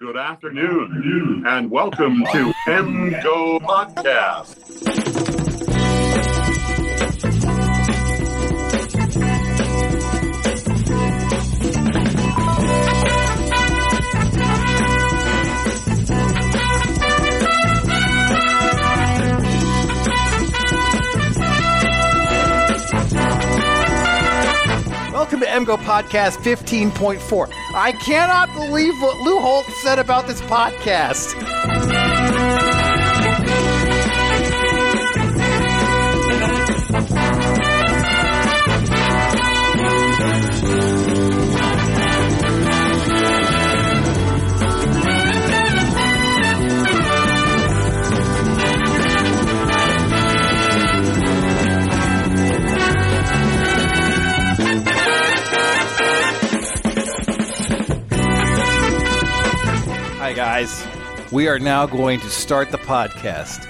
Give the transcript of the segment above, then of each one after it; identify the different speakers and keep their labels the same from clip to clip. Speaker 1: Good afternoon, and welcome to MGO Podcast.
Speaker 2: Welcome to MGO Podcast 15.4. I cannot believe what Lou Holt said about this podcast. Hi, guys. We are now going to start the podcast.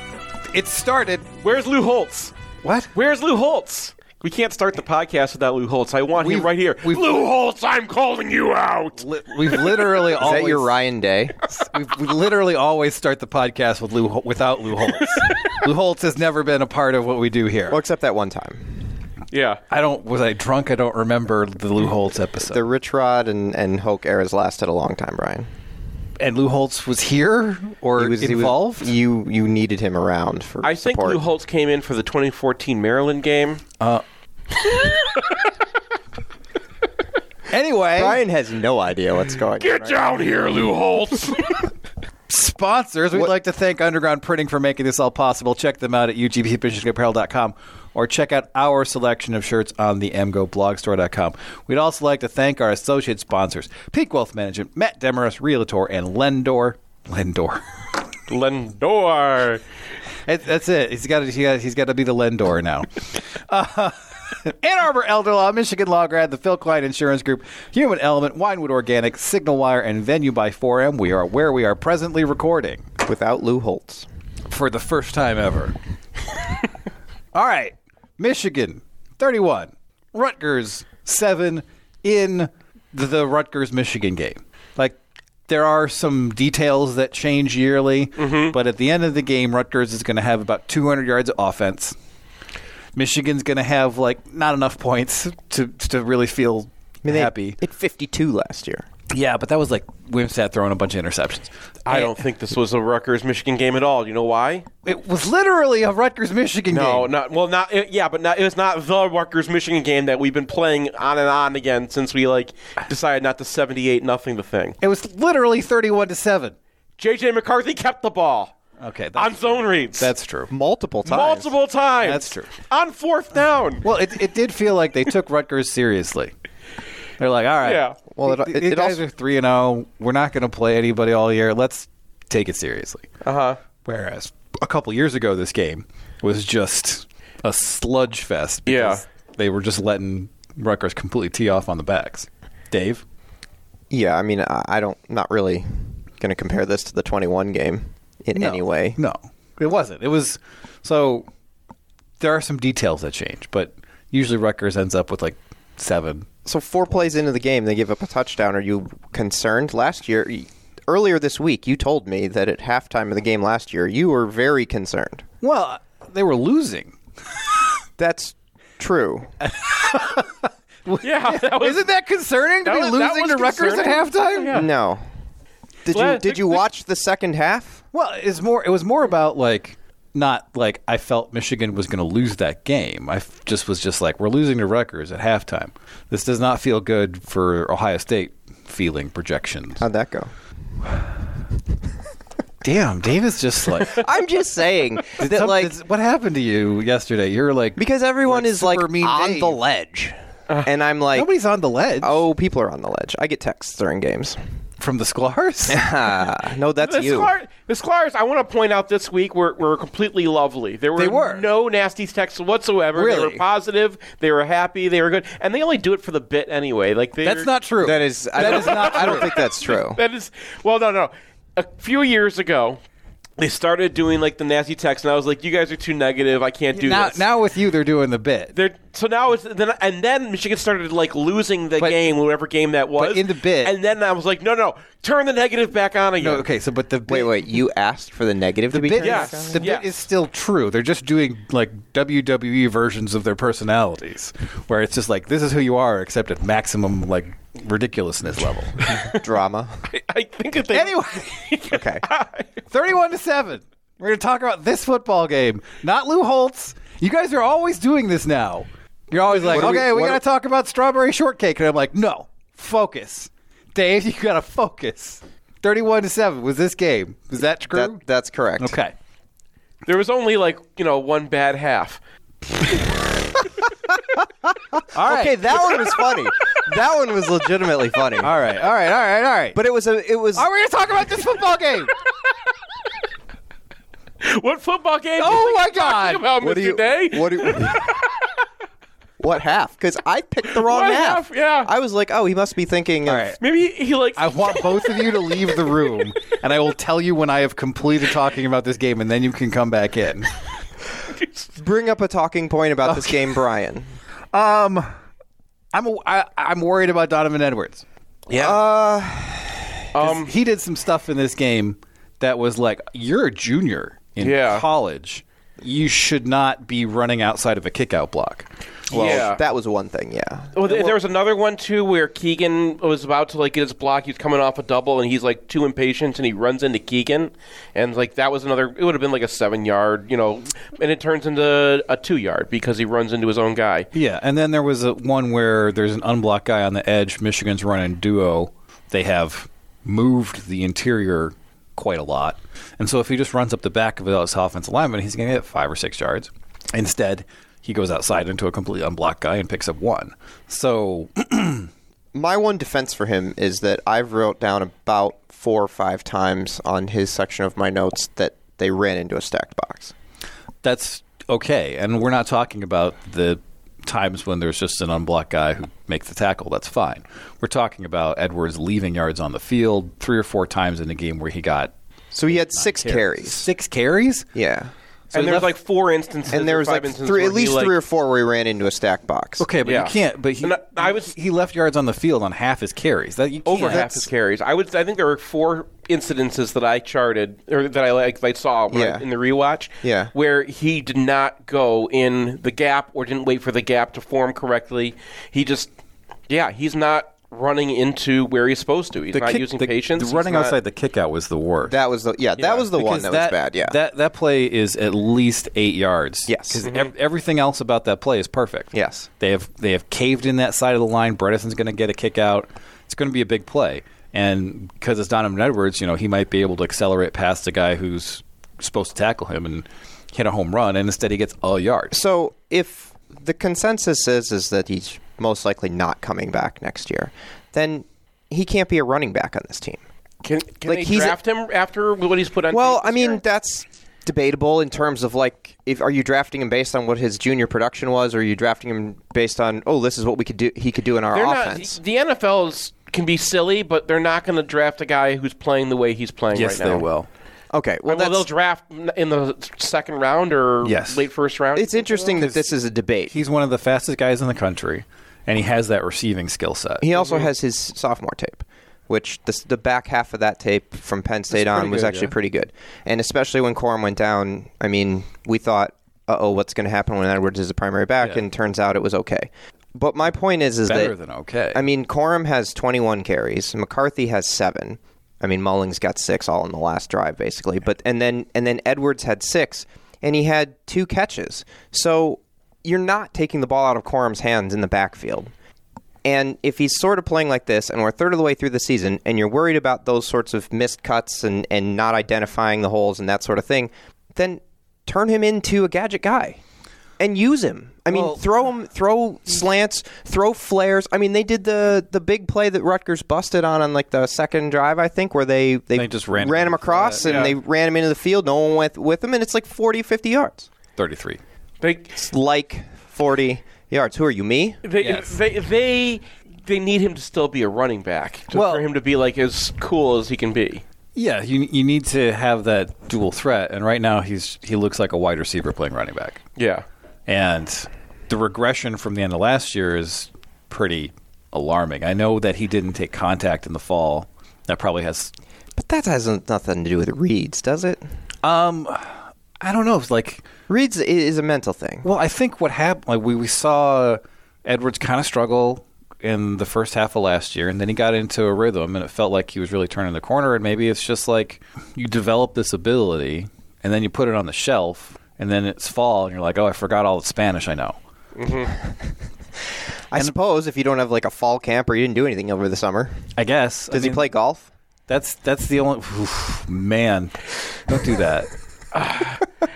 Speaker 2: It started.
Speaker 3: Where's Lou Holtz?
Speaker 2: What?
Speaker 3: Where's Lou Holtz? We can't start the podcast without Lou Holtz. I want
Speaker 2: We've-
Speaker 3: him right here.
Speaker 2: we've-
Speaker 3: Lou Holtz, I'm calling you out.
Speaker 2: Li- We've literally
Speaker 4: Is
Speaker 2: always
Speaker 4: that your Ryan Day?
Speaker 2: we've, we literally always start the podcast with Lou Hol- without Lou Holtz. Lou Holtz has never been a part of what we do here.
Speaker 4: well, except that one time.
Speaker 3: Yeah.
Speaker 2: I don't was I drunk? I don't remember the Lou Holtz episode.
Speaker 4: The Rich Rod and, and Hulk eras lasted a long time, Brian.
Speaker 2: and Lou Holtz was here or involved.
Speaker 4: you you needed him around for
Speaker 3: I think
Speaker 4: support.
Speaker 3: Lou Holtz came in for the 2014 Maryland game.
Speaker 2: Uh, anyway,
Speaker 4: Brian has no idea what's going on. right
Speaker 3: down here, Lou Holtz.
Speaker 2: sponsors. We'd like to thank Underground Printing for making this all possible. Check them out at ugbpishopapparel.com or check out our selection of shirts on the mgoblogstore.com. We'd also like to thank our associate sponsors, Peak Wealth Management, Matt Demarest, Realtor, and Lendor. Lendor.
Speaker 3: Lindor.
Speaker 2: That- That's it. He's got to. He's got to be the lendor now. Uh, Ann Arbor Elder Law, Michigan Law Grad, the Phil Klein Insurance Group, Human Element, Winewood Organic, Signal Wire, and Venue by 4M. We are where we are presently recording
Speaker 4: now. Without Lou Holtz.
Speaker 2: for the first time ever. All right, Michigan 31, Rutgers 7 in the Rutgers Michigan game. Like there are some details that change yearly, but at the end of the game Rutgers is going to have about 200 yards of offense. Michigan's going to have like not enough points to to really feel
Speaker 4: they
Speaker 2: happy.
Speaker 4: hit 52 last year.
Speaker 2: yeah, but that was like Wimsat throwing a bunch of interceptions.
Speaker 3: I don't think this was a Rutgers Michigan game at all. You know why?
Speaker 2: It was literally a Rutgers Michigan game.
Speaker 3: No, not well, not it- yeah, but not, it was not the Rutgers Michigan game that we've been playing on and on again since we like decided not to 78 nothing the thing.
Speaker 2: It was literally 31 to 7.
Speaker 3: JJ McCarthy kept the ball
Speaker 2: Okay, that's,
Speaker 3: on zone reads.
Speaker 2: that's true.
Speaker 4: Multiple times.
Speaker 3: Multiple times.
Speaker 2: That's true.
Speaker 3: On fourth down.
Speaker 2: Well, it, it did feel like they took Rutgers seriously. They're like, all right,
Speaker 3: Yeah.
Speaker 2: well,
Speaker 4: Well,
Speaker 2: it,
Speaker 4: it- it- it
Speaker 2: guys
Speaker 4: also-
Speaker 2: are three and zero. We're not going to play anybody all year. Let's take it seriously.
Speaker 3: Uh huh.
Speaker 2: Whereas a couple years ago, this game was just a sludge fest. Because they were just letting Rutgers completely tee off on the backs. Dave,
Speaker 4: Yeah, I mean, I, I don't, not really going to compare this to the 21 game in any way.
Speaker 2: No, it wasn't. It was so. There are some details that change, but usually Rutgers ends up with like seven.
Speaker 4: So four plays into the game, they give up a touchdown. Are you concerned? Last year, earlier this week, you told me that at halftime of the game last year, you were very concerned.
Speaker 2: Well, they were losing.
Speaker 4: That's true.
Speaker 3: Yeah. That was,
Speaker 2: Isn't that concerning to
Speaker 3: That
Speaker 2: be
Speaker 3: was- that
Speaker 2: losing to
Speaker 3: was
Speaker 2: Rutgers at halftime?
Speaker 3: concerning. Yeah.
Speaker 4: No. Did you
Speaker 3: Glad-
Speaker 4: did you watch the second half?
Speaker 2: Well, it's more. It was more about like not like I felt Michigan was going to lose that game. I f- just was just like we're losing to Rutgers at halftime. This does not feel good for Ohio State feeling projections.
Speaker 4: How'd that go?
Speaker 2: Damn, Davis just like.
Speaker 4: I'm just saying that
Speaker 2: Some-
Speaker 4: like
Speaker 2: it's- what happened to you yesterday? You're like
Speaker 4: because everyone
Speaker 2: like
Speaker 4: is like
Speaker 2: super mean
Speaker 4: on
Speaker 2: Dave.
Speaker 4: the ledge, and I'm like,
Speaker 2: nobody's on the ledge.
Speaker 4: oh, people are on the ledge. I get texts during games.
Speaker 2: from the Sklar's.
Speaker 4: Ah, no, that's
Speaker 3: The,
Speaker 4: you.
Speaker 3: Sklar- the Sklars, I want to point out this week, were, were completely lovely. There were,
Speaker 2: They were.
Speaker 3: no nasty texts whatsoever. They
Speaker 2: Really?
Speaker 3: were positive. They were happy. They were good. And they only do it for the bit anyway. Like they
Speaker 2: That's not true.
Speaker 4: That is I
Speaker 2: That
Speaker 4: don't-
Speaker 2: is not
Speaker 4: I don't
Speaker 2: true.
Speaker 4: think that's true.
Speaker 3: That is well, no, no. A few years ago, they started doing like the nasty text, and I was like, "You guys are too negative. I can't do
Speaker 2: now,
Speaker 3: this."
Speaker 2: now with you, they're doing the bit.
Speaker 3: They're, so now it's then and then Michigan started like losing the
Speaker 2: But-
Speaker 3: game, whatever game that was.
Speaker 2: in the bit-
Speaker 3: and then I was like, no, no, turn the negative back on again.
Speaker 2: no, okay, so but the bit,
Speaker 4: Wait, wait. You asked for the negative to be
Speaker 2: bit
Speaker 4: turned
Speaker 3: Yeah.
Speaker 4: back
Speaker 2: is,
Speaker 4: on?
Speaker 2: the
Speaker 3: Yeah.
Speaker 2: bit is still true. They're just doing like WWE versions of their personalities, where it's just like this is who you are, except at maximum like ridiculousness level.
Speaker 4: drama.
Speaker 3: I think that they
Speaker 2: anyway,
Speaker 4: Okay.
Speaker 2: thirty-one to seven. We're going to talk about this football game, not Lou Holtz. You guys are always doing this now. You're always like,
Speaker 4: What do we-
Speaker 2: okay, we,
Speaker 4: what do-
Speaker 2: got to talk about strawberry shortcake, and I'm like, no, focus, Dave. You got to focus. Thirty-one to seven was this game. Was that true?
Speaker 4: That, that's correct.
Speaker 2: okay.
Speaker 3: there was only like you know one bad half.
Speaker 2: All right.
Speaker 4: Okay, that one was funny. that one was legitimately funny.
Speaker 2: All right. All right. All right. All right.
Speaker 4: But it was a it was
Speaker 2: Are we going to talk about this football game?
Speaker 3: What football game?
Speaker 2: Oh my
Speaker 3: are you
Speaker 2: God!
Speaker 3: talking about,
Speaker 4: what do
Speaker 3: Mr.
Speaker 4: you
Speaker 3: Day?
Speaker 4: what do you- What half? Because I picked the wrong
Speaker 3: What
Speaker 4: half.
Speaker 3: half? Yeah.
Speaker 4: I was like, oh, he must be thinking. Of,
Speaker 2: All right.
Speaker 3: Maybe he, he like
Speaker 2: I want both of you to leave the room, and I will tell you when I have completed talking about this game, and then you can come back in.
Speaker 4: Bring up a talking point about this game, Brian.
Speaker 2: Um, I'm I, I'm worried about Donovan Edwards.
Speaker 3: yeah. um,
Speaker 2: He did some stuff in this game that was like, you're a junior in
Speaker 3: Yeah.
Speaker 2: college. You should not be running outside of a kickout block.
Speaker 4: Well,
Speaker 3: yeah.
Speaker 4: that was one thing. Yeah.
Speaker 3: Well, th- there was another one too where Keegan was about to like get his block. He's coming off a double, and he's like too impatient, and he runs into Keegan, and like that was another. It would have been like a seven yard, you know, and it turns into a two yard because he runs into his own guy.
Speaker 2: Yeah, and then there was a one where there's an unblocked guy on the edge. Michigan's running duo. They have moved the interior quite a lot, and so if he just runs up the back of his offensive lineman, he's going to get five or six yards. Instead, he goes outside into a completely unblocked guy and picks up one. So
Speaker 4: My one defense for him is that I've wrote down about four or five times on his section of my notes that they ran into a stacked box.
Speaker 2: that's okay. And we're not talking about the times when there's just an unblocked guy who makes the tackle. That's fine. We're talking about Edwards leaving yards on the field three or four times in a game where he got
Speaker 4: So he had six carries.
Speaker 2: six carries.
Speaker 4: Yeah.
Speaker 3: and there was like
Speaker 2: that's-
Speaker 3: four instances,
Speaker 4: And there
Speaker 3: or
Speaker 4: was
Speaker 3: five
Speaker 4: like
Speaker 3: instances
Speaker 4: three,
Speaker 3: where
Speaker 4: at least
Speaker 3: he, like-
Speaker 4: three or four where he ran into a stacked box.
Speaker 2: Okay, but
Speaker 3: Yeah.
Speaker 2: you can't. But he,
Speaker 3: And I- I was-
Speaker 2: he left yards on the field on half his carries. That you
Speaker 3: over
Speaker 2: can't.
Speaker 3: half his carries. I would. I think there were four incidences that I charted or that I like. I saw when I-
Speaker 4: Yeah.
Speaker 3: in the rewatch.
Speaker 4: Yeah.
Speaker 3: where he did not go in the gap or didn't wait for the gap to form correctly. He just, yeah, he's not running into where he's supposed to. He's not
Speaker 2: kick-
Speaker 3: using
Speaker 2: the-
Speaker 3: patience.
Speaker 2: the running
Speaker 3: He's not-
Speaker 2: outside the kickout was the worst.
Speaker 4: That was the yeah, that was the one
Speaker 2: Because
Speaker 4: that, was bad. Yeah.
Speaker 2: that that play is at least eight yards.
Speaker 4: Yes.
Speaker 2: because everything else about that play is perfect.
Speaker 4: Yes.
Speaker 2: they have they have caved in that side of the line. Bredesen's going to get a kick out. It's going to be a big play, and because it's Donovan Edwards, you know he might be able to accelerate past the guy who's supposed to tackle him and hit a home run, and instead he gets a yard.
Speaker 4: so if the consensus is is that he's most likely not coming back next year, then he can't be a running back on this team.
Speaker 3: Can, can
Speaker 4: like,
Speaker 3: they
Speaker 4: he's a-
Speaker 3: draft him after what he's put on?
Speaker 4: Well,
Speaker 3: tape
Speaker 4: I
Speaker 3: this
Speaker 4: mean
Speaker 3: year?
Speaker 4: that's debatable in terms of like if are you drafting him based on what his junior production was or are you drafting him based on oh this is what we could do he could do in our
Speaker 3: they're
Speaker 4: offense.
Speaker 3: not. The NFL's can be silly, but they're not going to draft a guy who's playing the way he's playing right now.
Speaker 4: okay, well
Speaker 3: Well,
Speaker 4: that's
Speaker 3: they'll draft in the second round or
Speaker 2: Yes.
Speaker 3: late first round.
Speaker 4: it's interesting that this is a debate.
Speaker 2: He's one of the fastest guys in the country, and he has that receiving skill set.
Speaker 4: He also has his sophomore tape, which the, the back half of that tape from Penn State on
Speaker 2: pretty
Speaker 4: was
Speaker 2: good,
Speaker 4: actually
Speaker 2: yeah.
Speaker 4: pretty good. And especially when Corum went down, I mean, we thought, uh oh, what's going to happen when Edwards is the primary back?
Speaker 2: Yeah.
Speaker 4: And turns out it was okay. But my point is, is
Speaker 2: Better
Speaker 4: that
Speaker 2: than okay.
Speaker 4: I mean, Corum has 21 carries. McCarthy has seven. I mean, Mullings got six all in the last drive, basically. But and then and then Edwards had six, and he had two catches. So you're not taking the ball out of Corum's hands in the backfield. And if he's sort of playing like this, and we're a third of the way through the season, and you're worried about those sorts of missed cuts and, and not identifying the holes and that sort of thing, then turn him into a gadget guy and use him. I mean,
Speaker 2: Well-
Speaker 4: throw him, throw slants, throw flares. I mean, they did the the big play that Rutgers busted on on like the second drive, I think, where they they,
Speaker 2: They just ran him
Speaker 4: ran
Speaker 2: into
Speaker 4: him
Speaker 2: the
Speaker 4: across
Speaker 2: flat,
Speaker 4: and they ran him into the field. No one went with him, and it's like 40, 50 yards.
Speaker 2: Thirty-three.
Speaker 3: They,
Speaker 4: It's like forty yards. Who are you, me?
Speaker 3: they,
Speaker 2: Yes.
Speaker 3: they, they, they need him to still be a running back to,
Speaker 2: Well-
Speaker 3: for him to be like as cool as he can be.
Speaker 2: Yeah, you you need to have that dual threat, and right now he's he looks like a wide receiver playing running back,
Speaker 3: Yeah.
Speaker 2: and the regression from the end of last year is pretty alarming. I know that he didn't take contact in the fall. That probably has.
Speaker 4: But that has nothing to do with reads, does it?
Speaker 2: Um, I don't know. It's like
Speaker 4: Reads i- is a mental thing.
Speaker 2: Well, I think what happened, like we, we saw Edwards kind of struggle in the first half of last year, and then he got into a rhythm, and it felt like he was really turning the corner. And maybe it's just like you develop this ability, and then you put it on the shelf, and then it's fall, and you're like, oh, I forgot all the Spanish I know.
Speaker 3: Mm-hmm.
Speaker 4: I suppose if you don't have like a fall camp or you didn't do anything over the summer,
Speaker 2: I guess.
Speaker 4: does he play golf?
Speaker 2: That's that's the only oof, man. Don't do that.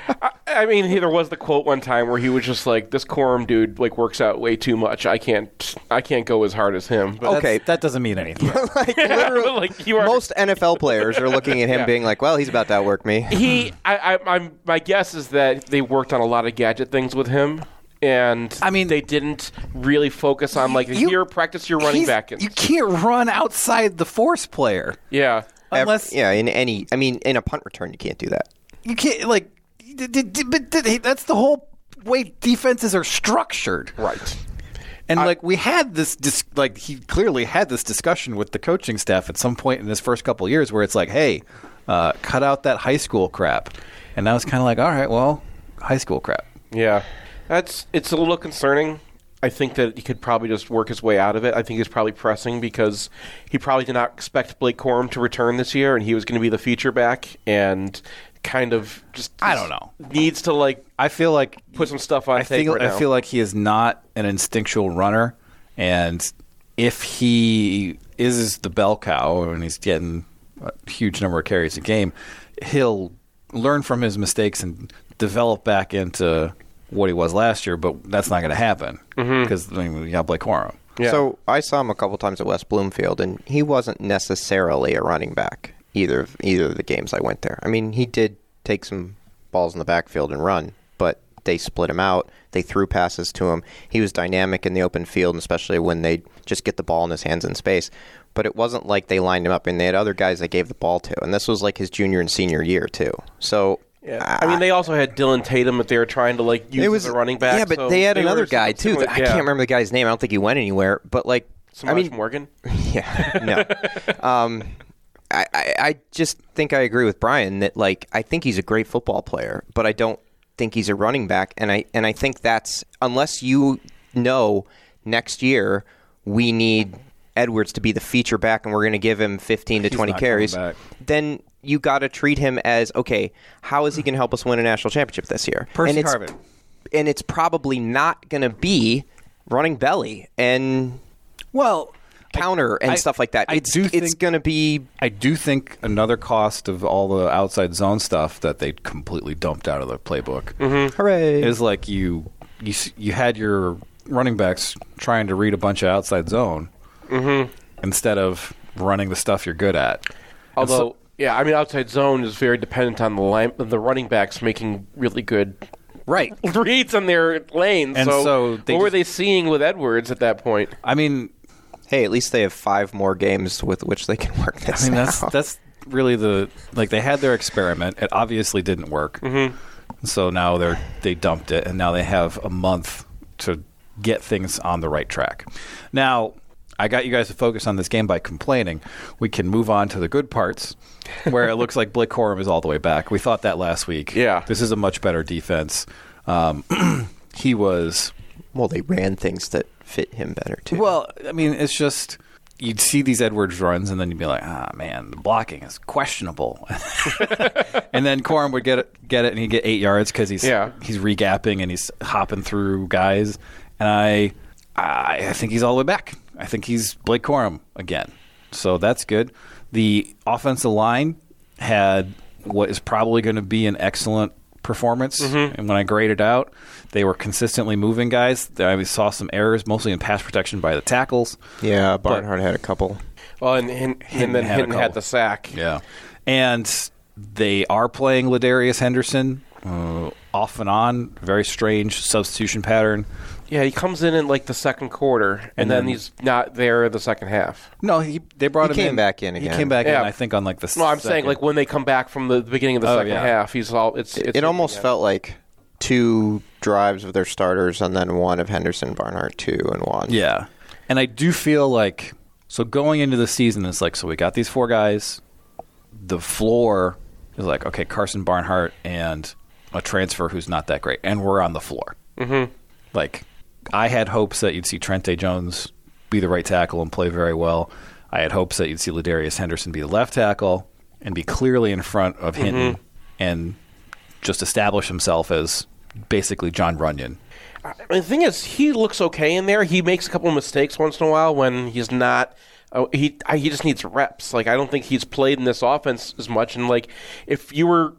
Speaker 3: I mean, he- there was the quote one time where he was just like, "This quorum dude like works out way too much. I can't, I can't go as hard as him." But
Speaker 4: Okay.
Speaker 2: That doesn't mean anything.
Speaker 4: like literally,
Speaker 3: like you are
Speaker 4: most NFL players are looking at him, being like, "Well, he's about to outwork me."
Speaker 3: he. I, I, I'm. My guess is that they worked on a lot of gadget things with him. And
Speaker 2: I mean-
Speaker 3: they didn't really focus on like
Speaker 2: You-
Speaker 3: here practice your running
Speaker 2: He's-
Speaker 3: back.
Speaker 2: You can't run outside the force player
Speaker 3: yeah,
Speaker 4: Ev-
Speaker 2: unless
Speaker 4: yeah, in any, I mean, in a punt return, you can't do that.
Speaker 2: You can't like, d- d- d- but d- hey, that's the whole way defenses are structured.
Speaker 3: right.
Speaker 2: And like we had this, dis- like he clearly had this discussion with the coaching staff at some point in his first couple years, where it's like, hey, uh, cut out that high school crap. And I was kind of like, all right, well, high school crap.
Speaker 3: Yeah, that's it's a little concerning. I think that he could probably just work his way out of it. I think he's probably pressing because he probably did not expect Blake Corum to return this year, and he was going to be the feature back, and kind of just
Speaker 2: I don't know.
Speaker 3: needs to like
Speaker 2: I feel like
Speaker 3: put some stuff on
Speaker 2: I
Speaker 3: tape
Speaker 2: feel
Speaker 3: right
Speaker 2: I
Speaker 3: now.
Speaker 2: feel like he is not an instinctual runner, and if he is the bell cow and he's getting a huge number of carries a game, he'll learn from his mistakes and develop back into what he was last year. But that's not going to happen because I mean, you got Blake Corum.
Speaker 3: Yeah.
Speaker 4: So I saw him a couple times at West Bloomfield, and he wasn't necessarily a running back either. Of, either of the games I went there, I mean, he did take some balls in the backfield and run, but they split him out. They threw passes to him. He was dynamic in the open field, especially when they just get the ball in his hands in space. But it wasn't like they lined him up, and they had other guys they gave the ball to. And this was like his junior and senior year too. So
Speaker 3: yeah. I mean, they also had Dylan Tatum that they were trying to like use
Speaker 4: it was
Speaker 3: as a running back.
Speaker 4: Yeah, but
Speaker 3: so
Speaker 4: they had
Speaker 3: were
Speaker 4: another guy too.
Speaker 3: similar-
Speaker 4: that- I
Speaker 3: yeah.
Speaker 4: can't remember the guy's name. I don't think he went anywhere. But like,
Speaker 3: Samaj
Speaker 4: I mean,
Speaker 3: Morgan.
Speaker 4: yeah, no. um, I, I I just think I agree with Brian that like I think he's a great football player, but I don't think he's a running back, and I and I think that's unless you know next year we need Edwards to be the feature back, and we're going to give him fifteen to twenty
Speaker 2: not coming
Speaker 4: carries,
Speaker 2: back.
Speaker 4: then. You got to treat him as okay. How is he going to help us win a national championship this year?
Speaker 2: Percy
Speaker 4: and it's,
Speaker 2: Harvin.
Speaker 4: and it's probably not going to be running belly and
Speaker 2: Well,
Speaker 4: counter and
Speaker 2: I-
Speaker 4: stuff like that.
Speaker 2: I
Speaker 4: it's
Speaker 2: do
Speaker 4: it's
Speaker 2: think-
Speaker 4: going to be
Speaker 2: I do think another cost of all the outside zone stuff that they completely dumped out of the playbook.
Speaker 4: Mm-hmm. hooray.
Speaker 2: is like you you s- you had your running backs trying to read a bunch of outside zone instead of running the stuff you're good at.
Speaker 3: Mm-hmm. Although, yeah, I mean, outside zone is very dependent on the line, the running backs making really good
Speaker 2: Right.
Speaker 3: reads on their lanes.
Speaker 2: And
Speaker 3: so,
Speaker 2: so
Speaker 3: what
Speaker 2: they
Speaker 3: were
Speaker 2: just-
Speaker 3: they seeing with Edwards at that point?
Speaker 2: I mean,
Speaker 4: Hey, at least they have five more games with which they can work this
Speaker 2: I mean that's
Speaker 4: out.
Speaker 2: that's really the like they had their experiment. It obviously didn't work. So now they're they dumped it, and now they have a month to get things on the right track. Now. I got you guys to focus on this game by complaining. We can move on to the good parts, where it looks like Blake Corum is all the way back. We thought that last week.
Speaker 3: Yeah.
Speaker 2: this is a much better defense. Um, he was
Speaker 4: well, they ran things that fit him better too.
Speaker 2: well, I mean, it's just you'd see these Edwards runs, and then you'd be like, ah, man, the blocking is questionable. and then Corum would get it, get it, and he'd get eight yards because he's
Speaker 3: Yeah.
Speaker 2: he's regapping and he's hopping through guys. And I, I, I think he's all the way back. I think he's Blake Corum again. So that's good. The offensive line had what is probably going to be an excellent performance. And when I graded out, they were consistently moving guys. I saw some errors, mostly in pass protection by the tackles.
Speaker 4: yeah, Barnhart had a couple.
Speaker 3: Well, and, and, and then
Speaker 2: had a
Speaker 3: Hinton had
Speaker 2: couple.
Speaker 3: the sack.
Speaker 2: Yeah. And they are playing Ladarius Henderson uh, off and on. Very strange substitution pattern.
Speaker 3: Yeah, he comes in in like the second quarter, and, then, he's not there the second half.
Speaker 2: No, he they brought
Speaker 4: He
Speaker 2: him
Speaker 4: came
Speaker 2: in.
Speaker 4: back in
Speaker 2: He
Speaker 4: again.
Speaker 2: came back
Speaker 3: Yeah.
Speaker 2: in. I think on like the.
Speaker 3: No, I'm saying
Speaker 2: second-
Speaker 3: like when they come back from the, the beginning of the
Speaker 2: Oh,
Speaker 3: second
Speaker 2: yeah.
Speaker 3: half, he's all it's. it's
Speaker 4: it almost felt like two drives of their starters and then one of Henderson, Barnhart, two and one.
Speaker 2: Yeah. And I do feel like so going into the season it's like so we got these four guys. The floor is like okay, Carson Barnhart and a transfer who's not that great, and we're on the floor. Mm-hmm. Like I had hopes that you'd see Trente Jones be the right tackle and play very well. I had hopes that you'd see Ladarius Henderson be the left tackle and be clearly in front of Hinton and just establish himself as basically John Runyon.
Speaker 3: I mean, the thing is, he looks okay in there. He makes a couple mistakes once in a while when he's not. Oh, he I, he just needs reps. Like I don't think he's played in this offense as much. And like if you were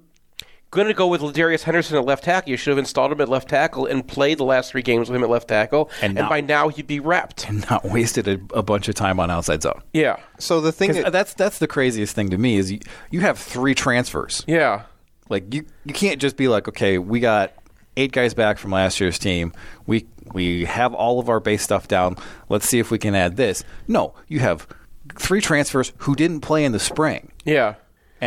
Speaker 3: going to go with Ladarius Henderson at left tackle, you should have installed him at left tackle and played the last three games with him at left tackle.
Speaker 2: And
Speaker 3: And,
Speaker 2: not-
Speaker 3: by now he'd be repped.
Speaker 2: Not wasted a, a bunch of time on outside zone.
Speaker 3: Yeah,
Speaker 4: So the thing
Speaker 2: Because
Speaker 4: that,
Speaker 2: uh, that's that's the craziest thing to me is you, you have three transfers.
Speaker 3: yeah.
Speaker 2: Like you you can't just be like, okay, we got eight guys back from last year's team. We we have all of our base stuff down. Let's see if we can add this. No, you have three transfers who didn't play in the spring.
Speaker 3: Yeah.
Speaker 4: Hmm.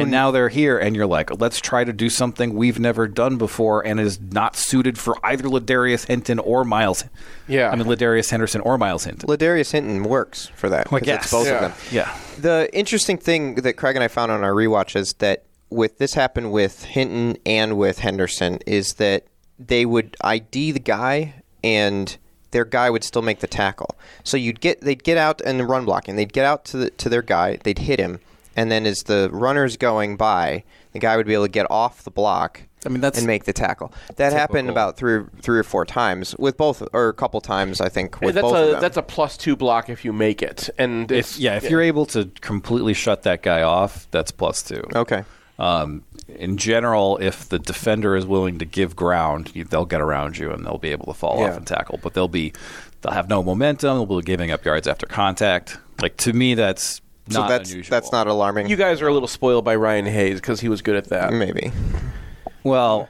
Speaker 2: And now they're here, and you're like, let's try to do something we've never done before, and is not suited for either Ladarius Hinton or Miles.
Speaker 3: Yeah.
Speaker 2: I mean Ladarius Henderson or Miles Hinton.
Speaker 4: Ladarius Hinton works for that.
Speaker 2: Well,
Speaker 4: 'cause
Speaker 2: yes.
Speaker 4: It's both
Speaker 3: Yeah.
Speaker 4: of them.
Speaker 2: Yeah,
Speaker 4: The interesting thing that Craig and I found on our rewatch is that with this happened with Hinton and with Henderson is that they would ID the guy and their guy would still make the tackle. So you'd get they'd get out and the run blocking. They'd get out to the, to their guy. They'd hit him, and then as the runner's going by, the guy would be able to get off the block.
Speaker 2: I mean, that's-
Speaker 4: and make the tackle. That happened about three three or four times with both or a couple times I think with
Speaker 3: that's
Speaker 4: both of
Speaker 3: a
Speaker 4: them.
Speaker 3: that's a plus two block if you make it, and
Speaker 2: if
Speaker 3: it's,
Speaker 2: yeah, if you're able to completely shut that guy off, that's plus two.
Speaker 4: okay.
Speaker 2: Um, in general, if the defender is willing to give ground, you, they'll get around you and they'll be able to fall off
Speaker 4: Yeah.
Speaker 2: and tackle. But they'll be they'll have no momentum. They'll be giving up yards after contact. Like to me, that's
Speaker 4: So
Speaker 2: not
Speaker 4: that's
Speaker 2: unusual.
Speaker 4: that's not alarming.
Speaker 3: you guys are a little spoiled by Ryan Hayes because he was good at that.
Speaker 4: Maybe.
Speaker 2: well.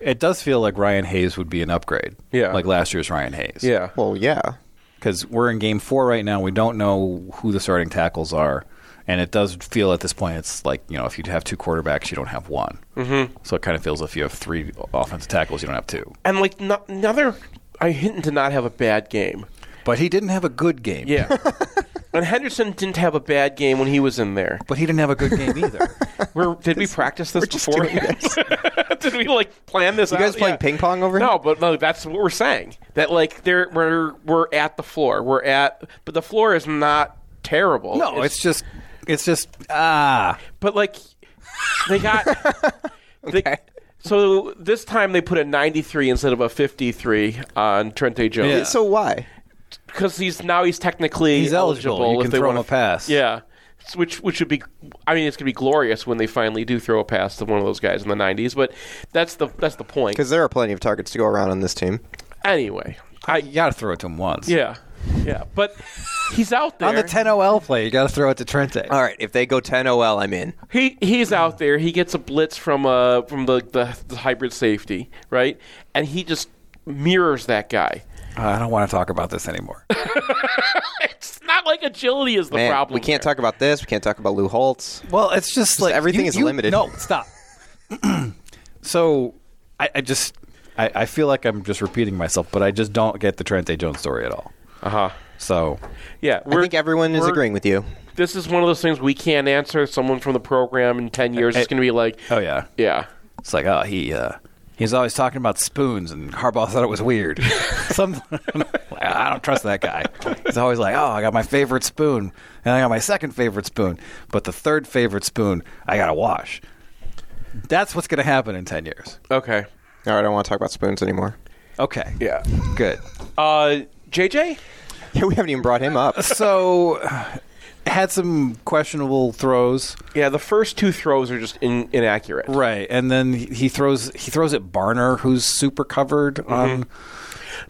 Speaker 2: It does feel like Ryan Hayes would be an upgrade.
Speaker 3: Yeah.
Speaker 2: like last year's Ryan Hayes.
Speaker 3: Yeah.
Speaker 4: Well, yeah.
Speaker 2: because we're in game four right now. We don't know who the starting tackles are, and it does feel at this point it's like you know if you have two quarterbacks, you don't have one. Mm-hmm. So it kind of feels if you have three offensive tackles, you don't have two.
Speaker 3: and like no, another I Hinton did not have a bad game.
Speaker 2: But he didn't have a good game.
Speaker 3: Yeah. and Henderson didn't have a bad game when he was in there.
Speaker 2: But he didn't have a good game either.
Speaker 3: We're, did we practice this
Speaker 4: just
Speaker 3: before?
Speaker 4: doing this.
Speaker 3: did we like plan this? You
Speaker 4: guys playing ping pong over
Speaker 3: No,
Speaker 4: here?
Speaker 3: but no, that's what we're saying. That like there we're we're at the floor. We're at, but the floor is not terrible.
Speaker 2: no, it's, just, it's just ah.
Speaker 3: but like they got they, so this time they put a 93 instead of a 53 on Trente Jones.
Speaker 2: Yeah.
Speaker 4: So why?
Speaker 3: because he's now he's technically
Speaker 2: He's eligible. You
Speaker 3: if
Speaker 2: can
Speaker 3: they
Speaker 2: throw
Speaker 3: wanna-
Speaker 2: him a pass.
Speaker 3: Yeah, S- which which would be, I mean, it's gonna be glorious when they finally do throw a pass to one of those guys in the '90s. But that's the that's the point.
Speaker 4: Because there are plenty of targets to go around on this team.
Speaker 3: Anyway, I
Speaker 2: You got to throw it to him once.
Speaker 3: yeah yeah, but he's out there.
Speaker 2: On the 10-0L play, you got to throw it to Trente.
Speaker 4: All right, if they go 10 OL, I'm in.
Speaker 3: He he's out there. He gets a blitz from uh from the, the the hybrid safety right, and he just mirrors that guy.
Speaker 2: Ah, I don't want to talk about this anymore.
Speaker 3: It's not like agility is the
Speaker 4: Man,
Speaker 3: problem.
Speaker 4: we can't
Speaker 3: here.
Speaker 4: talk about this. We can't talk about Lou Holtz.
Speaker 2: Well, it's just, like
Speaker 4: everything is limited.
Speaker 2: No, stop. so, I, I just I, I feel like I'm just repeating myself, but I just don't get the Trente Jones story at all. Uh huh. So,
Speaker 3: Yeah,
Speaker 4: I think everyone is
Speaker 3: we're-
Speaker 4: agreeing with you.
Speaker 3: This is one of those things we can't answer. Someone from the program in ten years is
Speaker 2: Hey.
Speaker 3: going to be like,
Speaker 2: oh yeah,
Speaker 3: Yeah.
Speaker 2: it's like oh he uh, he's always talking about spoons, and Harbaugh thought it was weird. Some I don't trust that guy. He's always like oh I got my favorite spoon, and I got my second favorite spoon, but the third favorite spoon I gotta wash. That's what's gonna happen in ten years.
Speaker 3: Okay.
Speaker 4: All right, I don't want to talk about spoons anymore.
Speaker 2: Okay.
Speaker 3: Yeah.
Speaker 2: Good.
Speaker 3: Uh, JJ?
Speaker 4: Yeah, we haven't even brought him up.
Speaker 2: So, had some questionable throws,
Speaker 3: Yeah, the first two throws are just in- inaccurate.
Speaker 2: right? And then he- he throws he throws at Barner, who's super covered on.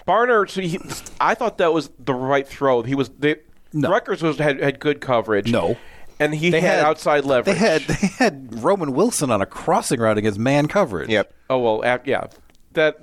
Speaker 3: Barner, Mm-hmm. so he, I thought that was the right throw. He was the
Speaker 2: No.
Speaker 3: Rutgers was had, had good coverage.
Speaker 2: No.
Speaker 3: and he had, outside leverage.
Speaker 2: They had they had Roman Wilson on a crossing route against man coverage.
Speaker 4: Yep.
Speaker 3: Oh well, a- yeah. that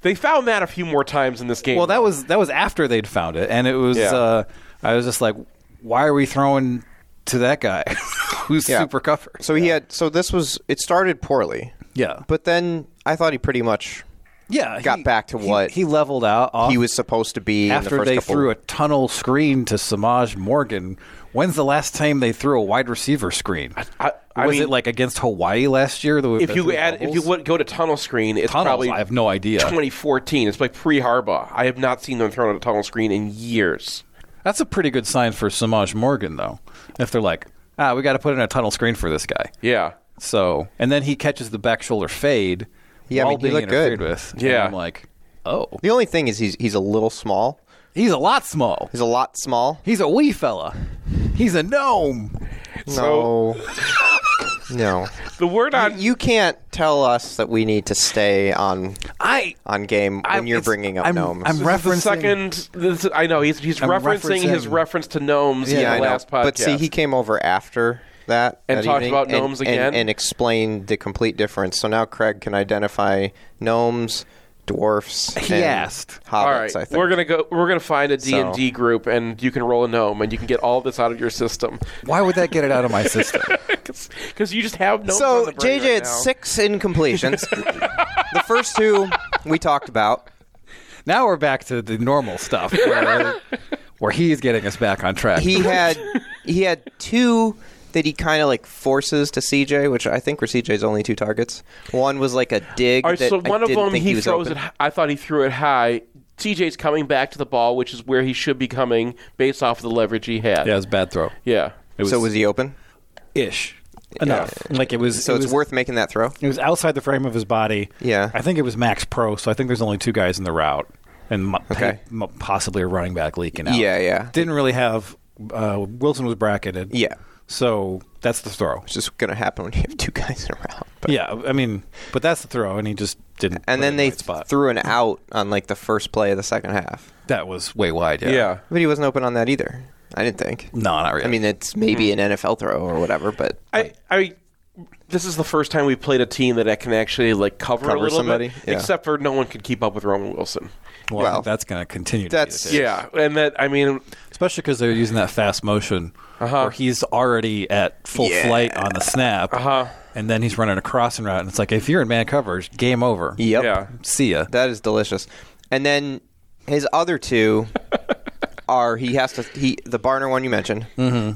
Speaker 3: they found that a few more times in this game.
Speaker 2: Well, that was that was after they'd found it, and it was.
Speaker 3: Yeah.
Speaker 2: Uh, I was just like, why are we throwing to that guy who's
Speaker 4: Yeah.
Speaker 2: super covered?
Speaker 4: So he had. So this was. It started poorly,
Speaker 2: yeah,
Speaker 4: but then I thought he pretty much
Speaker 2: yeah,
Speaker 4: got back to
Speaker 2: he-
Speaker 4: what
Speaker 2: he leveled out. Off
Speaker 4: he was supposed to be. in the
Speaker 2: after
Speaker 4: first
Speaker 2: they
Speaker 4: couple-
Speaker 2: threw a tunnel screen to Samaj Morgan. When's the last time they threw a wide receiver screen?
Speaker 3: I- I
Speaker 2: was
Speaker 3: mean-
Speaker 2: it like against Hawaii last year? The,
Speaker 3: if
Speaker 2: the
Speaker 3: you
Speaker 2: three
Speaker 3: add if you
Speaker 2: fumbles?
Speaker 3: would go to tunnel screen, it's
Speaker 2: Tunnels,
Speaker 3: probably
Speaker 2: I have no idea.
Speaker 3: 2014. It's like pre Harbaugh. I have not seen them thrown on a tunnel screen in years.
Speaker 2: That's a pretty good sign for Samaj Morgan, though. If they're like, ah, we got to put in a tunnel screen for this guy.
Speaker 3: Yeah.
Speaker 2: So, and then he catches the back shoulder fade
Speaker 4: Yeah, I
Speaker 2: while
Speaker 4: mean, he
Speaker 2: being
Speaker 4: looked good.
Speaker 2: interfered with. And
Speaker 3: Yeah.
Speaker 2: I'm like, oh,
Speaker 4: The only thing is he's he's a little small.
Speaker 2: he's a lot small.
Speaker 4: He's a lot small.
Speaker 2: He's a wee fella. He's a gnome.
Speaker 4: No. no.
Speaker 3: The word on
Speaker 4: You can't tell us that we need to stay on
Speaker 2: I.
Speaker 4: on game when
Speaker 2: I'm-
Speaker 4: you're
Speaker 2: it's-
Speaker 4: bringing up
Speaker 2: I'm,
Speaker 4: gnomes.
Speaker 2: I'm
Speaker 3: this is
Speaker 2: referencing.
Speaker 3: the second. This, I know he's he's
Speaker 2: I'm
Speaker 3: referencing, his
Speaker 2: referencing-
Speaker 3: reference to gnomes in the
Speaker 4: I know.
Speaker 3: last podcast.
Speaker 4: But see, he came over after that
Speaker 3: And
Speaker 4: that
Speaker 3: talked
Speaker 4: evening
Speaker 3: about
Speaker 4: and-
Speaker 3: gnomes
Speaker 4: and-
Speaker 3: again?
Speaker 4: and, explained the complete difference. So now Craig can identify gnomes, dwarfs,
Speaker 2: He
Speaker 4: and
Speaker 2: asked.
Speaker 4: hobbits.
Speaker 3: all right,
Speaker 4: I think
Speaker 3: we're gonna go. We're gonna find a D
Speaker 4: So-
Speaker 3: and D group, and you can roll a gnome, and you can get all this out of your system
Speaker 2: Why would that get it out of my system?
Speaker 3: because you just have gnomes. on
Speaker 4: So
Speaker 3: the brain
Speaker 4: JJ
Speaker 3: right
Speaker 4: had
Speaker 3: now.
Speaker 4: six incompletions. the first two we talked about.
Speaker 2: now we're back to the normal stuff where, where he's getting us back on track.
Speaker 4: He had he had two that he kind of like forces to CJ, which I think were CJ's only two targets. One was like a dig.
Speaker 3: All right,
Speaker 4: that
Speaker 3: so
Speaker 4: I
Speaker 3: one of
Speaker 4: didn't
Speaker 3: them
Speaker 4: think
Speaker 3: he,
Speaker 4: was
Speaker 3: throws
Speaker 4: open.
Speaker 3: it. I thought he threw it high. TJ's coming back to the ball, which is where he should be coming based off the leverage he had.
Speaker 2: yeah, it was a bad throw.
Speaker 3: Yeah.
Speaker 4: so was he open?
Speaker 2: ish enough.
Speaker 5: Like it was.
Speaker 4: So
Speaker 5: it
Speaker 4: it's
Speaker 5: was,
Speaker 4: worth making that throw.
Speaker 5: It was outside the frame of his body.
Speaker 4: Yeah.
Speaker 5: I think it was max pro. So I think there's only two guys in the route, and mo-
Speaker 4: Okay.
Speaker 5: mo- possibly a running back leaking out.
Speaker 4: Yeah, yeah.
Speaker 5: Didn't really have. Uh, Wilson was bracketed.
Speaker 4: Yeah.
Speaker 5: So that's the throw.
Speaker 4: It's just gonna happen when you have two guys around. But.
Speaker 5: Yeah, I mean, but that's the throw, and he just didn't. put
Speaker 4: And
Speaker 5: it in
Speaker 4: then
Speaker 5: the
Speaker 4: they
Speaker 5: right spot.
Speaker 4: threw an out on like the first play of the second half,
Speaker 2: That was way wide. Yeah.
Speaker 3: Yeah.
Speaker 4: but he wasn't open on that either. I didn't think.
Speaker 2: No, not really.
Speaker 4: I mean, it's maybe an NFL throw or whatever, but
Speaker 3: I, I this is the first time we played a team that I can actually like cover,
Speaker 4: Cover
Speaker 3: a little
Speaker 4: somebody?
Speaker 3: bit.
Speaker 4: Yeah.
Speaker 3: Except for no one could keep up with Roman Wilson.
Speaker 2: well,
Speaker 4: well,
Speaker 2: that's going to continue.
Speaker 4: that's-
Speaker 2: to be the case.
Speaker 3: Yeah, and that I mean,
Speaker 2: especially because they're using that fast motion where he's already at full
Speaker 4: Yeah.
Speaker 2: flight on the snap,
Speaker 3: Uh-huh.
Speaker 2: and then he's running a crossing route, and it's like if you're in man coverage, game over.
Speaker 4: yep,
Speaker 3: yeah,
Speaker 2: See ya.
Speaker 4: that is delicious. And then his other two are he has to he the Barner one you mentioned, mm-hmm.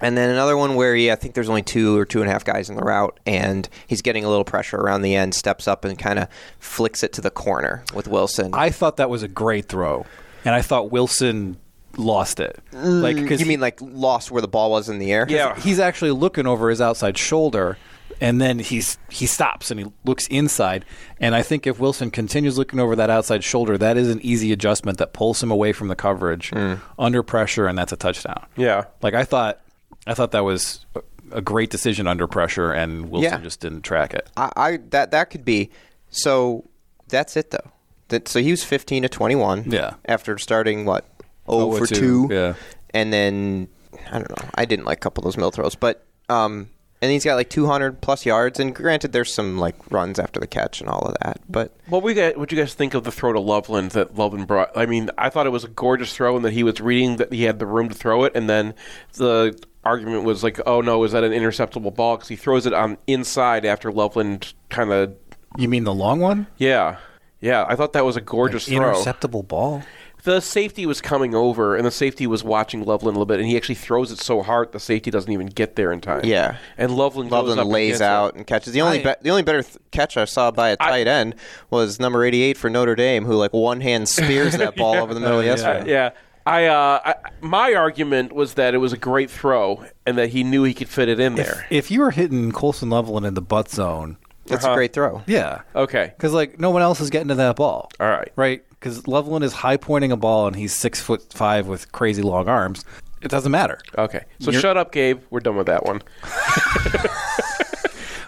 Speaker 4: and then another one where he I think there's only two or two and a half guys in the route, and he's getting a little pressure around the end, steps up and kind of flicks it to the corner with Wilson.
Speaker 2: I thought that was a great throw, and I thought Wilson lost it. like
Speaker 4: you mean like lost where the ball was in the air?
Speaker 3: Yeah.
Speaker 2: Mm. he's actually looking over his outside shoulder and then he's he stops and he looks inside and i think if wilson continues looking over that outside shoulder that is an easy adjustment that pulls him away from the coverage
Speaker 4: Mm.
Speaker 2: under pressure and that's a touchdown
Speaker 3: yeah.
Speaker 2: like i thought i thought that was a- a great decision under pressure and wilson
Speaker 4: Yeah.
Speaker 2: just didn't track it
Speaker 4: I, I that that could be. So that's it though. That so he was fifteen to twenty one.
Speaker 2: Yeah.
Speaker 4: After starting what oh
Speaker 2: or
Speaker 4: for
Speaker 2: two,
Speaker 4: two.
Speaker 2: yeah.
Speaker 4: And then I don't know. I didn't like a couple of those mill throws, but um, and he's got like two hundred plus yards. And granted, there's some like runs after the catch and all of that, but
Speaker 3: What we got? What you guys think of the throw to Loveland that Loveland brought? I mean, I thought it was a gorgeous throw, and that he was reading that he had the room to throw it, and then the argument was like, "Oh no, is that an interceptable ball?" Because he throws it on inside after Loveland kind of,
Speaker 2: you mean the long one
Speaker 3: yeah, yeah. I thought that was a gorgeous throw.
Speaker 2: interceptable ball
Speaker 3: the safety was coming over, and the safety was watching Loveland a little bit, and he actually throws it so hard the safety doesn't even get there in time.
Speaker 4: Yeah.
Speaker 3: and Loveland goes
Speaker 4: Loveland
Speaker 3: up and
Speaker 4: lays
Speaker 3: gets it.
Speaker 4: out and catches. The only
Speaker 2: I-
Speaker 4: be- the only better th- catch I saw by a tight end was number eighty eight for Notre Dame, who like one hand spears that ball over the middle of the
Speaker 3: Uh,
Speaker 4: yesterday.
Speaker 3: yeah. I, uh, I my argument was that it was a great throw and that he knew he could fit it in there.
Speaker 2: if you were hitting colson loveland in the butt zone
Speaker 4: That's a great throw.
Speaker 2: yeah
Speaker 3: Uh-huh. okay.
Speaker 2: Because like no one else is getting to that ball.
Speaker 3: All right.
Speaker 2: right? Because Loveland is high pointing a ball, and he's six foot five with crazy long arms. It doesn't matter.
Speaker 3: Okay. So shut up, Gabe. We're done with that one.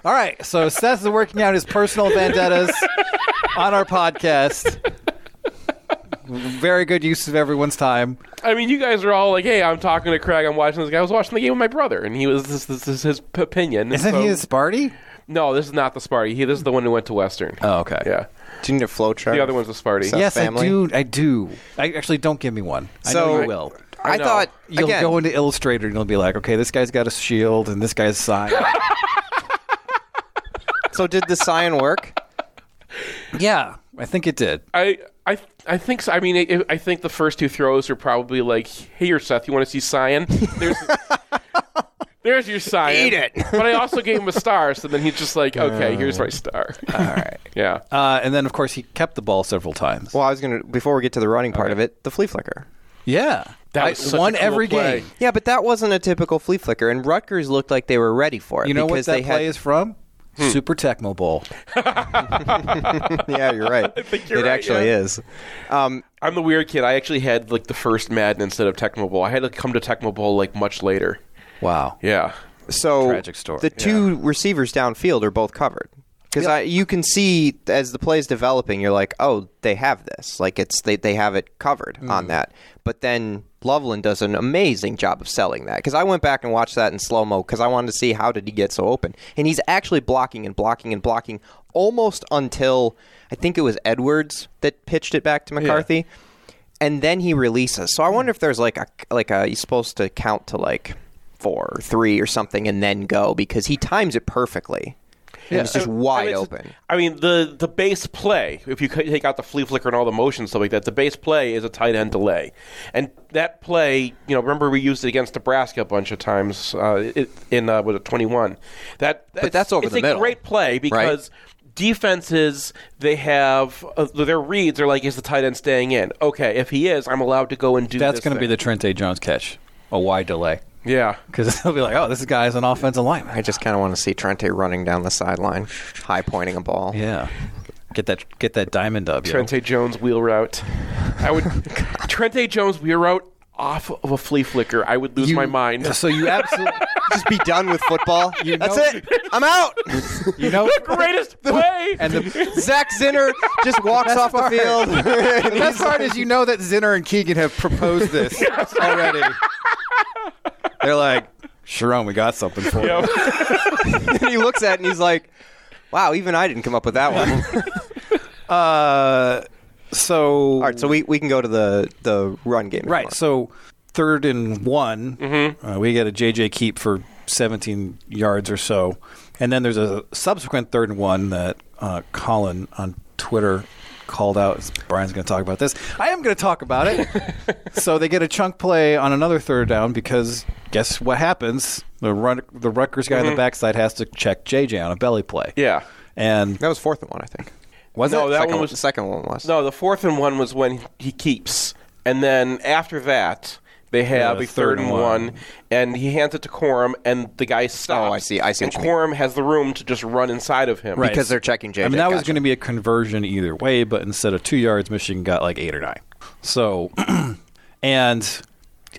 Speaker 2: All right, so Seth is working out his personal vendettas on our podcast. Very good use of everyone's time.
Speaker 3: I mean, you guys are all like, "Hey, I'm talking to Craig. I'm watching this guy. I was watching the game with my brother, and he was this, this is his p- opinion." and
Speaker 2: Isn't
Speaker 3: so-
Speaker 2: he a Sparty?
Speaker 3: No, this is not the Sparty. He, this is the one who went to Western.
Speaker 2: Oh, okay.
Speaker 3: Yeah.
Speaker 4: Do you need a flow chart?
Speaker 3: The other one's a Sparty.
Speaker 4: So-
Speaker 2: yes,
Speaker 4: family?
Speaker 2: I do. I do. I actually don't give me one. I know
Speaker 4: So-
Speaker 2: you will.
Speaker 4: I,
Speaker 3: I know.
Speaker 4: thought
Speaker 2: You'll
Speaker 4: again,
Speaker 2: go into Illustrator and you'll be like, okay, this guy's got a shield and this guy's sign.
Speaker 4: So did the sign work?
Speaker 2: yeah, I think it did.
Speaker 3: I, I, I think. So. I mean, I, I think the first two throws are probably like, "Here, Seth, you want to see Cyan? There's, there's your Cyan.
Speaker 4: Eat it. Uh.
Speaker 3: but I also gave him a star, so then he's just like, "Okay, here's my star." All right. Yeah.
Speaker 2: Uh, and then, of course, he kept the ball several times.
Speaker 4: Well, I was gonna before we get to the running part of it, the flea flicker.
Speaker 2: yeah,
Speaker 3: That
Speaker 2: I
Speaker 3: was such a
Speaker 2: won
Speaker 3: cool
Speaker 2: every
Speaker 3: play.
Speaker 2: game.
Speaker 4: Yeah, but that wasn't a typical flea flicker, and Rutgers looked like they were ready for it.
Speaker 2: You know what
Speaker 4: because
Speaker 2: that
Speaker 4: they had, Hmm.
Speaker 2: play is from? Super Tecmo Bowl.
Speaker 4: Yeah, you're right.
Speaker 3: you're
Speaker 4: it
Speaker 3: right,
Speaker 4: actually
Speaker 3: yeah.
Speaker 4: is. Um,
Speaker 3: I'm the weird kid. I actually had like the first Madden instead of Tecmo Bowl. I had to come to Tecmo Bowl like much later.
Speaker 2: Wow.
Speaker 3: Yeah.
Speaker 4: so
Speaker 2: Tragic story.
Speaker 4: The two receivers downfield are both covered because you can see as the play is developing, you're like, oh, they have this. Like it's they they have it covered
Speaker 2: Mm.
Speaker 4: on that. But then Loveland does an amazing job of selling that because I went back and watched that in slow mo because I wanted to see how did he get so open, and he's actually blocking and blocking and blocking almost until I think it was Edwards that pitched it back to McCarthy. And then he releases. So I wonder if there's like a like a he's supposed to count to like four or three or something and then go because he times it perfectly. And it's just
Speaker 3: I
Speaker 4: wide
Speaker 3: mean, it's-
Speaker 4: open.
Speaker 3: I mean, the the base play, if you could take out the flea flicker and all the motion and stuff like that, the base play is a tight end delay, and that play, you know, remember we used it against Nebraska a bunch of times uh, it, in uh, was it twenty one? That it's-
Speaker 6: that's over
Speaker 3: it's
Speaker 6: the
Speaker 3: a
Speaker 6: middle,
Speaker 3: Great play because. Defenses, they have uh, their reads are like, is the tight end staying in? Okay, if he is, I'm allowed to go and do.
Speaker 2: That's
Speaker 3: this
Speaker 2: going to be the
Speaker 3: thing.
Speaker 2: Trente Jones catch. A wide delay.
Speaker 3: yeah.
Speaker 2: Because they'll be like, oh, this guy's an offensive lineman.
Speaker 4: I just kind of want to see Trente running down the sideline, high pointing a ball.
Speaker 2: Yeah. Get that get that diamond up. yo.
Speaker 3: Trente Jones wheel route. I would Trente Jones wheel route off of a flea flicker. I would lose my mind.
Speaker 2: So you absolutely
Speaker 4: Just be done with football. That's
Speaker 2: know-
Speaker 4: it. I'm out.
Speaker 2: you know
Speaker 3: the greatest play.
Speaker 2: and the
Speaker 4: Zach Zinner just walks off the field.
Speaker 2: The best part is you know that Zinner and Keegan have proposed this already. They're like, Sharon, we got something for you.
Speaker 4: and he looks at it and he's like, wow, even I didn't come up with that one.
Speaker 2: Uh, so
Speaker 4: All right, so we, we can go to the, the run game. if you
Speaker 2: right,
Speaker 4: want.
Speaker 2: so third and one, uh, we get a JJ keep for 17 yards or so, and then there's a subsequent third and one that uh, Colin on Twitter called out. Brian's going to talk about this. I am going to talk about it. so they get a chunk play on another third down because guess what happens? The run, the Rutgers guy on the backside has to check JJ on a belly play.
Speaker 3: Yeah.
Speaker 2: and
Speaker 4: That was fourth and one, I think.
Speaker 2: was
Speaker 3: no,
Speaker 2: it?
Speaker 3: that
Speaker 4: second
Speaker 3: one
Speaker 4: the
Speaker 3: was
Speaker 4: second one was.
Speaker 3: no. The fourth and one was when he keeps, and then after that they have
Speaker 2: the
Speaker 3: a third and one. and he hands it to Quorum, and the guy stops.
Speaker 4: Oh, I see, I see
Speaker 3: And
Speaker 4: what you mean.
Speaker 3: Quorum has the room to just run inside of him.
Speaker 4: Because they're checking JJ.
Speaker 2: I mean, that was
Speaker 4: Gotcha.
Speaker 2: going to be a conversion either way, but instead of two yards, Michigan got like eight or nine. So, and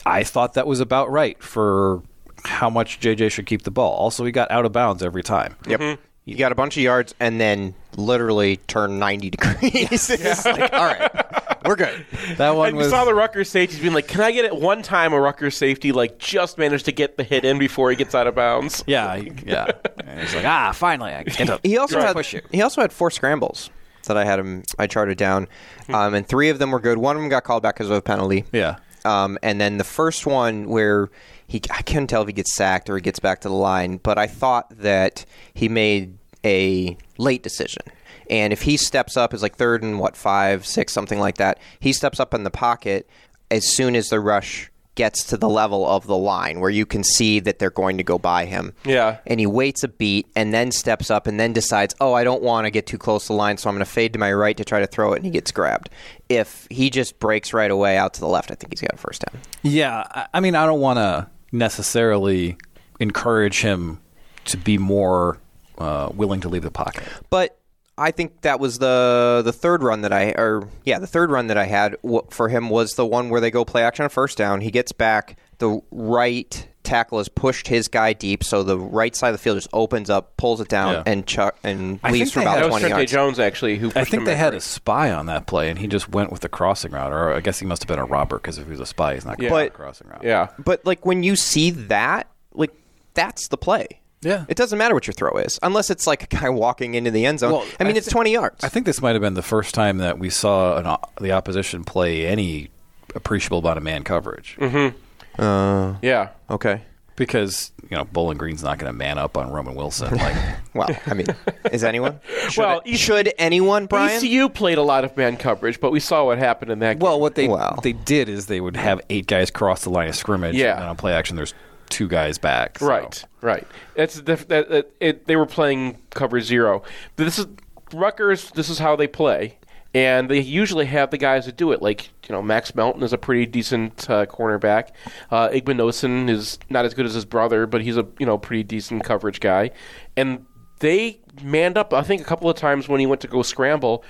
Speaker 2: I thought that was about right for how much JJ should keep the ball. Also, he got out of bounds every time.
Speaker 4: Yep. You got a bunch of yards and then literally turn 90 degrees. It's like, all right, we're good.
Speaker 2: That one
Speaker 3: And we
Speaker 2: was.
Speaker 3: saw the Rutgers safety being like, "Can I get it one time?" A Rutgers safety like just managed to get the hit in before he gets out of bounds.
Speaker 2: yeah, he- yeah. And he's like, ah, finally, I get up.
Speaker 4: He also had
Speaker 2: push you.
Speaker 4: he also had four scrambles that I had him. I charted down, um, and three of them were good. One of them got called back because of a penalty.
Speaker 2: Hmm. Yeah.
Speaker 4: Um, and then the first one where he, I couldn't tell if he gets sacked or he gets back to the line, but I thought that he made a late decision. And if he steps up, is like third and what five, six, something like that. He steps up in the pocket as soon as the rush gets to the level of the line where you can see that they're going to go by him.
Speaker 3: Yeah.
Speaker 4: And he waits a beat and then steps up and then decides, oh, I don't want to get too close to the line, so I'm going to fade to my right to try to throw it, and he gets grabbed. If he just breaks right away out to the left, I think he's got a first down.
Speaker 2: Yeah, I, I mean, I don't want to necessarily encourage him to be more uh, willing to leave the pocket.
Speaker 4: But I think that was the the third run that I or yeah the third run that I had w- for him was the one where they go play action on first down. He gets back. The right tackle has pushed his guy deep, so the right side of the field just opens up, pulls it down,
Speaker 2: Yeah.
Speaker 4: and chuck and
Speaker 2: I think
Speaker 4: leaves for
Speaker 2: they
Speaker 4: about
Speaker 2: had-
Speaker 3: That was
Speaker 4: twenty
Speaker 3: Trente
Speaker 4: yards.
Speaker 3: Jones actually who.
Speaker 2: I
Speaker 3: pushed
Speaker 2: think
Speaker 3: him
Speaker 2: they
Speaker 3: in.
Speaker 2: had a spy on that play, and he just went with the crossing route. Or I guess he must have been a robber because if he was a spy, he's not going
Speaker 3: But-
Speaker 2: the crossing route.
Speaker 3: yeah.
Speaker 4: But like when you see that, like that's the play.
Speaker 2: Yeah.
Speaker 4: It doesn't matter what your throw is, unless it's like a guy walking into the end zone.
Speaker 2: Well,
Speaker 4: I mean,
Speaker 2: I
Speaker 4: it's 20 yards.
Speaker 2: I think this might have been the first time that we saw an, o- the opposition play any appreciable amount of man coverage
Speaker 3: Mm-hmm.
Speaker 4: Uh.
Speaker 3: Yeah.
Speaker 4: okay.
Speaker 2: because you know Bowling Green's not going to man up on Roman Wilson. Like,
Speaker 4: Well, I mean, is anyone? Should,
Speaker 3: Well, E-
Speaker 4: should anyone, Brian?
Speaker 3: ECU played a lot of man coverage, but we saw what happened in that game.
Speaker 2: well, what they
Speaker 4: Wow.
Speaker 2: they did is they would have eight guys cross the line of scrimmage.
Speaker 3: Yeah.
Speaker 2: and then on play action, there's two guys back. so-
Speaker 3: Right, right. That's the, that, that it, they were playing cover zero. This is Rutgers. This is how they play, and they usually have the guys that do it. Like you know, Max Melton is a pretty decent uh, cornerback. Uh, Igbenosin is not as good as his brother, but he's a you know pretty decent coverage guy. And they manned up. I think a couple of times when he went to go scramble.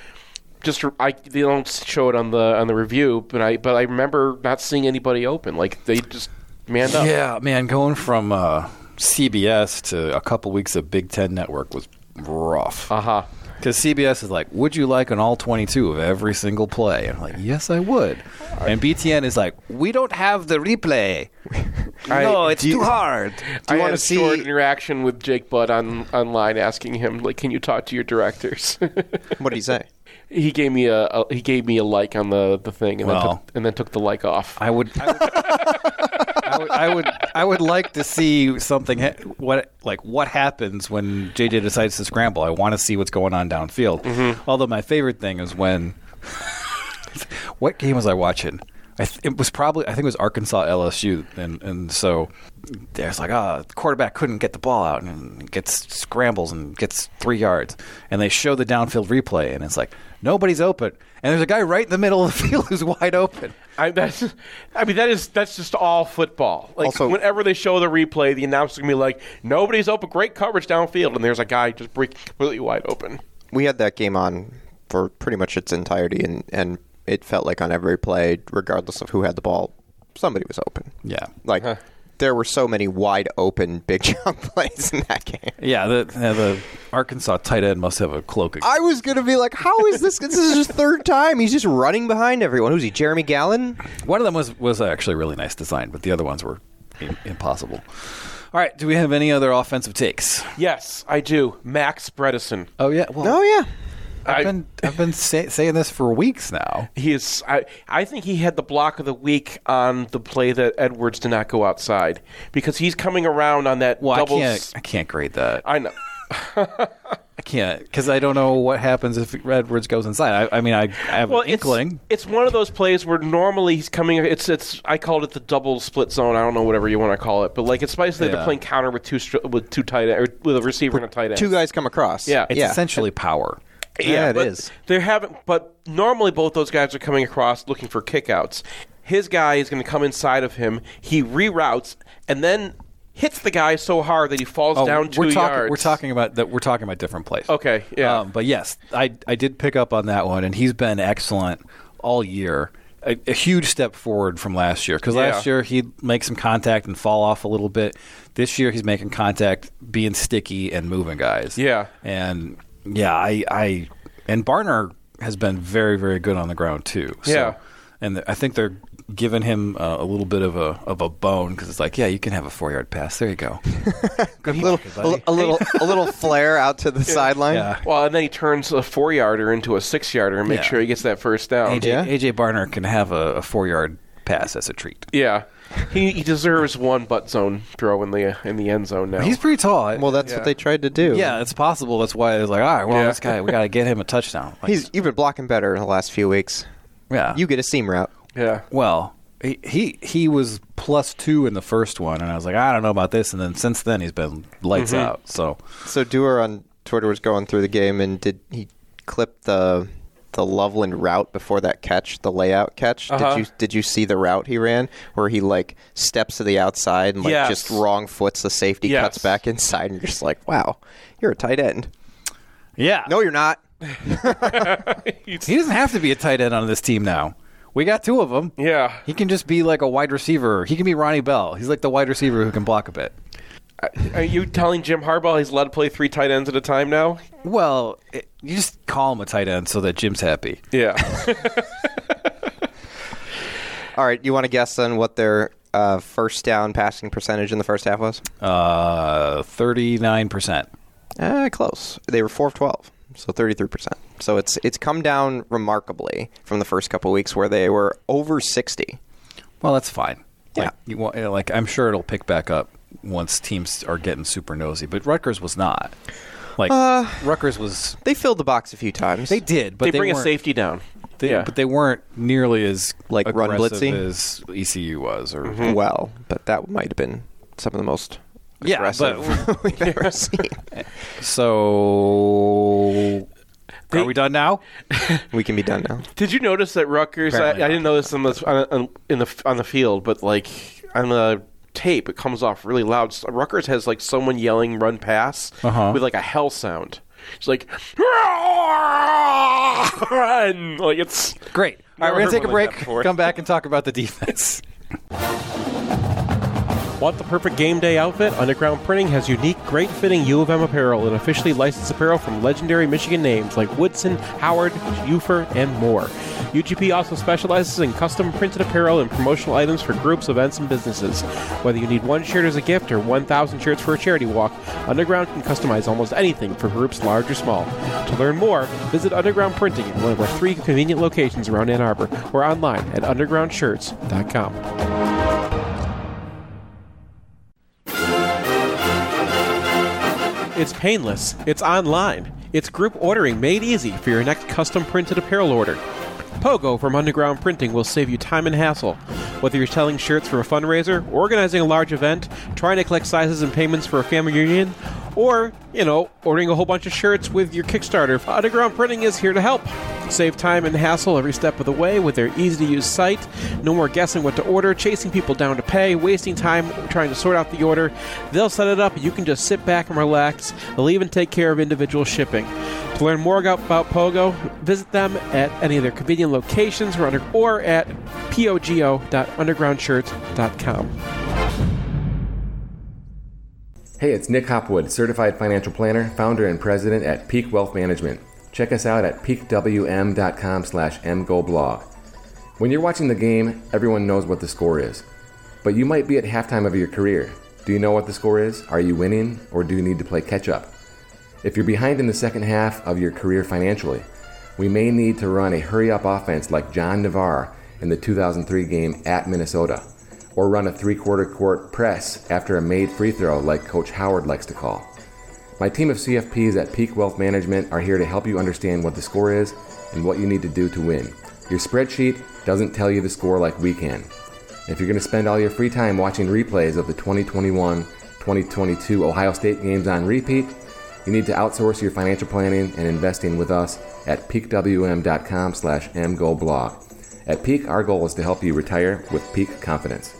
Speaker 3: Just I they don't show it on the on the review, but I but I remember not seeing anybody open. Like they just manned up.
Speaker 2: Yeah, man, going from uh, CBS to a couple weeks of Big Ten Network was rough.
Speaker 3: Uh huh.
Speaker 2: Because CBS is like, would you like an all 22 of every single play? And I'm like, yes, I would. And BTN is like, we don't have the replay. no, it's too hard.
Speaker 4: Do you
Speaker 3: I
Speaker 4: want
Speaker 3: had
Speaker 4: to
Speaker 3: a short
Speaker 4: see?
Speaker 3: interaction with Jake Butt on online, asking him like, "Can you talk to your directors?"
Speaker 4: What did he say?
Speaker 3: he gave me a, a he gave me a like on the the thing, and, then,
Speaker 2: Well.
Speaker 3: took, and then took the like off.
Speaker 2: I would. I would I would, I would I would like to see something ha- what like what happens when JJ decides to scramble. I want to see what's going on downfield. Although my favorite thing is when what game was I watching? I th- it was probably I think it was Arkansas LSU, and and so there's like ah the quarterback couldn't get the ball out and gets scrambles and gets three yards, and they show the downfield replay and it's like nobody's open, and there's a guy right in the middle of the field who's wide open.
Speaker 3: I, that's, I mean, that is that's just all football. Like
Speaker 4: Also-
Speaker 3: whenever they show the replay, the announcer's gonna be like, "Nobody's open. Great coverage downfield," and there's a guy just break completely wide open.
Speaker 4: We had that game on for pretty much its entirety, and and it felt like on every play, regardless of who had the ball, somebody was open.
Speaker 2: Yeah.
Speaker 4: Like there were so many wide open big jump plays in that game.
Speaker 2: Yeah, the yeah, the Arkansas tight end must have a cloaking.
Speaker 4: I was gonna be like, how is this? This is his third time. He's just running behind everyone. Who's he? Jeremy Gallen?
Speaker 2: One of them was was actually a really nice design, but the other ones were im- impossible. All right, do we have any other offensive takes?
Speaker 3: Yes, I do. Max Bredesen.
Speaker 2: Oh yeah, well,
Speaker 4: Oh yeah.
Speaker 2: I've
Speaker 3: I-
Speaker 2: been I've been say, saying this for weeks now.
Speaker 3: He is. I, I think he had the block of the week on the play that Edwards did not go outside because he's coming around on that
Speaker 2: Well,
Speaker 3: double.
Speaker 2: I can't
Speaker 3: s-
Speaker 2: I can't grade that.
Speaker 3: I know.
Speaker 2: I can't because I don't know what happens if Edwards goes inside. I, I mean, I, I have
Speaker 3: Well,
Speaker 2: an inkling.
Speaker 3: It's, it's one of those plays where normally he's coming. It's it's. I called it the double split zone. I don't know whatever you want to call it, but like it's basically
Speaker 2: Yeah.
Speaker 3: they're playing counter with two str- with two tight end, or with a receiver and a tight end.
Speaker 4: Two guys come across.
Speaker 3: Yeah.
Speaker 2: It's
Speaker 4: yeah.
Speaker 2: essentially power.
Speaker 4: Yeah, it
Speaker 3: but
Speaker 4: is.
Speaker 3: They haven't, but normally both those guys are coming across looking for kickouts. His guy is going to come inside of him. He reroutes and then hits the guy so hard that he falls down 2
Speaker 2: Oh, we're talking
Speaker 3: yards.
Speaker 2: we're talking about that we're talking about different plays.
Speaker 3: Okay, yeah.
Speaker 2: Um, but yes, I I did pick up on that one, and he's been excellent all year. A, a huge step forward from last year because last
Speaker 3: Yeah.
Speaker 2: year he'd make some contact and fall off a little bit. This year he's making contact, being sticky and moving guys.
Speaker 3: Yeah.
Speaker 2: and yeah, I I and Barner has been very very good on the ground too. So-
Speaker 3: Yeah.
Speaker 2: and I think they're giving him uh, a little bit of a of a bone because it's like, yeah, you can have a four yard pass. There you go. good
Speaker 4: A little, a, li- a little, a little flare out to the sideline.
Speaker 2: Yeah.
Speaker 3: Well, and then he turns a four yarder into a six yarder and makes
Speaker 2: Yeah.
Speaker 3: sure he gets that first down.
Speaker 2: AJ, AJ Barner can have a, a four yard pass as a treat.
Speaker 3: Yeah. He, he deserves one butt zone throw in the in the end zone now.
Speaker 2: He's pretty tall. I-
Speaker 4: Well, that's what they tried to do.
Speaker 2: yeah, it's possible. That's why it's like, all right, well,
Speaker 3: Yeah.
Speaker 2: this guy, we got to get him a touchdown. Like,
Speaker 4: He's you've been blocking better in the last few weeks.
Speaker 2: yeah.
Speaker 4: You get a seam route.
Speaker 3: yeah.
Speaker 2: well, he, he he was plus two in the first one, and I was like, I don't know about this. And then since then, he's been lights
Speaker 3: Mm-hmm.
Speaker 2: out. So
Speaker 4: So Dewar on Twitter was going through the game and did he clip the the Loveland route before that catch, the layout catch?
Speaker 3: Uh-huh.
Speaker 4: Did you did you see the route he ran where he like steps to the outside and like
Speaker 3: Yes.
Speaker 4: just wrong foots the safety,
Speaker 3: Yes.
Speaker 4: cuts back inside, and you're just like, wow, you're a tight end.
Speaker 2: yeah,
Speaker 4: No, you're not.
Speaker 2: he doesn't have to be a tight end on this team now. We got two of them.
Speaker 3: Yeah.
Speaker 2: He can just be like a wide receiver. He can be Ronnie Bell. He's like the wide receiver who can block a bit.
Speaker 3: Uh, Are you telling Jim Harbaugh he's allowed to play three tight ends at a time now?
Speaker 2: Well, it, you just call him a tight end so that Jim's happy.
Speaker 3: Yeah.
Speaker 4: All right, you want to guess then what their uh, first down passing percentage in the first half was?
Speaker 2: Uh, 39%.
Speaker 4: Uh, close. They were four of twelve, so thirty three percent. So it's it's come down remarkably from the first couple weeks where they were over sixty.
Speaker 2: Well, that's fine.
Speaker 4: Yeah.
Speaker 2: Like, you want, eh, like I'm sure it'll pick back up once teams are getting super nosy, but Rutgers was not. Like Rutgers was
Speaker 4: Uh, They filled the box a few times.
Speaker 2: they did, but
Speaker 3: they,
Speaker 2: they,
Speaker 3: bring a
Speaker 2: weren't-
Speaker 3: safety down.
Speaker 2: They,
Speaker 3: yeah.
Speaker 2: but they weren't nearly as
Speaker 4: Like run
Speaker 2: aggressive
Speaker 4: blitzing?
Speaker 2: as ECU was, or
Speaker 3: Mm-hmm.
Speaker 4: well, but that might have been some of the most
Speaker 2: Yeah,
Speaker 4: aggressive
Speaker 2: but-
Speaker 4: we've ever seen.
Speaker 2: so. are we done now?
Speaker 4: We can be done now.
Speaker 3: Did you notice that Rutgers? I, I
Speaker 2: Apparently not.
Speaker 3: didn't notice on the on, on, in the on the field, but like on the tape, it comes off really loud. So Rutgers has like someone yelling "run pass"
Speaker 2: Uh-huh.
Speaker 3: with like a hell sound. It's like run, like it's
Speaker 2: Great. All right, we're gonna
Speaker 3: Never heard
Speaker 2: take a
Speaker 3: one like that
Speaker 2: break.
Speaker 3: before.
Speaker 2: Come back and talk about the defense.
Speaker 3: Want the perfect game day outfit? Underground Printing has unique, great fitting U of M apparel and officially licensed apparel from legendary Michigan names like Woodson, Howard, Ufer, and more. UGP also specializes in custom printed apparel and promotional items for groups, events, and businesses. Whether you need one shirt as a gift or 1,000 shirts for a charity walk, Underground can customize almost anything for groups large or small. To learn more, visit Underground Printing at one of our three convenient locations around Ann Arbor or online at undergroundshirts.com. It's painless. It's online. It's group ordering made easy for your next custom printed apparel order. Pogo from Underground Printing will save you time and hassle. Whether you're selling shirts for a fundraiser, organizing a large event, trying to collect sizes and payments for a family reunion, or, you know, ordering a whole bunch of shirts with your Kickstarter, Underground Printing is here to help. Save time and hassle every step of the way with their easy to use site. No more guessing what to order, chasing people down to pay, wasting time trying to sort out the order. They'll set it up, and you can just sit back and relax. They'll even take care of individual shipping. To learn more about about Pogo, visit them at any of their convenient locations or, under, or at pogo.undergroundshirts.com.
Speaker 6: Hey, it's Nick Hopwood, certified financial planner, founder and president at Peak Wealth Management. Check us out at peakwm.com slash mgoblog. When you're watching the game, everyone knows what the score is. But you might be at halftime of your career. Do you know what the score is? Are you winning? Or do you need to play catch up? If you're behind in the second half of your career financially, we may need to run a hurry up offense like John Navarre in the 2003 game at Minnesota, or run a three quarter court press after a made free throw like Coach Howard likes to call. My team of CFPs at Peak Wealth Management are here to help you understand what the score is and what you need to do to win. Your spreadsheet doesn't tell you the score like we can. If you're going to spend all your free time watching replays of the 2021 2022 Ohio State games on repeat, you need to outsource your financial planning and investing with us at peakwm.com slash mgoblog. At Peak, our goal is to help you retire with peak confidence.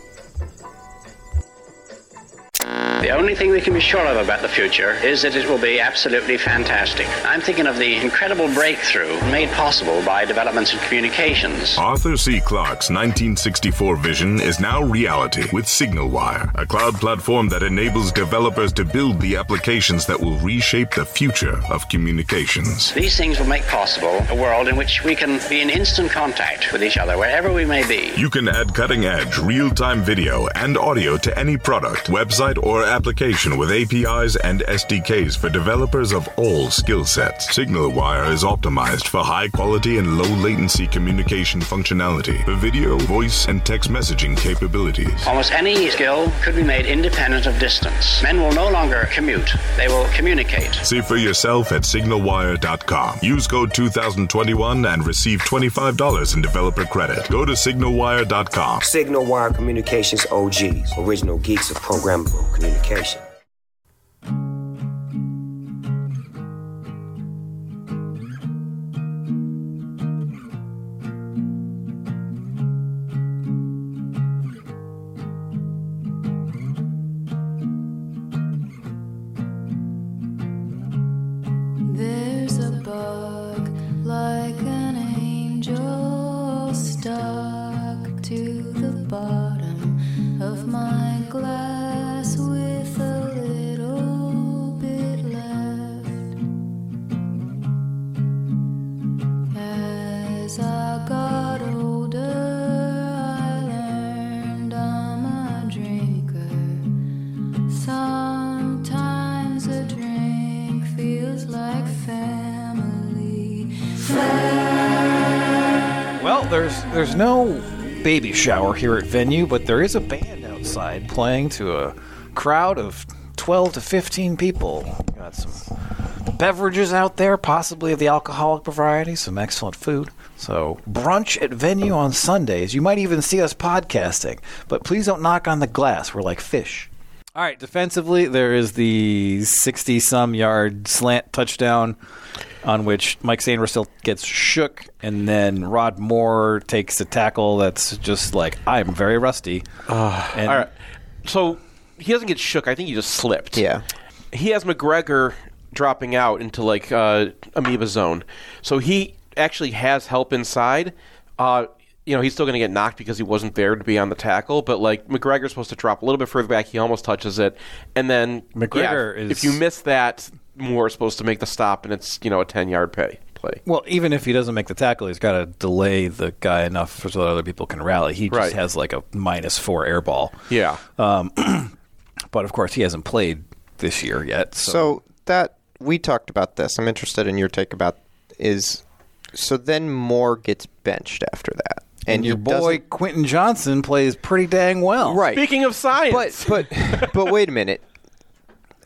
Speaker 7: The only thing we can be sure of about the future is that it will be absolutely fantastic. I'm thinking of the incredible breakthrough made possible by developments in communications.
Speaker 1: Arthur C. Clarke's 1964 vision is now reality with SignalWire, a cloud platform that enables developers to build the applications that will reshape the future of communications.
Speaker 7: These things will make possible a world in which we can be in instant contact with each other wherever we may be.
Speaker 1: You can add cutting edge, real time video and audio to any product, website, or application with APIs and SDKs for developers of all skill sets. SignalWire is optimized for high quality and low latency communication functionality for video, voice, and text messaging capabilities.
Speaker 7: Almost any skill could be made independent of distance. Men will no longer commute, they will communicate.
Speaker 1: See for yourself at signalwire.com. Use code 2021 and receive $25 in developer credit. Go to signalwire.com.
Speaker 8: Signal Wire Communications OGs, original geeks of programmable communication.
Speaker 9: There's a bug like an angel stuck to the bottom of my glass with a little bit left. As I got older, I learned I'm a
Speaker 2: there's there's no baby shower here at venue, but there is a band outside playing to a crowd of 12 to 15 people. Got some beverages out there, possibly of the alcoholic variety, some excellent food. So brunch at venue on Sundays. You might even see us podcasting, but please don't knock on the glass. We're like fish. All right, defensively, there is the 60 some yard slant touchdown on which Mike Sanders still gets shook, and then Rod Moore takes a tackle that's just like, I'm very rusty. and
Speaker 3: All right. So he doesn't get shook. I think he just slipped.
Speaker 4: Yeah.
Speaker 3: He has McGregor dropping out into like uh, amoeba zone. So he actually has help inside. Uh, you know, he's still going to get knocked because he wasn't there to be on the tackle. But like McGregor's supposed to drop a little bit further back. He almost touches it, and then yeah,
Speaker 2: McGregor is-
Speaker 3: If you miss that, Moore's supposed to make the stop, and it's you know a ten yard pay play.
Speaker 2: Well, even if he doesn't make the tackle, he's got to delay the guy enough so that other people can rally. He just
Speaker 3: Right.
Speaker 2: has like a minus four air ball. Um,
Speaker 3: Yeah.
Speaker 2: But of course, he hasn't played this year yet. So,
Speaker 4: So that we talked about this. I'm interested in your take about is so then Moore gets benched after that,
Speaker 2: and
Speaker 4: he
Speaker 2: your boy
Speaker 4: doesn't-
Speaker 2: Quentin Johnson plays pretty dang well.
Speaker 4: right?
Speaker 3: Speaking of science,
Speaker 4: but but but wait a minute.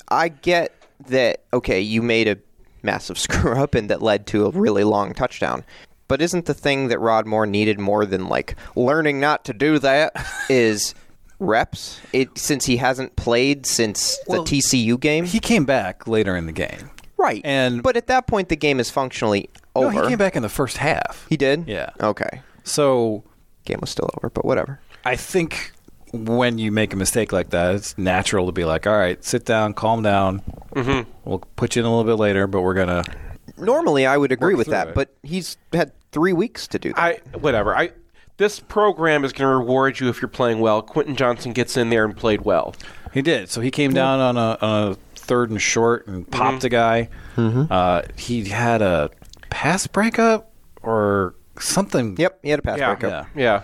Speaker 4: I get that. Okay, you made a massive screw up, and that led to a really long touchdown. But isn't the thing that Rod Moore needed more than like learning not to do that is reps? It since he hasn't played since
Speaker 2: Well,
Speaker 4: the TCU game,
Speaker 2: He came back later in the game.
Speaker 4: right?
Speaker 2: and-
Speaker 4: but at that point, the game is functionally
Speaker 2: No,
Speaker 4: over.
Speaker 2: he came back in the first half.
Speaker 4: He did?
Speaker 2: Yeah.
Speaker 4: Okay.
Speaker 2: So
Speaker 4: Game was still over, but whatever.
Speaker 2: I think when you make a mistake like that, it's natural to be like, all right, sit down, calm down. Mm-hmm. We'll put you in a little bit later, but we're going to.
Speaker 4: Normally, I would agree with
Speaker 2: through
Speaker 4: that,
Speaker 2: it.
Speaker 4: but he's had three weeks to do that.
Speaker 3: I whatever. I this program is going to reward you if you're playing well. Quentin Johnson gets in there and played well.
Speaker 2: He did. So he came down on a, on a third and short and
Speaker 3: Mm-hmm.
Speaker 2: popped a guy.
Speaker 4: Mm-hmm.
Speaker 2: Uh, he had a pass breakup or something.
Speaker 4: yep, he had a pass
Speaker 3: Yeah.
Speaker 4: breakup.
Speaker 3: Yeah.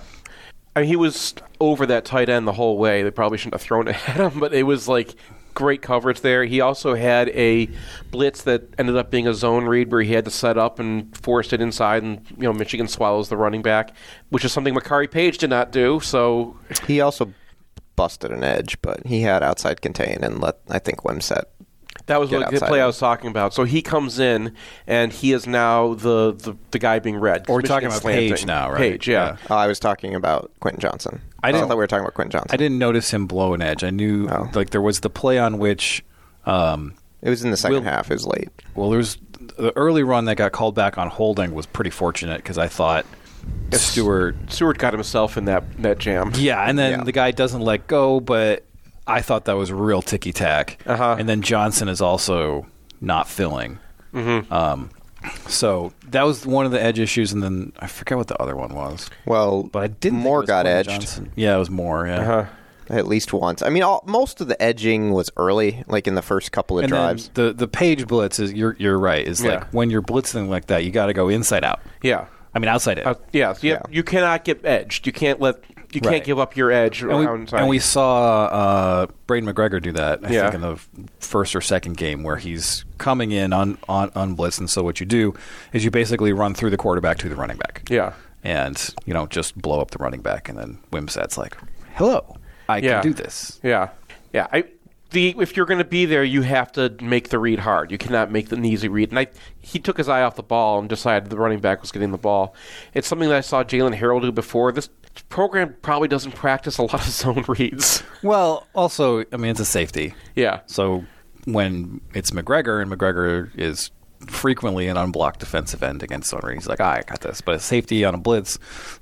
Speaker 3: I mean, he was over that tight end the whole way. They probably shouldn't have thrown it at him, but it was like great coverage there. He also had a blitz that ended up being a zone read where he had to set up and forced it inside, and you know Michigan swallows the running back, which is something Makari Page did not do. So
Speaker 4: He also busted an edge, but he had outside contain and let I think Wimsett.
Speaker 3: That was
Speaker 4: get
Speaker 3: what the
Speaker 4: outside.
Speaker 3: play I was talking about. So he comes in, and he is now the, the, the guy being read.
Speaker 2: Or we're talking
Speaker 3: Michigan's
Speaker 2: about Page
Speaker 3: slanting.
Speaker 2: now, right?
Speaker 3: Page, yeah.
Speaker 2: Yeah.
Speaker 4: Oh, I was talking about Quentin Johnson.
Speaker 2: I didn't-
Speaker 4: thought we were talking about Quentin Johnson.
Speaker 2: I didn't notice him blow an edge. I knew,
Speaker 4: Oh.
Speaker 2: like, there was the play on which. Um,
Speaker 4: It was in the second
Speaker 2: Will-
Speaker 4: half. It was late.
Speaker 2: Well, there's the early run that got called back on holding was pretty fortunate because I thought Stewart.
Speaker 3: Stewart got himself in that, that jam.
Speaker 2: Yeah, and then
Speaker 4: Yeah.
Speaker 2: the guy doesn't let go, but I thought that was a real ticky tack.
Speaker 3: Uh-huh.
Speaker 2: And then Johnson is also not filling.
Speaker 3: Mm-hmm.
Speaker 2: Um, so that was one of the edge issues, and then I forget what the other one was.
Speaker 4: Well,
Speaker 2: But I didn't. think it
Speaker 4: Moore
Speaker 2: was
Speaker 4: got
Speaker 2: Quentin
Speaker 4: edged
Speaker 2: Johnson. Yeah, it was Moore. Yeah.
Speaker 4: at least once. I mean, all, most of the edging was early, like in the first couple of
Speaker 2: And then
Speaker 4: drives.
Speaker 2: the the page blitz is you're you're right. Is
Speaker 3: Yeah.
Speaker 2: like when you're blitzing like that, you got to go inside out.
Speaker 3: Yeah.
Speaker 2: I mean outside in.
Speaker 3: Uh, yeah, so you, you cannot get edged. You can't let you
Speaker 2: Right.
Speaker 3: can't give up your edge
Speaker 2: and we,
Speaker 3: around.
Speaker 2: and we saw uh, Braden McGregor do that. I
Speaker 3: Yeah.
Speaker 2: think in the f- first or second game where he's coming in on on on blitz, and so what you do is you basically run through the quarterback to the running back.
Speaker 3: Yeah.
Speaker 2: and you know just blow up the running back, and then Wimsat's like, "Hello, I
Speaker 3: Yeah.
Speaker 2: can do this."
Speaker 3: Yeah, yeah. I the if you're going to be there, you have to make the read hard. You cannot make the easy read. And I, he took his eye off the ball and decided the running back was getting the ball. It's something that I saw Jalen Harold do before. This program probably doesn't practice a lot of zone reads.
Speaker 2: Well, also, I mean, it's a safety.
Speaker 3: Yeah.
Speaker 2: So when it's McGregor and McGregor is frequently an unblocked defensive end against someone, he's like, "Ah, I got this. But a safety on a blitz,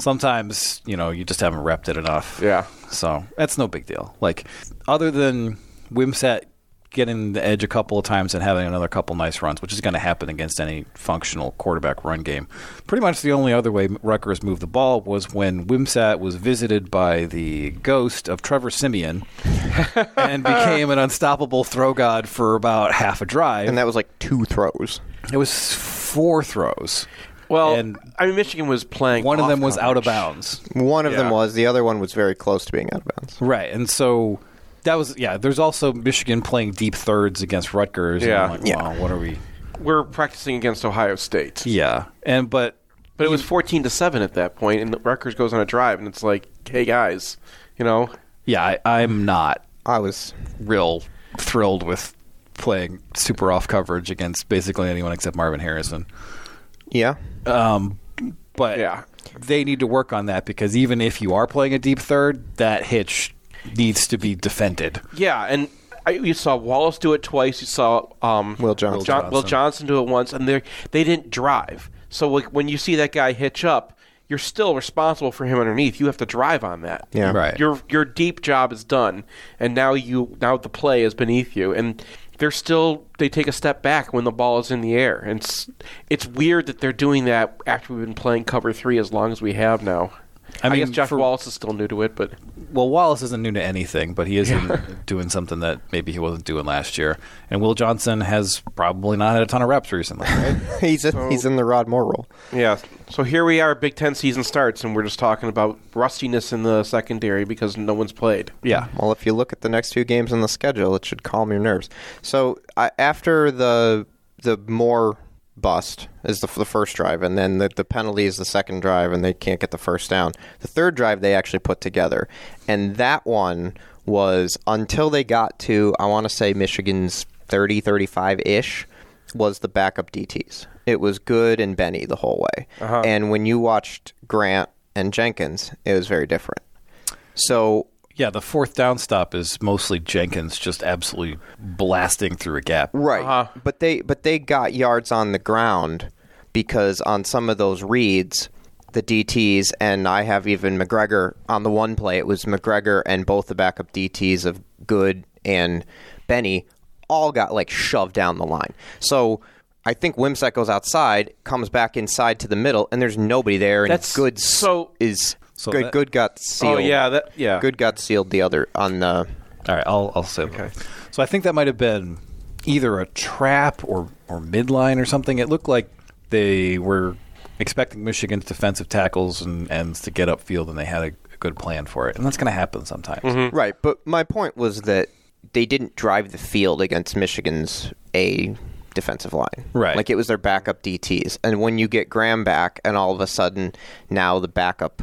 Speaker 2: sometimes, you know, you just haven't repped it enough.
Speaker 3: Yeah.
Speaker 2: So that's no big deal. Like other than Wimsat getting the edge a couple of times and having another couple nice runs, which is going to happen against any functional quarterback run game. Pretty much the only other way Rutgers moved the ball was when Wimsat was visited by the ghost of Trevor Simeon and became an unstoppable throw god for about half a drive.
Speaker 4: and that was like two throws.
Speaker 2: it was four throws.
Speaker 3: Well,
Speaker 2: and
Speaker 3: I mean, Michigan was playing.
Speaker 2: one of
Speaker 3: off
Speaker 2: them was out of
Speaker 3: coverage.
Speaker 2: bounds.
Speaker 4: One of them
Speaker 3: Yeah.
Speaker 4: was. The other one was very close to being out of bounds.
Speaker 2: Right, and so that was yeah. There's also Michigan playing deep thirds against Rutgers. and
Speaker 3: Yeah.
Speaker 2: I'm like,
Speaker 4: Yeah.
Speaker 2: wow, what are we?
Speaker 3: We're practicing against Ohio State.
Speaker 2: Yeah, and but
Speaker 3: But it was 14 to 7 at that point, and the Rutgers goes on a drive, and it's like, hey, guys, you know,
Speaker 2: Yeah, I, I'm not
Speaker 4: I was
Speaker 2: real thrilled with playing super off coverage against basically anyone except Marvin Harrison. Um,
Speaker 4: yeah.
Speaker 2: But
Speaker 3: Yeah.
Speaker 2: they need to work on that because even if you are playing a deep third, that hitch needs to be defended.
Speaker 3: Yeah, and I, you saw Wallace do it twice. You saw um,
Speaker 4: Will Johnson.
Speaker 3: John- Will Johnson do it once, and they they didn't drive. So like when you see that guy hitch up, you're still responsible for him underneath. You have to drive on that.
Speaker 4: Yeah.
Speaker 2: Right.
Speaker 3: Your your deep job is done, and now you now the play is beneath you, and they're still they take a step back when the ball is in the air, and it's, it's weird that they're doing that after we've been playing cover three as long as we have now.
Speaker 2: I
Speaker 3: I,
Speaker 2: mean,
Speaker 3: guess Josh
Speaker 2: for-
Speaker 3: Wallace is still new to it, but
Speaker 2: Well, Wallace isn't new to anything, but he is in- doing something that maybe he wasn't doing last year. And Will Johnson has probably not had a ton of reps recently, right?
Speaker 4: He's in, he's in the Rod Moore role.
Speaker 3: Yeah. So here we are. Big Ten season starts, and we're just talking about rustiness in the secondary because no one's played.
Speaker 2: yeah.
Speaker 4: Well, if you look at the next two games on the schedule, it should calm your nerves. So I after the the Moore bust is the, the first drive, and then the, the penalty is the second drive, and they can't get the first down. The third drive they actually put together, and that one was until they got to I want to say Michigan's 30, 35 ish was the backup DTs. It was Good and Benny the whole way, and when you watched Grant and Jenkins, it was very different. So
Speaker 2: Yeah, the fourth down stop is mostly Jenkins just absolutely blasting through a gap.
Speaker 4: Right.
Speaker 3: Uh-huh.
Speaker 4: But they but they got yards on the ground because on some of those reads, the DTs and I have even McGregor on the one play. It was McGregor and both the backup DTs of Good and Benny all got like shoved down the line. So I think Wimsett goes outside, comes back inside to the middle, and there's nobody there. And
Speaker 3: That's
Speaker 4: Good
Speaker 3: so-
Speaker 4: is
Speaker 2: So
Speaker 4: good.
Speaker 2: that-
Speaker 4: good got sealed.
Speaker 3: yeah, that- yeah.
Speaker 4: Good got sealed the other on the
Speaker 2: All right, I'll I'll say. Okay. So I think that might have been either a trap or or midline or something. It looked like they were expecting Michigan's defensive tackles and ends to get upfield, and they had a, a good plan for it. And that's going to happen sometimes.
Speaker 3: Mm-hmm.
Speaker 4: Right, but my point was that they didn't drive the field against Michigan's A defensive line.
Speaker 2: Right.
Speaker 4: Like it was their backup DTs. And when you get Graham back and all of a sudden now the backup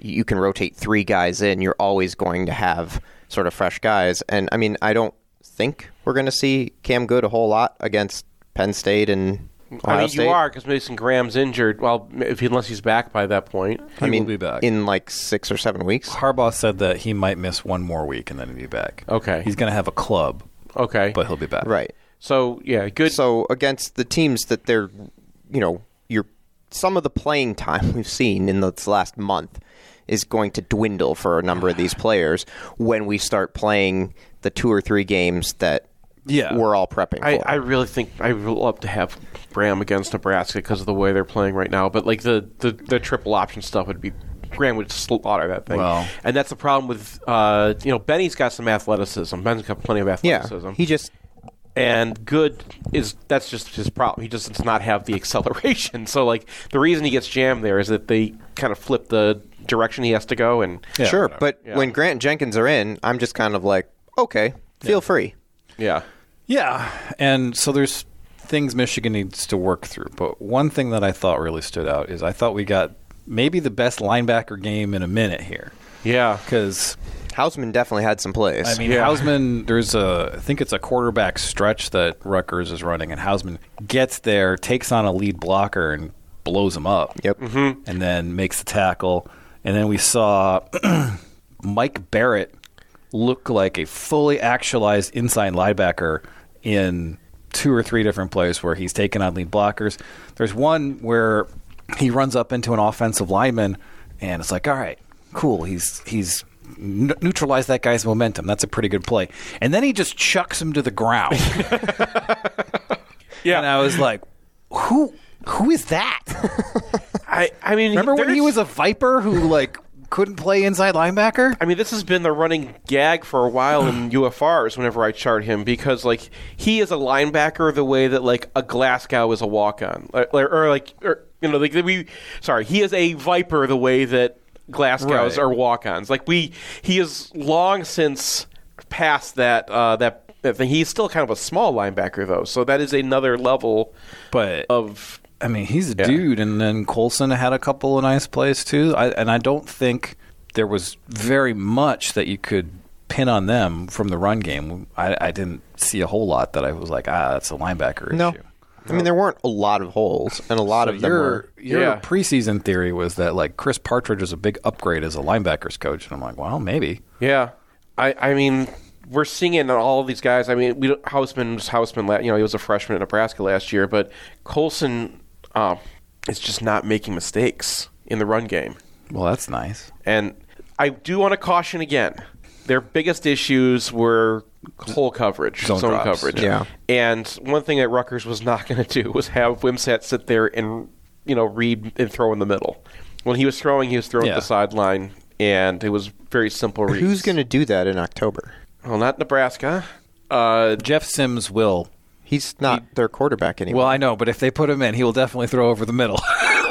Speaker 4: you can rotate three guys in, you're always going to have sort of fresh guys. And I mean, I don't think we're going to see Cam Good a whole lot against Penn State and Ohio
Speaker 3: I mean,
Speaker 4: State.
Speaker 3: you are because Mason Graham's injured. Well, if he, unless he's back by that point.
Speaker 4: I mean,
Speaker 2: be back.
Speaker 4: in like six or seven weeks.
Speaker 2: Harbaugh said that he might miss one more week and then he'll be back.
Speaker 3: Okay.
Speaker 2: He's going to have a club,
Speaker 3: Okay.
Speaker 2: but he'll be back.
Speaker 4: Right.
Speaker 3: so yeah, good.
Speaker 4: So against the teams that they're, you know, your some of the playing time we've seen in this last month is going to dwindle for a number of these players when we start playing the two or three games that
Speaker 2: Yeah.
Speaker 4: we're all prepping
Speaker 3: I,
Speaker 4: for.
Speaker 3: I really think I would love to have Graham against Nebraska because of the way they're playing right now. But like the, the, the triple option stuff would be Graham would slaughter that thing.
Speaker 2: Well-
Speaker 3: and that's the problem with uh, you know Benny's got some athleticism. Ben's got plenty of
Speaker 4: yeah,
Speaker 3: athleticism.
Speaker 4: he just
Speaker 3: and good is that's just his problem. He just does not have the acceleration. So like the reason he gets jammed there is that they kind of flip the direction he has to go. And
Speaker 4: sure, but
Speaker 3: Yeah.
Speaker 4: when Grant and Jenkins are in, I'm just kind of like, okay, feel free.
Speaker 3: yeah,
Speaker 2: Yeah, and so there's things Michigan needs to work through. But one thing that I thought really stood out is I thought we got maybe the best linebacker game in a minute here
Speaker 3: yeah,
Speaker 2: because
Speaker 4: Hausman definitely had some plays.
Speaker 2: I mean Hausman. There's a I think it's a quarterback stretch that Rutgers is running, and Hausman gets there, takes on a lead blocker, and blows him up.
Speaker 4: yep,
Speaker 2: and then makes the tackle. And then we saw Mike Barrett look like a fully actualized inside linebacker in two or three different plays where he's taken on lead blockers. There's one where he runs up into an offensive lineman, and it's like, all right, cool. He's he's n- neutralized that guy's momentum. That's a pretty good play. And then he just chucks him to the ground. yeah, and I was like, who who is that?
Speaker 3: I I mean
Speaker 2: Remember when he
Speaker 3: there's-
Speaker 2: was a Viper who like couldn't play inside linebacker?
Speaker 3: I mean, this has been the running gag for a while in UFRs whenever I chart him because, like, he is a linebacker the way that, like, a Glasgow is a walk on. Or, or, or, like, or, you know, like, we, sorry, he is a Viper the way that Glasgows
Speaker 2: Right.
Speaker 3: are walk ons. Like, we, he is long since past that, uh, that. That thing. He's still kind of a small linebacker, though, so that is another level
Speaker 2: But
Speaker 3: of
Speaker 2: I mean, he's a dude, and then Colson had a couple of nice plays too. I, and I don't think there was very much that you could pin on them from the run game. I, I didn't see a whole lot that I was like, ah, that's a linebacker
Speaker 4: No.
Speaker 2: issue.
Speaker 4: I mean, there weren't a lot of holes, and a lot
Speaker 2: So
Speaker 4: of them
Speaker 2: your
Speaker 4: were.
Speaker 2: your
Speaker 3: Yeah.
Speaker 2: preseason theory was that like Chris Partridge is a big upgrade as a linebackers coach, and I'm like, well, maybe.
Speaker 3: Yeah, I I mean we're seeing it in all of these guys. I mean, we don't- Houseman was Houseman. la- You know, he was a freshman at Nebraska last year, but Colson uh, is just not making mistakes in the run game.
Speaker 2: Well, that's nice.
Speaker 3: And I do want to caution again. Their biggest issues were hole coverage,
Speaker 2: Zone
Speaker 3: zone,
Speaker 2: drops,
Speaker 3: coverage.
Speaker 4: yeah.
Speaker 3: And one thing that Rutgers was not going to do was have Wimsat sit there and you know read and throw in the middle. When he was throwing, he was throwing
Speaker 2: Yeah.
Speaker 3: at the sideline, and it was very simple reads.
Speaker 4: Who's going to do that in October?
Speaker 3: Well, not Nebraska. Uh,
Speaker 2: Jeff Sims will.
Speaker 4: He's not their quarterback anymore.
Speaker 2: Well, I know, but if they put him in, he will definitely throw over the middle.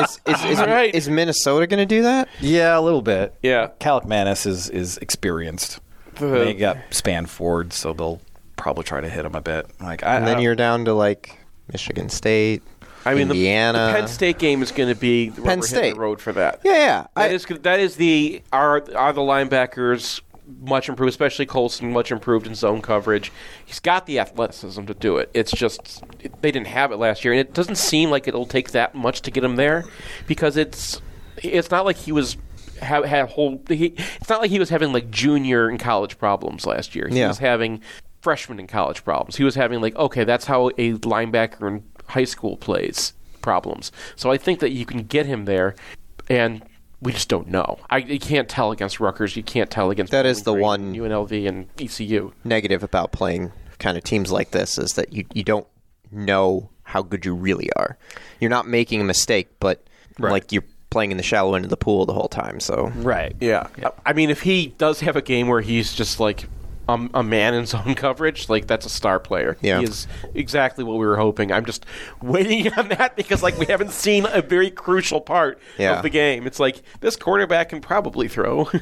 Speaker 4: is, is, is,
Speaker 3: All right.
Speaker 4: is Minnesota going to do that?
Speaker 2: yeah, a little bit.
Speaker 3: Yeah.
Speaker 2: Calic Manis is is experienced. they got span forward, so they'll probably try to hit him a bit. Like I,
Speaker 4: And
Speaker 2: I-
Speaker 4: then you're down to like Michigan State,
Speaker 3: I mean, the-
Speaker 4: Indiana.
Speaker 3: The, Penn State game is going to be the rubber hit in
Speaker 4: State.
Speaker 3: the road for that.
Speaker 4: Yeah, yeah. I-
Speaker 3: That is that is the are are the linebackers much improved, especially Colson, much improved in zone coverage. He's got the athleticism to do it. It's just it- they didn't have it last year, and it doesn't seem like it'll take that much to get him there because it's it's not like he was. Have, have whole. He, it's not like he was having like junior in college problems last year. He
Speaker 4: Yeah.
Speaker 3: was having freshman in college problems. He was having like, okay, that's how a linebacker in high school plays problems. So I think that you can get him there, and we just don't know. I you can't tell against Rutgers. You can't tell against
Speaker 4: That is
Speaker 3: Bowling
Speaker 4: the
Speaker 3: Green,
Speaker 4: one-
Speaker 3: UNLV and ECU.
Speaker 4: negative about playing kind of teams like this is that you, you don't know how good you really are. You're not making a mistake, but like you're playing in the shallow end of the pool the whole time. So
Speaker 2: right.
Speaker 3: Yeah. I I mean, if he does have a game where he's just like um, a man in zone coverage, like that's a star player.
Speaker 4: Yeah.
Speaker 3: He is exactly what we were hoping. I'm just waiting on that because like we haven't seen a very crucial part
Speaker 4: Yeah.
Speaker 3: of the game. It's like this quarterback can probably throw.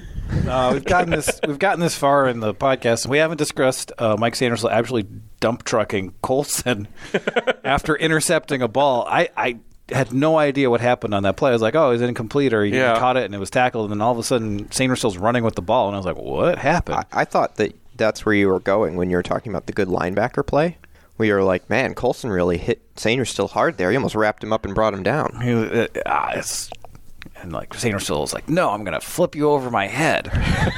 Speaker 2: Uh, we've gotten this. We've gotten this far in the podcast, and we haven't discussed uh, Mike Sanders actually dump trucking Colson after intercepting a ball. I, I had no idea what happened on that play. I was like, oh, it was incomplete, or he
Speaker 3: Yeah.
Speaker 2: caught it and it was tackled, and then all of a sudden Sanders still's running with the ball, and I was like, what happened?
Speaker 4: I, I thought that that's where you were going when you were talking about the good linebacker play. We were like, man, Colson really hit Sainer still hard there. He almost wrapped him up and brought him down.
Speaker 2: He was, uh, ah, it's, and like Sanders still was like, no, I'm gonna flip you over my head.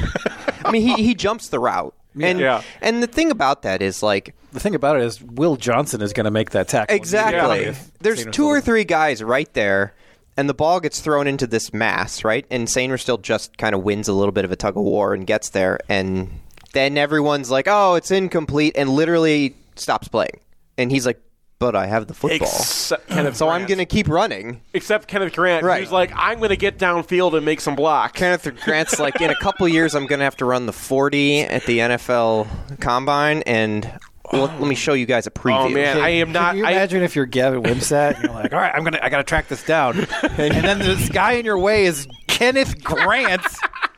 Speaker 4: I mean, he, he jumps the route. And,
Speaker 3: Yeah.
Speaker 4: and the thing about that is like,
Speaker 2: the thing about it is, Will Johnson is gonna make that tackle
Speaker 4: Exactly.
Speaker 2: immediately if
Speaker 4: There's
Speaker 2: Sainer
Speaker 4: two
Speaker 2: still-
Speaker 4: or three guys right there, and the ball gets thrown into this mass, right? And Sainer still just kind of wins a little bit of a tug of war and gets there, and then everyone's like, "Oh, it's incomplete," and literally stops playing. And he's like, "But I have the football,
Speaker 3: Except Kenneth
Speaker 4: so I'm
Speaker 3: Grant.
Speaker 4: going to keep running."
Speaker 3: Except Kenneth Grant,
Speaker 4: Right.
Speaker 3: who's like, I'm going to get downfield and make some blocks.
Speaker 4: Kenneth Grant's like, "In a couple years, I'm going to have to run the 40 at the NFL Combine, and l- let me show you guys a preview."
Speaker 3: oh man, I am not.
Speaker 2: Can you
Speaker 3: I-
Speaker 2: imagine if you're Gavin Wimsat and you're like, all right, I'm gonna, I gotta track this down, and, then this guy in your way is Kenneth Grant.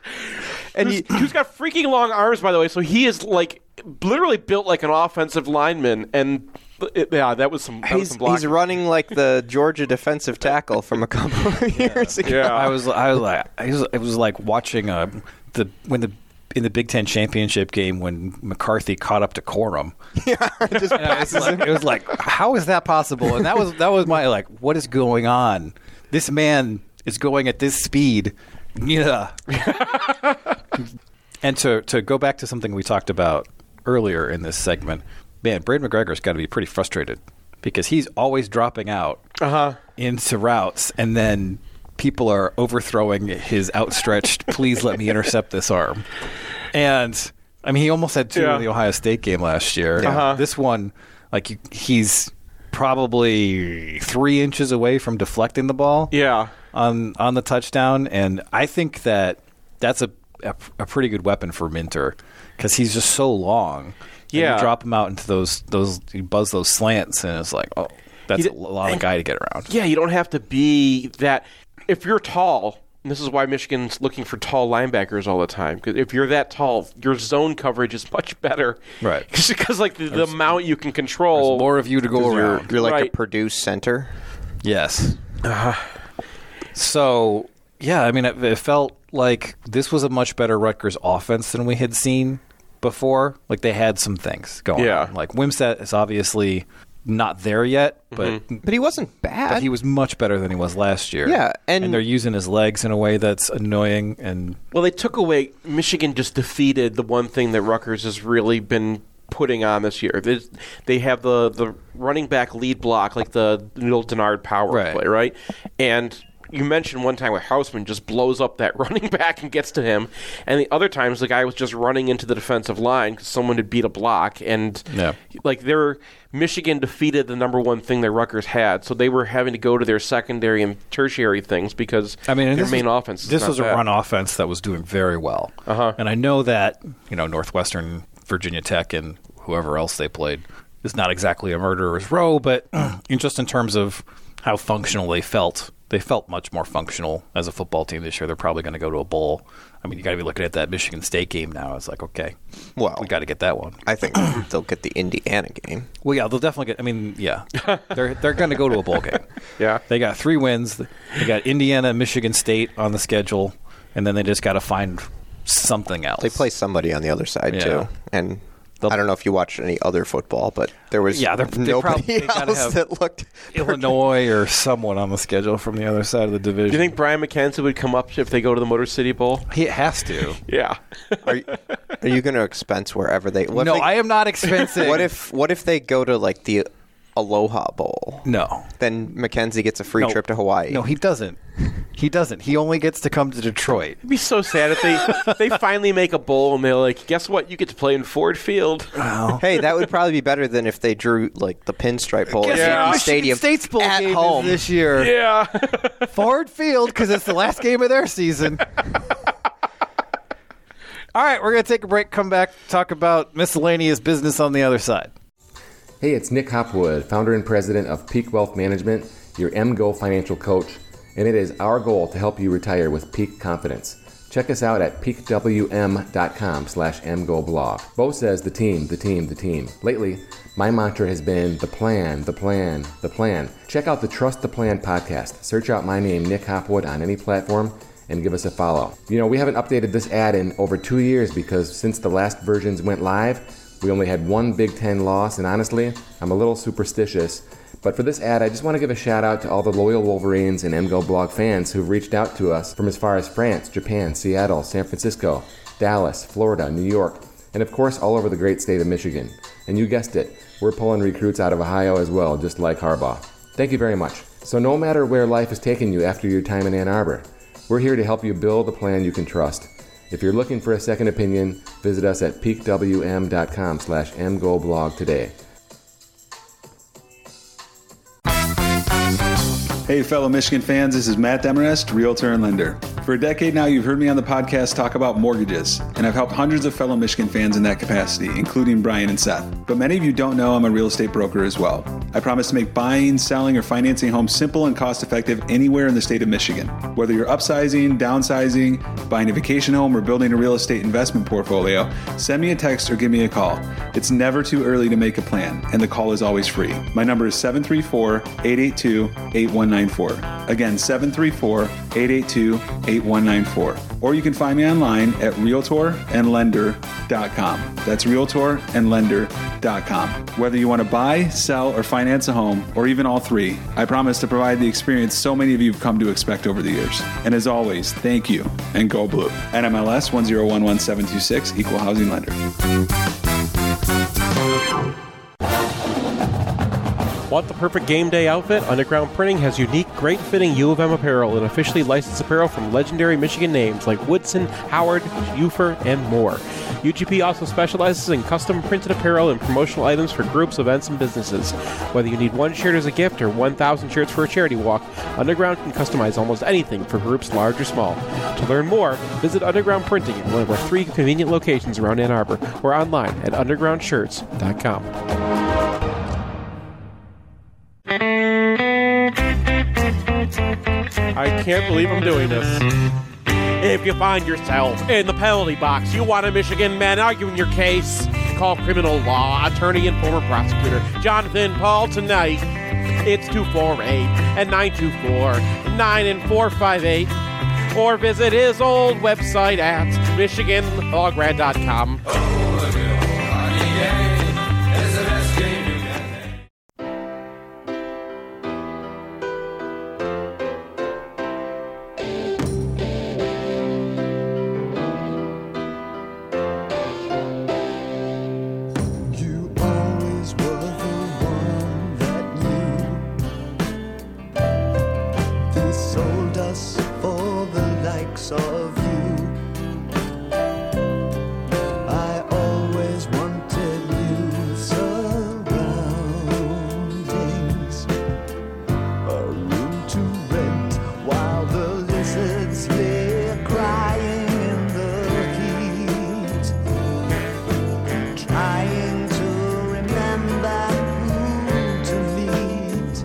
Speaker 3: and he, has got freaking long arms, by the way. So he is like literally built like an offensive lineman. And it- yeah, that was some. That was
Speaker 4: He's,
Speaker 3: some blocking.
Speaker 4: he's running like the Georgia defensive tackle from a couple of years ago.
Speaker 2: I was, I was like, I was, it was like watching uh, the when the in the Big Ten championship game when McCarthy caught up to Corum.
Speaker 4: Just
Speaker 2: And I was like, it was like, how is that possible? And that was that was my like, what is going on? This man is going at this speed. Yeah. and to to go back to something we talked about earlier in this segment, man, Brad McGregor's got to be pretty frustrated because he's always dropping out into routes, and then people are overthrowing his outstretched. Please let me intercept this arm. And I mean, he almost had two
Speaker 3: Yeah.
Speaker 2: in the Ohio State game last year.
Speaker 3: Uh-huh.
Speaker 2: This one, like you, he's probably three inches away from deflecting the ball.
Speaker 3: Yeah.
Speaker 2: on on the touchdown, and I think that that's a a, a pretty good weapon for Minter because he's just so long. And you
Speaker 3: Yeah.
Speaker 2: drop him out into those those you buzz those slants, and it's like oh. That's
Speaker 3: He
Speaker 2: a
Speaker 3: did-
Speaker 2: lot of guy to get around.
Speaker 3: Yeah, you don't have to be that. If you're tall, and this is why Michigan's looking for tall linebackers all the time. Because if you're that tall, your zone coverage is much better.
Speaker 2: Right.
Speaker 3: Because like the, the amount you can control.
Speaker 2: More of you to go
Speaker 4: you're,
Speaker 2: around.
Speaker 4: you're like
Speaker 3: Right.
Speaker 4: a Purdue center.
Speaker 2: Yes. So, yeah, I mean, it, it felt like this was a much better Rutgers offense than we had seen before. Like they had some things going.
Speaker 3: Yeah.
Speaker 2: on. Like Wimsett is obviously not there yet, but
Speaker 4: But he wasn't bad.
Speaker 2: but he was much better than he was last year.
Speaker 4: Yeah, and-
Speaker 2: they're using his legs in a way that's annoying. And
Speaker 3: Well, they took away. Michigan just defeated the one thing that Rutgers has really been putting on this year. They, they have the, the running back lead block, like the Neil Denard power
Speaker 2: Right.
Speaker 3: play, right? And you mentioned one time where Houseman just blows up that running back and gets to him, and the other times the guy was just running into the defensive line because someone had beat a block, and
Speaker 2: Yeah.
Speaker 3: like their Michigan defeated the number one thing that Rutgers had, so they were having to go to their secondary and tertiary things because
Speaker 2: I mean, and
Speaker 3: their
Speaker 2: this
Speaker 3: main
Speaker 2: was-
Speaker 3: offense. Is
Speaker 2: This
Speaker 3: not
Speaker 2: was a
Speaker 3: bad.
Speaker 2: run offense that was doing very well.
Speaker 3: Uh-huh.
Speaker 2: And I know that you know Northwestern, Virginia Tech, and whoever else they played is not exactly a murderer's row, but in just in terms of how functional they felt, they felt much more functional as a football team this year. They're probably going to go to a bowl. I mean, you got to be looking at that Michigan State game now. It's like, okay,
Speaker 4: Well-
Speaker 2: we got to get that one.
Speaker 4: I think they'll get the Indiana game.
Speaker 2: Well, yeah, they'll definitely get. I mean, yeah, they're they're going to go to a bowl game.
Speaker 3: Yeah.
Speaker 2: they got three wins. They got Indiana, Michigan State on the schedule, and then they just got to find something else.
Speaker 4: They play somebody on the other side
Speaker 2: Yeah.
Speaker 4: too, and
Speaker 2: They'll-
Speaker 4: I don't know if you watched any other football, but there was
Speaker 2: Yeah, they're- they prob-
Speaker 4: nobody
Speaker 2: they gotta
Speaker 4: else
Speaker 2: have-
Speaker 4: that looked.
Speaker 2: Illinois or someone on the schedule from the other side of the division.
Speaker 3: Do you think Brian McKenzie would come up if they go to the Motor City Bowl?
Speaker 2: he has to?
Speaker 3: Yeah.
Speaker 4: Are, you- are you going to expense wherever they? What
Speaker 2: no,
Speaker 4: if they,
Speaker 2: I am not expensive.
Speaker 4: What if what if they go to like the Aloha Bowl?
Speaker 2: no?
Speaker 4: Then Mackenzie gets a free
Speaker 2: No.
Speaker 4: trip to Hawaii.
Speaker 2: No, he doesn't. He doesn't. He only gets to come to Detroit.
Speaker 3: It'd be so sad if they, they finally make a bowl and they're like, guess what? You get to play in Ford Field.
Speaker 4: hey, that would probably be better than if they drew like the Pinstripe Bowl at
Speaker 3: Guess what
Speaker 4: Yankee
Speaker 3: Michigan
Speaker 4: Stadium
Speaker 2: State's bowl
Speaker 4: at
Speaker 2: game is
Speaker 4: home.
Speaker 2: this year.
Speaker 3: yeah.
Speaker 2: Ford Field because it's the last game of their season. All right, we're going to take a break, come back, talk about miscellaneous business on the other side.
Speaker 6: Hey, it's Nick Hopwood, founder and president of Peak Wealth Management, your MGO financial coach, and it is our goal to help you retire with peak confidence. Check us out at peakwm.com slash mgoblog. Bo says the team, the team, the team. Lately, my mantra has been the plan, the plan, the plan. Check out the Trust the Plan podcast. Search out my name, Nick Hopwood, on any platform and give us a follow. You know, we haven't updated this ad in over two years because since the last versions went live, we only had one Big Ten loss, and honestly, I'm a little superstitious. But for this ad, I just want to give a shout out to all the loyal Wolverines and MGO blog fans who've reached out to us from as far as France, Japan, Seattle, San Francisco, Dallas, Florida, New York, and of course all over the great state of Michigan. And you guessed it, we're pulling recruits out of Ohio as well, just like Harbaugh. Thank you very much. So, no matter where life has taken you after your time in Ann Arbor, we're here to help you build a plan you can trust. If you're looking for a second opinion, visit us at peakwm.com slash mgoblog today.
Speaker 10: Hey, fellow Michigan fans, this is Matt Demarest, Realtor and Lender. For a decade now, you've heard me on the podcast talk about mortgages, and I've helped hundreds of fellow Michigan fans in that capacity, including Brian and Seth. But many of you don't know I'm a real estate broker as well. I promise to make buying, selling, or financing homes simple and cost effective anywhere in the state of Michigan. Whether you're upsizing, downsizing, buying a vacation home, or building a real estate investment portfolio, send me a text or give me a call. It's never too early to make a plan, and the call is always free. My number is 734 882 8194. Again, 734 882 8194. Or you can find me online at realtorandlender.com. That's realtorandlender.com. Whether you want to buy, sell, or finance a home, or even all three, I promise to provide the experience so many of you have come to expect over the years. And as always, thank you and go blue. NMLS 1011726, Equal Housing Lender.
Speaker 3: Want the perfect game day outfit? Underground Printing has unique, great fitting U of M apparel and officially licensed apparel from legendary Michigan names like Woodson, Howard, Ufer, and more. UGP also specializes in custom printed apparel and promotional items for groups, events, and businesses. Whether you need one shirt as a gift or 1,000 shirts for a charity walk, Underground can customize almost anything for groups large or small. To learn more, visit Underground Printing at one of our three convenient locations around Ann Arbor or online at undergroundshirts.com. I can't believe I'm doing this. If you find yourself in the penalty box, you want a Michigan man arguing your case, call criminal law attorney and former prosecutor Jonathan Paul tonight It's 248 and 924 9 and 458. Or visit his old website at MichiganLawGrad.com.
Speaker 11: You always were the one that knew they sold us for the likes of you. I always wanted new surroundings, a room to rent while the lizards lay crying in the heat trying to remember who to meet.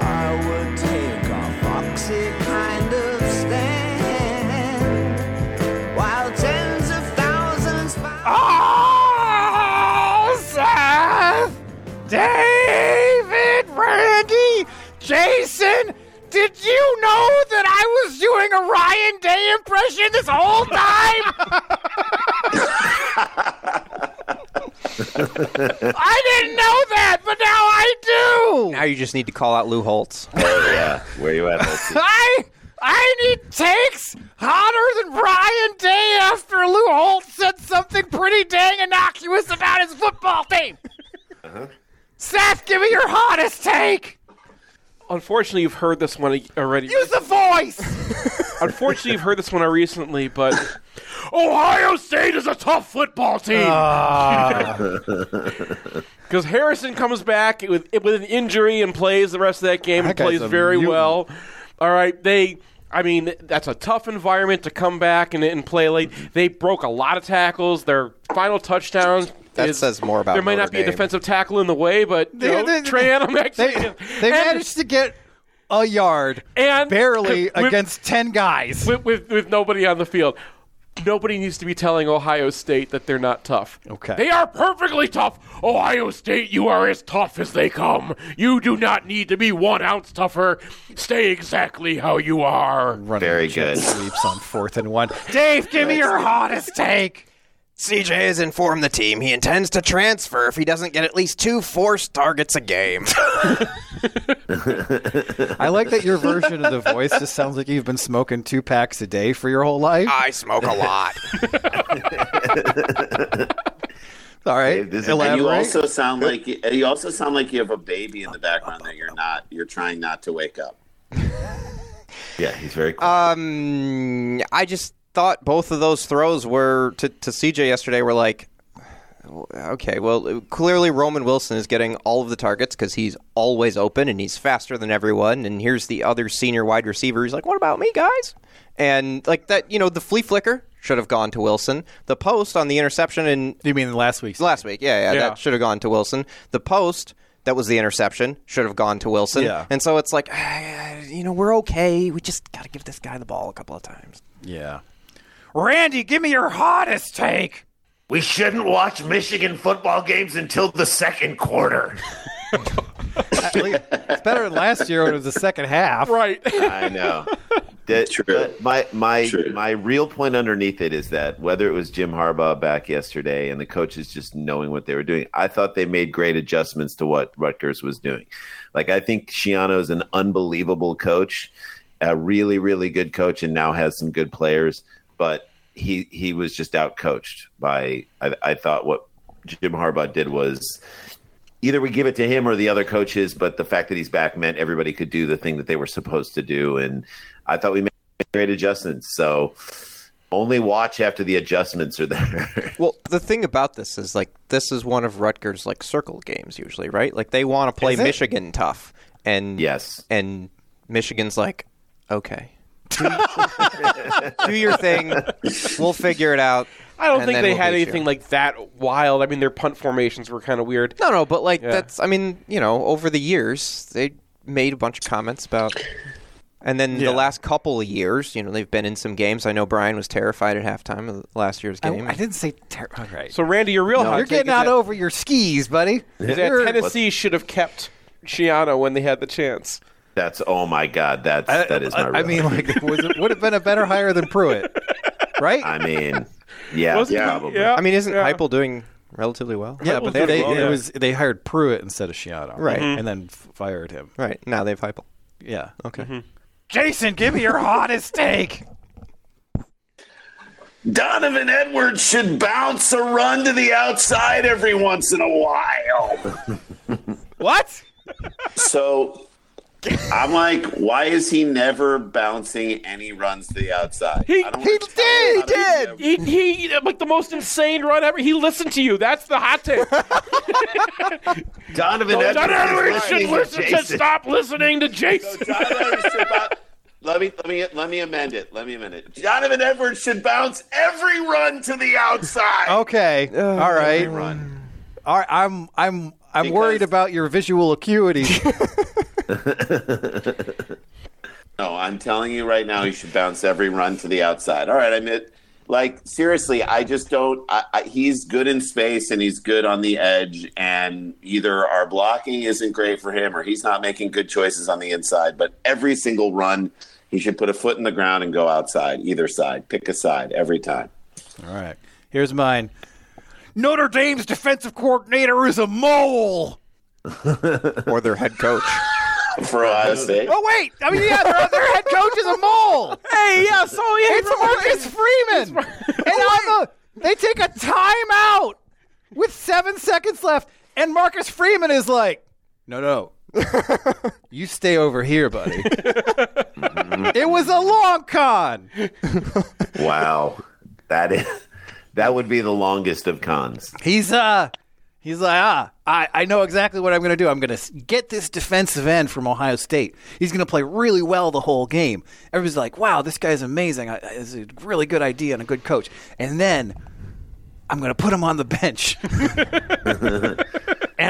Speaker 11: I would take a foxy kind of stand while tens of thousands.
Speaker 12: Oh, Seth! David, Randy, Jason, did you know that I was doing a Ryan Day impression this whole time? I didn't know that, but now I do.
Speaker 4: Now you just need to call out Lou Holtz.
Speaker 13: Oh, yeah. Where you at, Holtz?
Speaker 12: I I need takes hotter than Brian Day after Lou Holt said something pretty dang innocuous about his football team. Seth, give me your hottest take.
Speaker 3: Unfortunately, you've heard this one already.
Speaker 12: Use the voice.
Speaker 3: Unfortunately, you've heard this one recently, but
Speaker 12: Ohio State is a tough football team. Ah.
Speaker 3: because Harrison comes back with with an injury and plays the rest of that game and
Speaker 2: That guy's
Speaker 3: plays
Speaker 2: a
Speaker 3: very
Speaker 2: mutant.
Speaker 3: well. All right, they. I mean, that's a tough environment to come back and, and play late. They broke a lot of tackles. Their final touchdowns.
Speaker 4: That
Speaker 3: is-
Speaker 4: says more about
Speaker 3: There might not
Speaker 4: Notre
Speaker 3: be a
Speaker 4: Dame.
Speaker 3: defensive tackle in the way, but you
Speaker 2: They-
Speaker 3: know,
Speaker 2: they-
Speaker 3: Trey Adam actually.
Speaker 2: They, they
Speaker 3: and-
Speaker 2: managed to get a yard
Speaker 3: and
Speaker 2: barely
Speaker 3: with-
Speaker 2: against 10 guys.
Speaker 3: with, with with nobody on the field. Nobody needs to be telling Ohio State that they're not tough.
Speaker 2: Okay.
Speaker 3: They are perfectly tough. Ohio State, you are as tough as they come. You do not need to be one ounce tougher. Stay exactly how Oh, you are.
Speaker 2: Running
Speaker 13: Very
Speaker 2: jet
Speaker 13: good.
Speaker 2: Sweeps on fourth and one.
Speaker 12: Dave, give me your hottest take.
Speaker 4: CJ has informed the team he intends to transfer if he doesn't get at least two forced targets a game.
Speaker 2: I like that your version of the voice just sounds like you've been smoking two packs a day for your whole life.
Speaker 4: I smoke a lot.
Speaker 2: All right.
Speaker 13: This is-
Speaker 2: elaborate.
Speaker 13: and you also sound like you you also sound like you have a baby in the background that you're not. You're trying not to wake up. yeah, he's very. Cool.
Speaker 4: Um, I just thought both of those throws were to, to CJ yesterday were like, okay, well, clearly Roman Wilson is getting all of the targets because he's always open and he's faster than everyone. And here's the other senior wide receiver. He's like, what about me, guys? And like that, you know, the flea flicker should have gone to Wilson. The post on the interception and
Speaker 2: you mean last week's?
Speaker 4: last week, yeah, yeah,
Speaker 3: Yeah.
Speaker 4: that should have gone to Wilson. The post. That was the interception. Should have gone to Wilson.
Speaker 2: Yeah.
Speaker 4: And so it's like, you know, we're okay. We just got to give this guy the ball a couple of times.
Speaker 2: Yeah.
Speaker 12: Randy, give me your hottest take.
Speaker 14: We shouldn't watch Michigan football games until the second quarter.
Speaker 2: At least- it's better than last year when it was the second half.
Speaker 3: Right.
Speaker 13: I know. That,
Speaker 14: True.
Speaker 13: but my my
Speaker 14: True.
Speaker 13: my real point underneath it is that whether it was Jim Harbaugh back yesterday and the coaches just knowing what they were doing, I thought they made great adjustments to what Rutgers was doing. Like I think Shiano is an unbelievable coach, a really really good coach, and now has some good players. But he he was just out coached by I, I thought what Jim Harbaugh did was either we give it to him or the other coaches. But the fact that he's back meant everybody could do the thing that they were supposed to do, and I thought we made great adjustments. So only watch after the adjustments are there.
Speaker 4: Well, the thing about this is like this is one of Rutgers' like circle games usually, right? Like they want to play
Speaker 2: Is it?
Speaker 4: Michigan tough, and
Speaker 13: yes,
Speaker 4: and Michigan's like, okay, do your thing, we'll figure it out.
Speaker 3: I don't
Speaker 4: and
Speaker 3: think
Speaker 4: then
Speaker 3: they
Speaker 4: we'll
Speaker 3: had
Speaker 4: beat you.
Speaker 3: anything like that wild. I mean, their punt formations were kind of weird.
Speaker 4: No, no, but like
Speaker 3: Yeah.
Speaker 4: that's I mean, you know, over the years they made a bunch of comments about and then the last couple of years, you know, they've been in some games. I know Brian was terrified at halftime of last year's
Speaker 2: I,
Speaker 4: game.
Speaker 2: I didn't say ter- All right.
Speaker 3: So, Randy, your real hot
Speaker 2: You're
Speaker 3: take
Speaker 2: getting
Speaker 3: is
Speaker 2: out
Speaker 3: that,
Speaker 2: over your skis, buddy.
Speaker 3: is that
Speaker 2: You're-
Speaker 3: Tennessee should have kept Shiano when they had the chance.
Speaker 13: That's oh my god. That's that is my.
Speaker 2: I mean, like, was it would have been a better hire than Pruitt, right?
Speaker 13: I mean, yeah,
Speaker 2: Wasn't he-
Speaker 13: probably.
Speaker 2: yeah,
Speaker 4: I mean, isn't
Speaker 2: yeah.
Speaker 4: Heupel doing relatively well?
Speaker 2: Yeah, but they, they- it was they hired Pruitt instead of Shiano,
Speaker 4: Right. Mhm.
Speaker 2: And then f- fired him.
Speaker 4: Right now they've Heupel.
Speaker 2: Yeah.
Speaker 4: Okay.
Speaker 3: Mm-hmm.
Speaker 12: Jason, give me your hottest take.
Speaker 14: Donovan Edwards should bounce or run to the outside every once in a while.
Speaker 12: what?
Speaker 14: So I'm like, why is he never bouncing any runs to the outside?
Speaker 3: He,
Speaker 14: I don't
Speaker 3: he did. He did. He, he like the most insane run ever. He listened to you. That's the hot take.
Speaker 14: Donovan
Speaker 3: No,
Speaker 14: Edwards
Speaker 3: Donovan
Speaker 14: is
Speaker 3: Edwards
Speaker 14: listening
Speaker 3: should
Speaker 14: to
Speaker 3: listen to
Speaker 14: Jason.
Speaker 3: stop listening to Jason.
Speaker 14: Let me let me let me amend it. Let me amend it. Donovan Edwards should bounce every run to the outside.
Speaker 2: Okay. All right. All right. I'm I'm I'm worried about your visual acuity.
Speaker 14: No, I'm telling you right now, you should bounce every run to the outside. All right, I mean, like seriously, I just don't. I, I, he's good in space and he's good on the edge, and either our blocking isn't great for him or he's not making good choices on the inside. But every single run, he should put a foot in the ground and go outside, either side, pick a side every time.
Speaker 2: All right. Here's mine.
Speaker 12: Notre Dame's defensive coordinator is a mole.
Speaker 4: or their head coach.
Speaker 14: For eh? Ohio State.
Speaker 12: Oh wait, I mean yeah, their, their head coach is a mole.
Speaker 3: Hey, yeah, so yeah,
Speaker 12: it's Marcus Freeman, and
Speaker 4: Oh,
Speaker 12: on the they take a timeout with seven seconds left, and Marcus Freeman is like,
Speaker 2: No, no. you stay over here, buddy.
Speaker 12: "It was a long con."
Speaker 13: Wow, that is that would be the longest of cons.
Speaker 2: He's uh he's like, "Ah, I I know exactly what I'm going to do. I'm going to get this defensive end from Ohio State. He's going to play really well the whole game." Everybody's like, "Wow, this guy's amazing. I, I- it's a really good idea and a good coach." And then I'm going to put him on the bench. and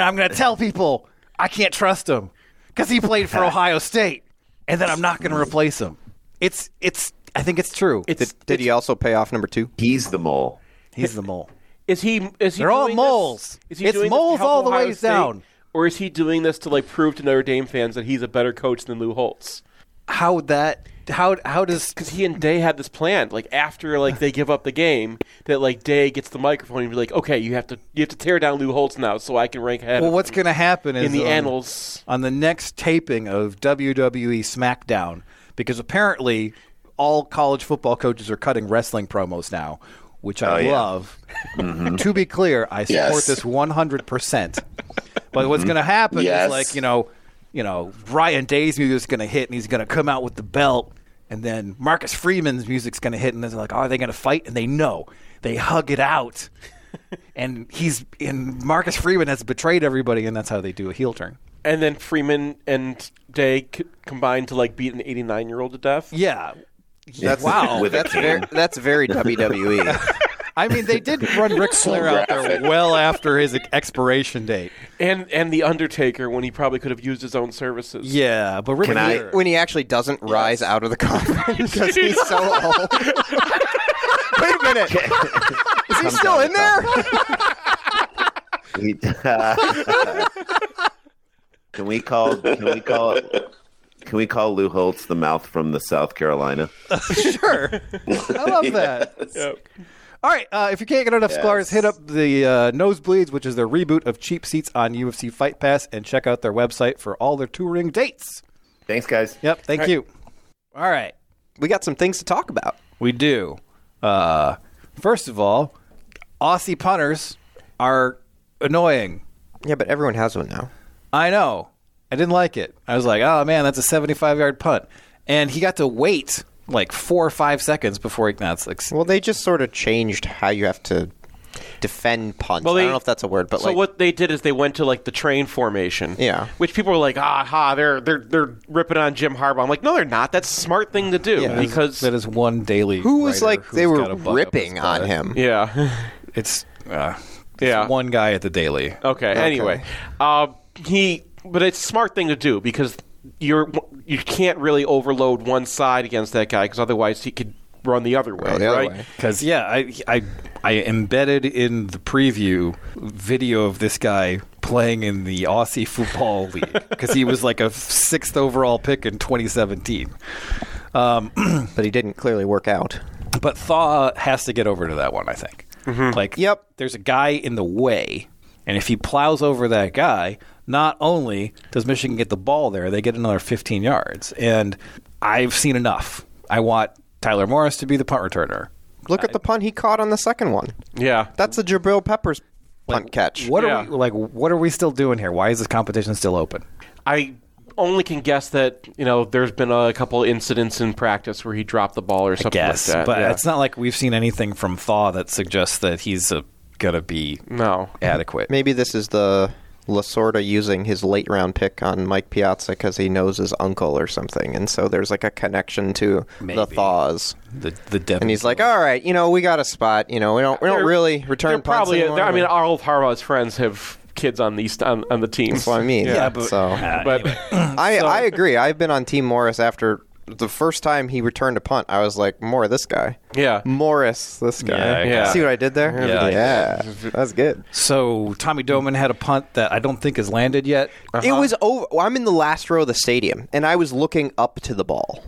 Speaker 2: I'm going to tell people I can't trust him cuz he played for Ohio State. And then I'm not going to replace him. It's it's I think it's true.
Speaker 4: did did he also pay off number two?
Speaker 13: He's the mole.
Speaker 2: He's the mole.
Speaker 3: Is he? Is he?
Speaker 2: They're all
Speaker 3: doing this-
Speaker 2: moles.
Speaker 3: Is he
Speaker 2: It's
Speaker 3: doing this to
Speaker 2: moles
Speaker 3: help
Speaker 2: all the
Speaker 3: Ohio
Speaker 2: ways
Speaker 3: State,
Speaker 2: down.
Speaker 3: Or is he doing this to like prove to Notre Dame fans that he's a better coach than Lou Holtz?
Speaker 2: How that? How how does?
Speaker 3: Because he and Day had this planned. Like after like they give up the game, that like Day gets the microphone and be like, okay, you have to you have to tear down Lou Holtz now, so I can rank ahead.
Speaker 2: Well,
Speaker 3: of
Speaker 2: what's
Speaker 3: him
Speaker 2: going to happen is
Speaker 3: in the
Speaker 2: on,
Speaker 3: annals?
Speaker 2: on the next taping of WWE SmackDown because apparently all college football coaches are cutting wrestling promos now, which I
Speaker 12: Oh, yeah. Mm-hmm.
Speaker 2: love. To be clear, I support
Speaker 12: Yes.
Speaker 2: this one hundred percent. But what's going to happen
Speaker 12: Yes.
Speaker 2: is like you know, you know, Ryan Day's music's going to hit and he's going to come out with the belt, and then Marcus Freeman's music's going to hit, and then they're like, oh, are they going to fight? And they know they hug it out. And he's and Marcus Freeman has betrayed everybody, and that's how they do a heel turn.
Speaker 3: And then Freeman and Day c- combined to like beat an 89 year old to death.
Speaker 2: Yeah.
Speaker 4: That's, That's very, that's very E. WWE.
Speaker 2: I mean, they did run Ric Flair out there well after his expiration date.
Speaker 3: And and the Undertaker when he probably could have used his own services.
Speaker 2: Yeah, but
Speaker 3: Can I-
Speaker 4: when he actually doesn't rise out of the coffin because he's so old. Wait a minute. Is he
Speaker 13: Comes
Speaker 4: still
Speaker 13: out
Speaker 4: in there?
Speaker 13: We- uh, can we call? Can we call? Can we call Lou Holtz the mouth from the South Carolina?
Speaker 2: sure. I love that. All right. Uh, if you can't get enough
Speaker 12: Yes.
Speaker 2: scars, hit up the uh, Nosebleeds, which is their reboot of cheap seats on UFC Fight Pass, and check out their website for all their touring dates.
Speaker 13: Thanks, guys.
Speaker 2: Yep. Thank
Speaker 4: All right.
Speaker 2: you. All right.
Speaker 4: We got some things to talk about.
Speaker 2: We do. Uh, first of all, Aussie punters are annoying.
Speaker 4: Yeah, but everyone has one now.
Speaker 2: I know. I didn't like it. I was like, oh man, that's a 75 yard punt. And he got to wait like four or five seconds before he. No, it's like,
Speaker 4: Well, they just sort of changed how you have to defend punts.
Speaker 3: Well,
Speaker 4: I
Speaker 3: they-
Speaker 4: don't know if that's a word, but
Speaker 3: so
Speaker 4: like
Speaker 3: what they did is they went to like the train formation.
Speaker 4: Yeah.
Speaker 3: Which people were like, ah ha, they're they're they're ripping on Jim Harbaugh. I'm like, no, they're not. That's a smart thing to do because
Speaker 2: that is one daily.
Speaker 4: who was
Speaker 2: writer
Speaker 4: like
Speaker 2: who's
Speaker 4: they
Speaker 2: got
Speaker 4: were
Speaker 2: a butt up
Speaker 4: ripping
Speaker 2: his
Speaker 4: on
Speaker 2: butt.
Speaker 4: him?
Speaker 3: yeah.
Speaker 2: It's uh,
Speaker 3: yeah.
Speaker 2: one guy at the Daily.
Speaker 3: Okay.
Speaker 2: Okay.
Speaker 3: Anyway, uh, he but it's a smart thing to do because you're you can't really overload one side against that guy because otherwise he could run the other
Speaker 4: Oh,
Speaker 3: way, right?
Speaker 2: Because yeah, I, I I embedded in the preview video of this guy playing in the Aussie Football League because he was like a sixth overall pick in 2017. Um,
Speaker 4: but he didn't clearly work out.
Speaker 2: But Thaw has to get over to that one, I think.
Speaker 4: Mm-hmm.
Speaker 2: Like, yep, there's a guy in the way, and if he plows over that guy, not only does Michigan get the ball there, they get another 15 yards. And I've seen enough. I want Tyler Morris to be the punt returner.
Speaker 4: Look at the punt he caught on the second one.
Speaker 3: Yeah,
Speaker 4: that's a Jabril Peppers punt catch.
Speaker 2: What are we like? What are we still doing here? Why is this competition still open?
Speaker 3: I only can guess that you know there's been a couple incidents in practice where he dropped the ball or something
Speaker 2: Yes,
Speaker 3: like that.
Speaker 2: but
Speaker 3: yeah.
Speaker 2: it's not like we've seen anything from Thaw that suggests that he's uh gonna be
Speaker 3: no
Speaker 2: adequate.
Speaker 4: Maybe this is the Lasorda using his late round pick on Mike Piazza because he knows his uncle or something, and so there's like a connection to the thaws.
Speaker 2: The the Devin
Speaker 4: and he's like, all right, you know, we got a spot. You know, we don't we don't
Speaker 3: They're-
Speaker 4: really return
Speaker 3: they're
Speaker 4: punts
Speaker 3: probably.
Speaker 4: anymore,
Speaker 3: they're- I mean,
Speaker 4: but-
Speaker 3: all of Harbaugh's friends have kids on these on, on the team.
Speaker 4: That's what I mean. Yeah,
Speaker 3: but, uh,
Speaker 4: so-
Speaker 2: Ah,
Speaker 3: but
Speaker 4: I, I agree. I've been on Team Morris after the first time he returned a punt. I was like, more this guy.
Speaker 3: Yeah.
Speaker 4: Morris, this guy. See what I did there?
Speaker 2: Yeah,
Speaker 4: that's good.
Speaker 2: So Tommy Doman had a punt that I don't think has landed yet.
Speaker 4: It was over. well, I'm in the last row of the stadium, and I was looking up to the ball.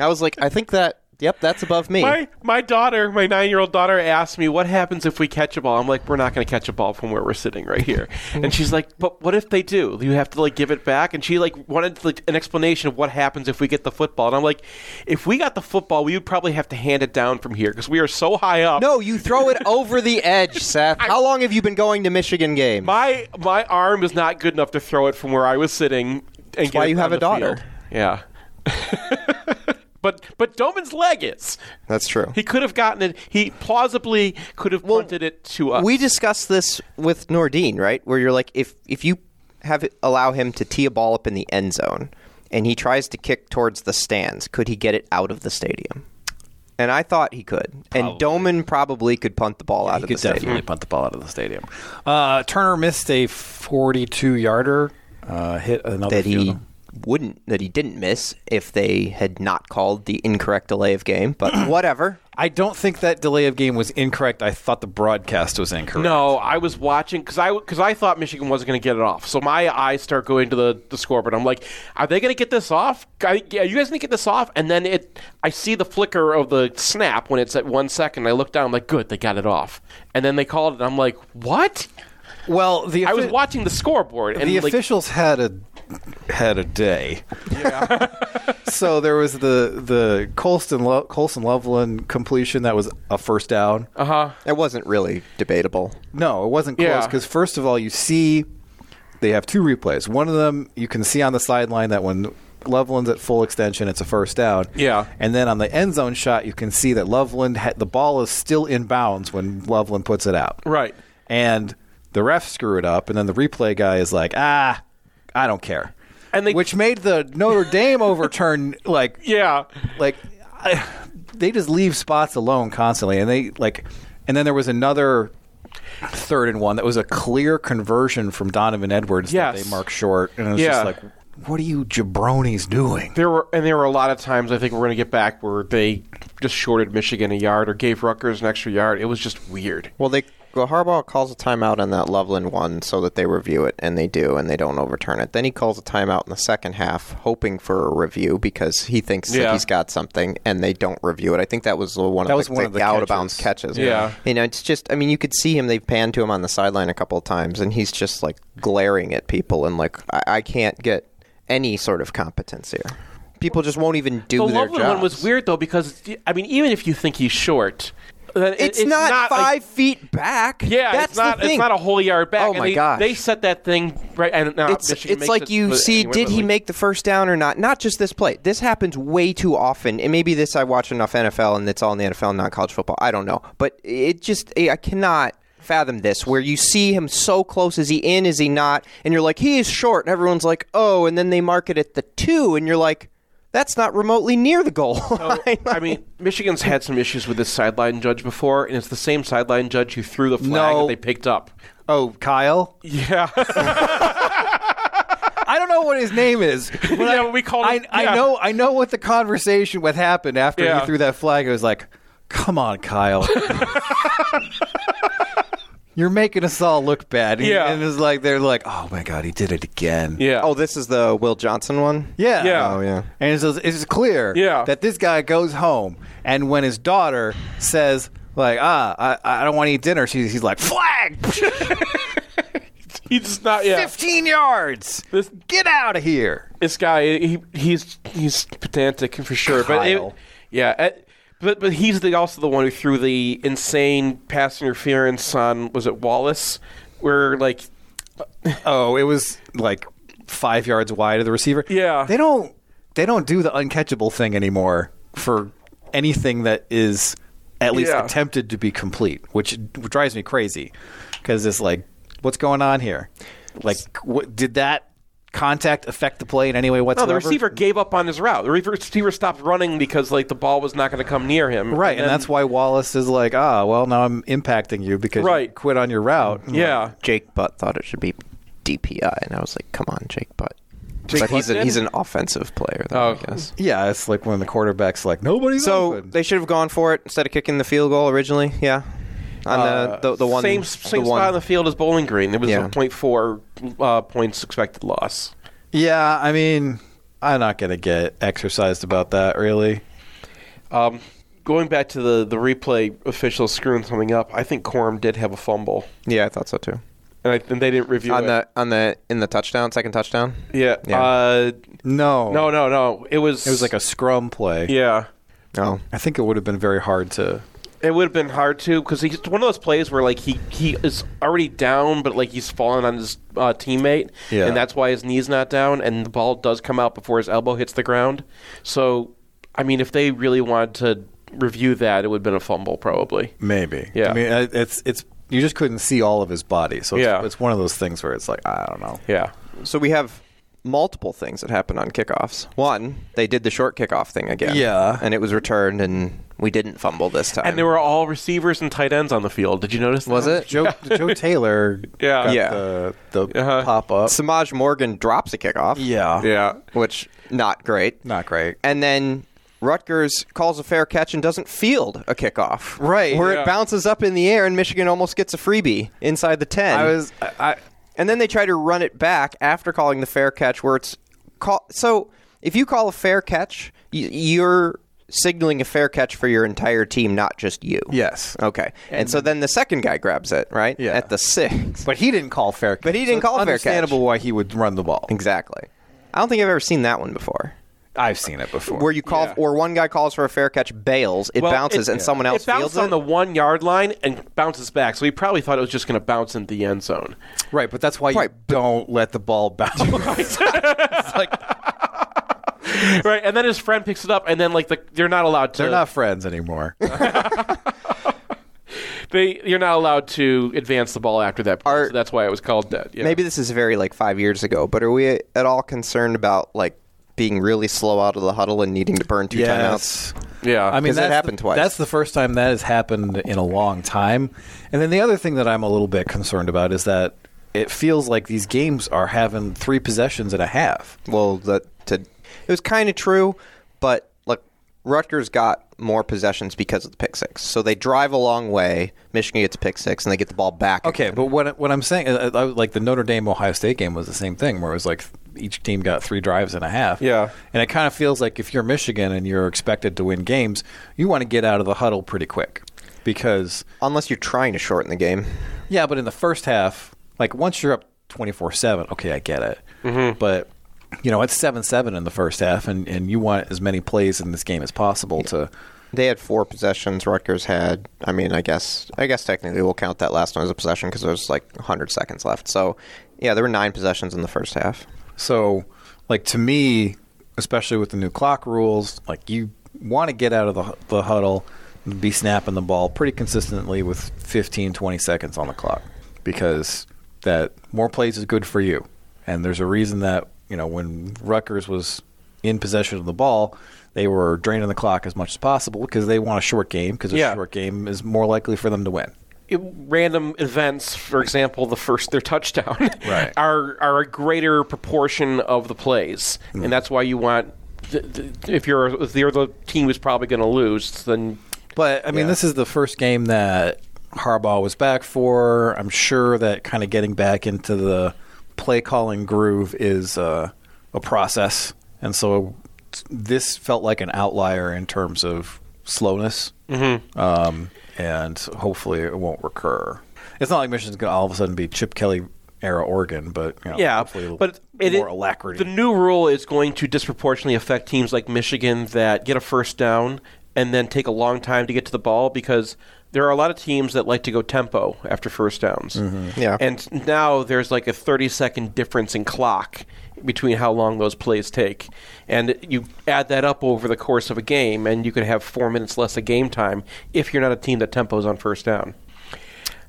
Speaker 4: I was like, I think that, yep, that's above me.
Speaker 3: My my daughter, my nine year old daughter, asked me what happens if we catch a ball. I'm like, we're not going to catch a ball from where we're sitting right here. and she's like, but what if they do? You have to like give it back. And she like wanted like an explanation of what happens if we get the football. And I'm like, if we got the football, we would probably have to hand it down from here because we are so high up.
Speaker 4: No, you throw it over the edge, Seth. How long have you been going to Michigan games?
Speaker 3: My my arm is not good enough to throw it from where I was sitting. And
Speaker 4: That's
Speaker 3: get
Speaker 4: why
Speaker 3: it
Speaker 4: you
Speaker 3: down
Speaker 4: have a
Speaker 3: the
Speaker 4: daughter.
Speaker 3: field. Yeah. but but Doman's leg is.
Speaker 4: That's true.
Speaker 3: He could have gotten it. He plausibly could have punted it to us.
Speaker 4: We discussed this with Nordine, right? Where you're like, if if you have allow him to tee a ball up in the end zone, and he tries to kick towards the stands, could he get it out of the stadium? And I thought he could. And Doman probably could punt the ball out of
Speaker 2: could
Speaker 4: the stadium.
Speaker 2: definitely punt the ball out of the stadium. Uh, Turner missed a 42 yarder, uh, hit another
Speaker 4: that
Speaker 2: field
Speaker 4: he
Speaker 2: goal.
Speaker 4: wouldn't that he didn't miss if they had not called the incorrect delay of game. But whatever.
Speaker 2: I don't think that delay of game was incorrect. I thought the broadcast was incorrect.
Speaker 3: No, I was watching because I because I thought Michigan wasn't going to get it off. So my eyes start going to the, the scoreboard. I'm like, are they going to get this off? I, yeah, you guys going to get this off? And then it, I see the flicker of the snap when it's at one second. I look down. I'm like, good, they got it off. And then they called it. I'm like, what?
Speaker 2: Well, the
Speaker 3: I was watching the scoreboard and
Speaker 2: the
Speaker 3: like,
Speaker 2: officials had a had a day. so there was the the Colston Lo- Colston Loveland completion that was a first down.
Speaker 3: Uh huh.
Speaker 4: It wasn't really debatable.
Speaker 2: No, it wasn't close
Speaker 4: Yeah.
Speaker 2: because first of all, you see they have two replays. One of them you can see on the sideline that when Loveland's at full extension, it's a first down.
Speaker 3: Yeah.
Speaker 2: And then on the end zone shot, you can see that Loveland had, the ball is still in bounds when Loveland puts it out.
Speaker 3: Right.
Speaker 2: And the ref screwed up, and then the replay guy is like, ah, I don't care.
Speaker 3: And they,
Speaker 2: which made the Notre Dame overturn like
Speaker 3: yeah,
Speaker 2: like I, they just leave spots alone constantly, and they like, and then there was another third and one that was a clear conversion from Donovan Edwards that
Speaker 3: Yes.
Speaker 2: they marked short, and it was
Speaker 3: Yeah.
Speaker 2: just like, what are you jabronis doing?
Speaker 3: There were and there were a lot of times I think we're going to get back where they just shorted Michigan a yard or gave Rutgers an extra yard. It was just weird.
Speaker 4: Well, they well, Harbaugh calls a timeout on that Loveland one so that they review it, and they do, and they don't overturn it. Then he calls a timeout in the second half, hoping for a review because he thinks that
Speaker 2: Yeah.
Speaker 4: he's got something, and they don't review it. I think that was the one
Speaker 2: That
Speaker 4: of
Speaker 2: was
Speaker 4: the,
Speaker 2: one
Speaker 4: the
Speaker 2: of the
Speaker 4: out of
Speaker 2: catches.
Speaker 4: bounds catches.
Speaker 2: Yeah.
Speaker 4: you know, it's just I mean, you could see him. They panned to him on the sideline a couple of times, and he's just like glaring at people and like, I, I can't get any sort of competence here. People just won't even do
Speaker 3: the
Speaker 4: their
Speaker 3: Loveland
Speaker 4: job.
Speaker 3: one was weird though because I mean, even if you think he's short, then it-
Speaker 4: It's not five feet back.
Speaker 3: Yeah,
Speaker 4: That's
Speaker 3: it's not.
Speaker 4: the thing.
Speaker 3: It's not a whole yard back.
Speaker 4: Oh
Speaker 3: and
Speaker 4: my
Speaker 3: they,
Speaker 4: gosh.
Speaker 3: They set that thing right, and now
Speaker 4: it's it's like you see, did he make the first down or not? Not just this play. This happens way too often, and maybe this I watch enough NFL and it's all in the NFL, not college football. I don't know, but it just I cannot fathom this where you see him so close. Is he in? Is he not? And you're like, he is short, and everyone's like, oh, and then they mark it at the two, and you're like, that's not remotely near the goal.
Speaker 3: I mean, Michigan's had some issues with this sideline judge before, and it's the same sideline judge who threw the flag
Speaker 2: No.
Speaker 3: that they picked up.
Speaker 2: Oh, Kyle.
Speaker 3: Yeah.
Speaker 2: I don't know what what his name is. But I, we called. I, I know. I know what the conversation what happened after
Speaker 3: Yeah.
Speaker 2: he threw that flag. I was like, "Come on, Kyle." You're making us all look bad. And-
Speaker 4: Yeah.
Speaker 2: And it's like, they're like, oh my God, he did it again.
Speaker 3: Yeah.
Speaker 4: Oh, this is the Will Johnson one.
Speaker 2: Yeah.
Speaker 4: Oh yeah.
Speaker 2: And it's, it's just clear
Speaker 4: Yeah.
Speaker 2: that this guy goes home, and when his daughter says, like, ah, I, I don't want to eat dinner, she's, he's like, flag!
Speaker 3: He just not yeah.
Speaker 2: 15 yards.
Speaker 3: This,
Speaker 2: Get out of here.
Speaker 3: This guy, he he's he's pedantic for sure. But it-
Speaker 2: Kyle.
Speaker 3: yeah, eh, but but he's the, also the one who threw the insane pass interference on was it Wallace, where like
Speaker 2: oh, it was like five yards wide of the receiver. Yeah. They don't they don't do the uncatchable thing anymore for anything that is at least
Speaker 3: Yeah.
Speaker 2: attempted to be complete, which drives me crazy because it's like, what's going on here? Like, what, did that contact affect the play in any way whatsoever?
Speaker 3: No, the receiver gave up on his route. The receiver stopped running because like the ball was not going to come near him.
Speaker 2: Right, and,
Speaker 3: then-
Speaker 2: that's why Wallace is like, ah, well, now I'm impacting you because you
Speaker 3: Right. Mm.
Speaker 2: quit on your route.
Speaker 3: Yeah.
Speaker 4: Jake Butt thought it should be DPI, and I was like, "Come on, Jake Butt."
Speaker 2: Jake
Speaker 4: but he's
Speaker 2: Butt
Speaker 4: a,
Speaker 2: did?
Speaker 4: he's an offensive player,
Speaker 3: Oh.
Speaker 4: though. I guess.
Speaker 2: Yeah, it's like when the quarterback's like, nobody's
Speaker 4: so
Speaker 2: open.
Speaker 4: they should have gone for it instead of kicking the field goal originally. Yeah, on
Speaker 3: Uh,
Speaker 4: the, the the one
Speaker 3: same
Speaker 4: the
Speaker 3: same
Speaker 4: one-
Speaker 3: spot on the field as Bowling Green. There was
Speaker 4: Yeah.
Speaker 3: a 0.4 uh, points expected loss.
Speaker 2: Yeah, I mean, I'm not going to get exercised about that, really.
Speaker 3: Um, going back to the the replay officials screwing something up, I think Quorum did have a fumble,
Speaker 4: Yeah, I thought so too.
Speaker 3: and, I, and they didn't review
Speaker 4: on
Speaker 3: it.
Speaker 4: the on the in the touchdown, second touchdown.
Speaker 3: yeah,
Speaker 4: Yeah.
Speaker 3: Uh,
Speaker 2: no,
Speaker 3: no, no, no. It was
Speaker 2: It was like a scrum play.
Speaker 3: yeah.
Speaker 4: Oh.
Speaker 2: I think it would have been very hard to.
Speaker 3: It would have been hard too because he's one of those plays where like he, he is already down, but like he's fallen on his uh, teammate,
Speaker 2: Yeah.
Speaker 3: and that's why his knee's not down, and the ball does come out before his elbow hits the ground. So, I mean, if they really wanted to review that, it would have been a fumble probably.
Speaker 2: Maybe.
Speaker 3: Yeah.
Speaker 2: I mean, I- it's it's you just couldn't see all of his body, so it's,
Speaker 4: Yeah.
Speaker 2: it's one of those things where it's like I don't know.
Speaker 3: Yeah.
Speaker 4: So we have multiple things that happen on kickoffs. One, they did the short kickoff thing again.
Speaker 3: Yeah.
Speaker 4: and it was returned, and we didn't fumble this time.
Speaker 3: And there were all receivers and tight ends on the field. Did you notice? That?
Speaker 4: Was it?
Speaker 2: Joe Joe Taylor
Speaker 3: Yeah. Uh-huh.
Speaker 2: got
Speaker 4: Yeah.
Speaker 2: the, the pop up.
Speaker 4: Samaj Morgan drops a kickoff.
Speaker 2: Yeah.
Speaker 3: Yeah.
Speaker 4: Which not great.
Speaker 2: Not great.
Speaker 4: And then Rutgers calls a fair catch and doesn't field a kickoff.
Speaker 2: Right.
Speaker 4: Where
Speaker 2: Yeah.
Speaker 4: it bounces up in the air and Michigan almost gets a freebie inside the 10.
Speaker 2: I was- I,
Speaker 4: and then they try to run it back after calling the fair catch where it's call so if you call a fair catch, y- you're signaling a fair catch for your entire team, not just you.
Speaker 2: Yes.
Speaker 4: Okay. And, so then the second guy grabs it, right? Yeah. At the 6.
Speaker 2: But he didn't call fair catch.
Speaker 4: But he didn't
Speaker 2: So
Speaker 4: call
Speaker 2: it's
Speaker 4: a fair catch.
Speaker 2: understandable why he would run the ball.
Speaker 4: Exactly. I don't think I've ever seen that one before.
Speaker 2: I've seen it before.
Speaker 4: Where you call, where one guy calls for a fair catch, bails, it
Speaker 3: Well,
Speaker 4: bounces, and someone else
Speaker 3: it bounced
Speaker 4: fields
Speaker 3: on
Speaker 4: it.
Speaker 3: the one yard line and bounces back. So he probably thought it was just going to bounce into the end zone.
Speaker 2: Right, but that's why you don't let the ball bounce.
Speaker 3: right, and then his friend picks it up, and then like the, they're not allowed to.
Speaker 2: They're not friends anymore.
Speaker 3: They you're not allowed to advance the ball after that. Part, so that's why it was called dead. Yeah.
Speaker 4: Maybe this is very like five years ago, but are we at all concerned about like being really slow out of the huddle and needing to burn two
Speaker 2: Yes.
Speaker 4: timeouts?
Speaker 3: Yeah,
Speaker 2: I mean
Speaker 4: that
Speaker 2: that's
Speaker 4: happened
Speaker 2: the,
Speaker 4: twice.
Speaker 2: That's the first time that has happened in a long time. And then the other thing that I'm a little bit concerned about is that it feels like these games are having three possessions and a half.
Speaker 4: Well, that to, it was kind of true, but look, Rutgers got more possessions because of the pick six, so they drive a long way. Michigan gets a pick six, and they get the ball back.
Speaker 2: Okay, but what what I'm saying, uh, uh, like the Notre Dame Ohio State game was the same thing, where it was like each team got three drives and a half. Yeah, and it kind of feels like if you're Michigan and you're expected to win games, you want to get out of the huddle pretty quick because
Speaker 4: unless you're trying to shorten the game.
Speaker 2: Yeah, but in the first half, like once you're up 24 7, okay, I get it.
Speaker 4: Mm-hmm.
Speaker 2: But, you know, it's 7 7 in the first half, and, and you want as many plays in this game as possible to.
Speaker 4: They had four possessions. Rutgers had. I mean, I guess. I guess technically we'll count that last one as a possession because there was like 100 seconds left. So, yeah, there were nine possessions in the first half.
Speaker 2: So, like, to me, especially with the new clock rules, like, you want to get out of the, the huddle, be snapping the ball pretty consistently with 15, 20 seconds on the clock because that more plays is good for you. And there's a reason that, you know, when Rutgers was in possession of the ball, they were draining the clock as much as possible because they want a short game because a
Speaker 3: Yeah.
Speaker 2: short game is more likely for them to win.
Speaker 3: it- random events, for example, the first their touchdown,
Speaker 2: Right.
Speaker 3: are are a greater proportion of the plays,
Speaker 2: Mm-hmm.
Speaker 3: and that's why you want. th- th- If you're if you're the team who's probably going to lose, then
Speaker 2: But I mean, this is the first game that Harbaugh was back for. I'm sure that kind of getting back into the play calling groove is uh, a process, and so this felt like an outlier in terms of slowness.
Speaker 3: Mhm.
Speaker 2: Um, and hopefully, it won't recur. It's not like Michigan's going to all of a sudden be Chip Kelly era Oregon, but you know,
Speaker 3: yeah,
Speaker 2: hopefully it'll-
Speaker 3: but it,
Speaker 2: more
Speaker 3: it-
Speaker 2: alacrity.
Speaker 3: The new rule is going to disproportionately affect teams like Michigan that get a first down and then take a long time to get to the ball because there are a lot of teams that like to go tempo after first downs.
Speaker 2: Mm-hmm.
Speaker 4: Mhm. Yeah.
Speaker 3: And now there's like a 30 second difference in clock between how long those plays take. And you add that up over the course of a game, and you could have four minutes less of game time if you're not a team that tempos on first down.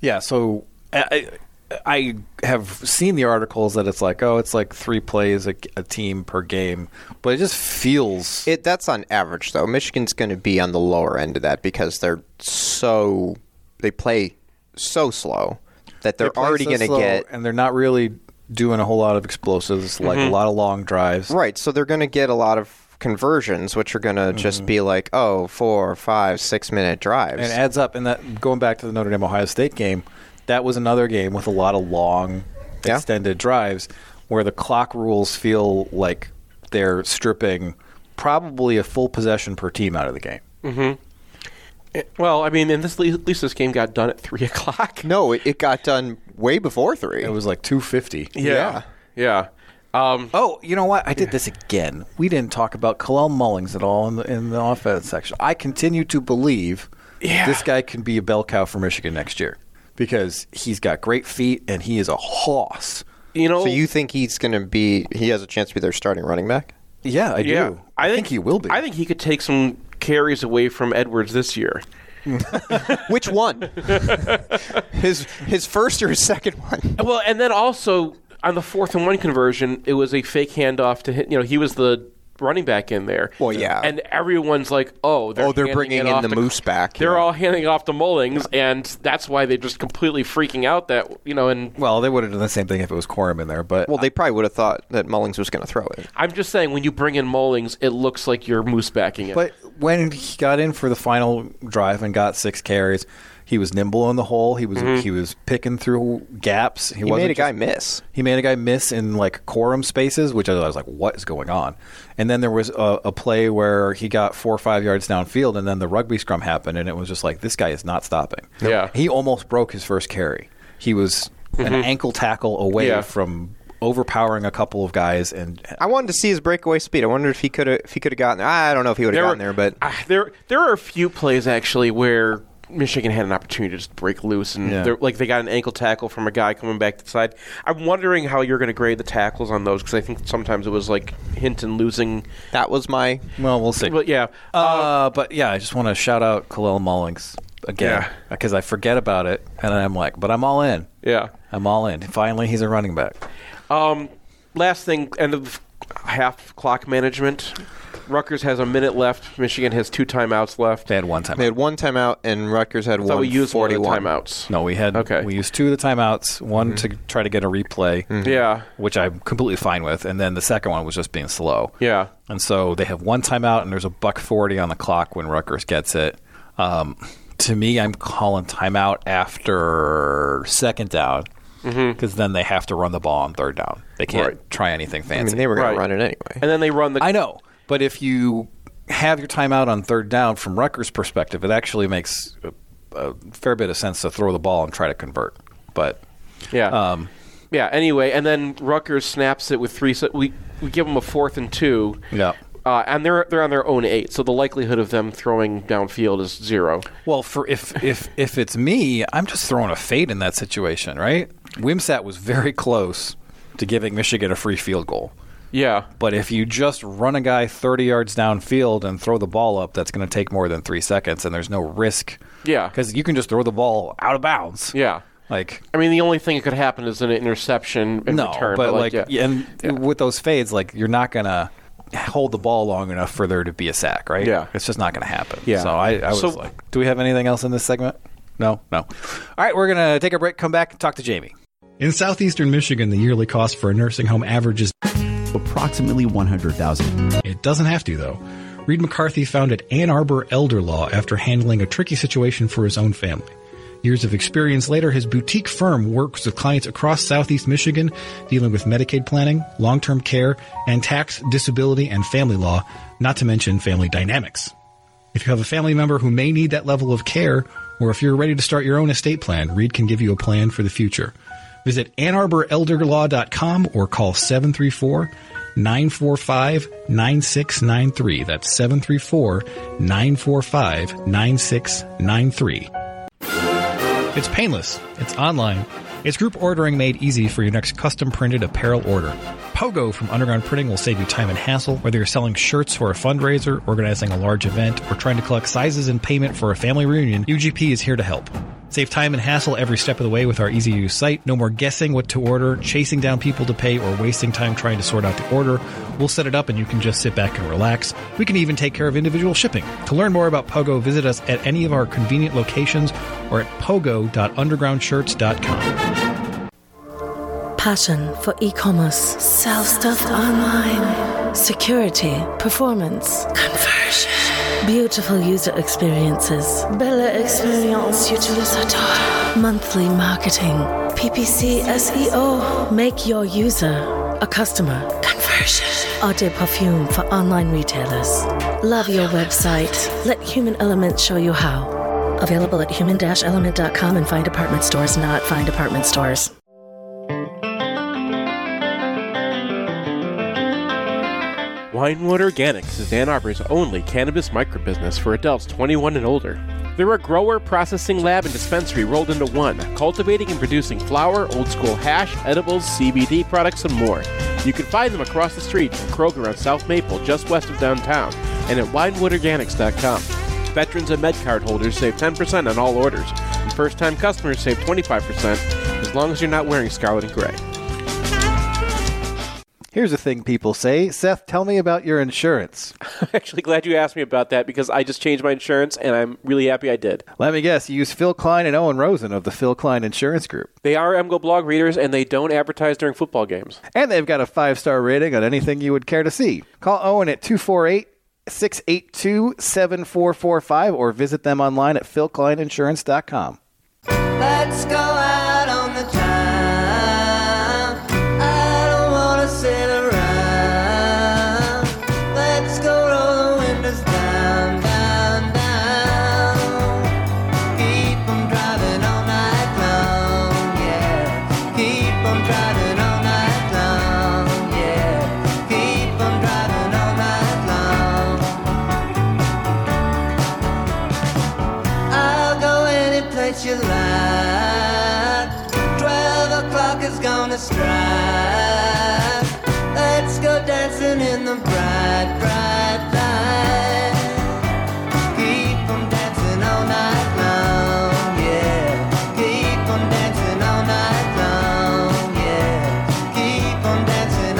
Speaker 2: Yeah, so I, I I have seen the articles that it's like, oh, it's like three plays a, a team per game, but it just feels
Speaker 4: it. That's on average, though. Michigan's going to be on the lower end of that because they're so they play so slow that they're
Speaker 2: They play
Speaker 4: already
Speaker 2: so
Speaker 4: going to
Speaker 2: slow,
Speaker 4: get
Speaker 2: and they're not really doing a whole lot of explosives, like
Speaker 4: Mhm.
Speaker 2: a lot of long drives.
Speaker 4: Right. So they're going to get a lot of conversions, which are going to just be like, oh, four, five, six minute drives.
Speaker 2: Mm-hmm. And it adds up. And that going back to the Notre Dame Ohio State game, that was another game with a lot of long, extended drives where the clock rules feel like they're stripping probably a full possession per team out of the game.
Speaker 3: hmm Eh, Well, I mean, and this at least this game got done at three o'clock.
Speaker 4: No, it, it got done way before three. It
Speaker 2: was like two fifty.
Speaker 3: Yeah, yeah. Um,
Speaker 2: oh, you know what? I did this again. We didn't talk about Kalel Mullings at all in the, in the offense section. I continue to believe this guy can be a bell cow for Michigan next year because he's got great feet and he is a hoss.
Speaker 3: You know,
Speaker 4: so you think he's going to be? He has a chance to be their starting running back.
Speaker 2: Yeah, I
Speaker 3: yeah.
Speaker 2: do. I, think, he will be.
Speaker 3: I think he could take some carries away from Edwards this year.
Speaker 4: Which one? his his first or his second one?
Speaker 3: Well, and then also on the fourth and one conversion, it was a fake handoff to hit. You know, he was the running back in there. Well,
Speaker 4: yeah.
Speaker 3: And everyone's like, oh, they're
Speaker 4: Oh, they're
Speaker 3: handing
Speaker 4: bringing
Speaker 3: it
Speaker 4: in
Speaker 3: off
Speaker 4: the
Speaker 3: to-
Speaker 4: moose back,
Speaker 3: They're all handing off to Mullings, and that's why they're just completely freaking out. That you know, and
Speaker 2: well, they would have done the same thing if it was Quorum in there, but
Speaker 4: well, they probably would have thought that Mullings was going to throw it.
Speaker 3: I'm just saying, when you bring in Mullings, it looks like you're moose backing it.
Speaker 2: But when he got in for the final drive and got six carries, he was nimble in the hole. He was
Speaker 4: Mhm.
Speaker 2: he was picking through gaps. He,
Speaker 4: He
Speaker 2: wasn't
Speaker 4: made a guy
Speaker 2: just-
Speaker 4: miss.
Speaker 2: He made a guy miss in like quorum spaces, which I was like, "What is going on?" And then there was a, a play where he got four or five yards downfield, and then the rugby scrum happened, and it was just like, "This guy is not stopping."
Speaker 3: Yeah.
Speaker 2: he almost broke his first carry. He was an
Speaker 4: Mhm.
Speaker 2: ankle tackle away
Speaker 4: Yeah.
Speaker 2: from overpowering a couple of guys and
Speaker 4: I wanted to see his breakaway speed. I wondered if he could have if he could have gotten there. I don't know if he would have
Speaker 3: There
Speaker 4: gotten there,
Speaker 3: were-
Speaker 4: but
Speaker 3: Ah, there there are a few plays actually where Michigan had an opportunity to just break loose and
Speaker 4: Yeah.
Speaker 3: they're- like they got an ankle tackle from a guy coming back to the side. I'm wondering how you're going to grade the tackles on those because I think sometimes it was like Hinton losing.
Speaker 4: That was my
Speaker 2: Well, we'll see.
Speaker 3: But yeah,
Speaker 2: Uh, but yeah, I just want to shout out Kalel Mullings again
Speaker 3: Yeah.
Speaker 2: because I forget about it, and I'm like, but I'm all in.
Speaker 3: Yeah,
Speaker 2: I'm all in. Finally, he's a running back.
Speaker 3: Um, last thing, end of half clock management. Rutgers has a minute left. Michigan has two timeouts left.
Speaker 2: They had one time.
Speaker 4: They had one timeout, and Rutgers had
Speaker 3: thought
Speaker 4: one. Mm-hmm.
Speaker 3: we used one of the
Speaker 4: 41.
Speaker 3: timeouts.
Speaker 2: No, we had okay. We used two of the timeouts. One to try to get a replay.
Speaker 4: Mm-hmm.
Speaker 3: Yeah.
Speaker 2: which I'm completely fine with. And then the second one was just being slow.
Speaker 3: Yeah.
Speaker 2: and so they have one timeout, and there's a buck forty on the clock when Rutgers gets it. Um, to me, I'm calling timeout after second down because
Speaker 3: Mm-hmm.
Speaker 2: then they have to run the ball on third down. They can't
Speaker 4: Right.
Speaker 2: try anything fancy.
Speaker 4: they were gonna Right. run it anyway.
Speaker 3: And then they run the.
Speaker 2: I know, but if you have your timeout on third down from Rutgers' perspective, it actually makes a, a fair bit of sense to throw the ball and try to convert. But
Speaker 3: Yeah.
Speaker 2: um,
Speaker 3: Yeah. Anyway, and then Rutgers snaps it with three. So we we give them a fourth and two.
Speaker 2: Yeah.
Speaker 3: Uh, and they're they're on their own eight, so the likelihood of them throwing downfield is zero.
Speaker 2: Well, for if if if it's me, I'm just throwing a fade in that situation, right? Wimsat was very close to giving Michigan a free field goal.
Speaker 3: Yeah.
Speaker 2: But if you just run a guy 30 yards downfield and throw the ball up, that's going to take more than 3 seconds and there's no risk.
Speaker 3: Yeah.
Speaker 2: Cuz you can just throw the ball out of bounds.
Speaker 3: Yeah.
Speaker 2: Like
Speaker 3: I mean, the only thing that could happen is an interception in
Speaker 2: no,
Speaker 3: return.
Speaker 2: but, like,
Speaker 3: yeah.
Speaker 2: yeah, and with those fades like you're not going to hold the ball long enough for there to be a sack, right?
Speaker 3: Yeah.
Speaker 2: It's just not going to happen.
Speaker 3: Yeah.
Speaker 2: So I, I was
Speaker 3: So-
Speaker 2: like, do we have anything else in this segment? No, no. All right, we're gonna take a break. Come back and talk to Jamie.
Speaker 15: In southeastern Michigan, the yearly cost for a nursing home averages approximately 100,000. It doesn't have to though. Reed McCarthy founded Ann Arbor Elder Law after handling a tricky situation for his own family. Years of experience later, his boutique firm works with clients across southeast Michigan dealing with Medicaid planning, long-term care, and tax, disability, and family law, not to mention family dynamics. If you have a family member who may need that level of care, or if you're ready to start your own estate plan, Reed can give you a plan for the future. Visit AnnArborElderLaw.com or call 734 945 9693. That's 734 945 9693. It's painless, it's online, it's group ordering made easy for your next custom printed apparel order. Pogo from Underground Printing will save you time and hassle, whether you're selling shirts for a fundraiser, organizing a large event, or trying to collect sizes and payment for a family reunion. UGP is here to help. Save time and hassle every step of the way with our easy to use site. No more guessing what to order, chasing down people to pay, or wasting time trying to sort out the order. We'll set it up and you can just sit back and relax. We can even take care of individual shipping. To learn more about Pogo, visit us at any of our convenient locations or at pogo.undergroundshirts.com.
Speaker 16: Passion for e commerce. Sell stuff online. Security, performance, conversion. Beautiful user experiences. Bella Experience Utilisator. Monthly marketing. PPC SEO. E Make your user a customer. Conversion. Arte Parfume for online retailers. Love your website. Let Human Element show you how. Available at human element.com and find department stores, not find department stores.
Speaker 3: Winewood Organics is Ann Arbor's only cannabis microbusiness for adults 21 and older. They're a grower, processing lab, and dispensary rolled into one, cultivating and producing flower, old school hash, edibles, CBD products, and more. You can find them across the street from Kroger on South Maple, just west of downtown, and at winewoodorganics.com. Veterans and MedCard holders save 10% on all orders, and first time customers save 25% as long as you're not wearing scarlet and gray.
Speaker 2: Here's a thing people say. Seth, tell me about your insurance.
Speaker 3: I'm actually glad you asked me about that because I just changed my insurance and I'm really happy I did.
Speaker 2: Let me guess, you use Phil Klein and Owen Rosen of the Phil Klein Insurance Group.
Speaker 3: They are MGO blog readers and they don't advertise during football games.
Speaker 2: And they've got a five star rating on anything you would care to see. Call Owen at 248 682 7445 or visit them online at philkleininsurance.com.
Speaker 9: Let's go out on the town. I don't wanna sit around. Let's go roll the windows down, down, down. Keep 'em driving all night long, yeah. Keep 'em driving all night long, yeah. Keep 'em driving all night long. I'll go any place you like. Twelve o'clock is gonna strike. Let's go dancing in the bright, bright light. Keep 'em dancing all night long, yeah. Keep 'em dancing all night long, yeah. Keep 'em dancing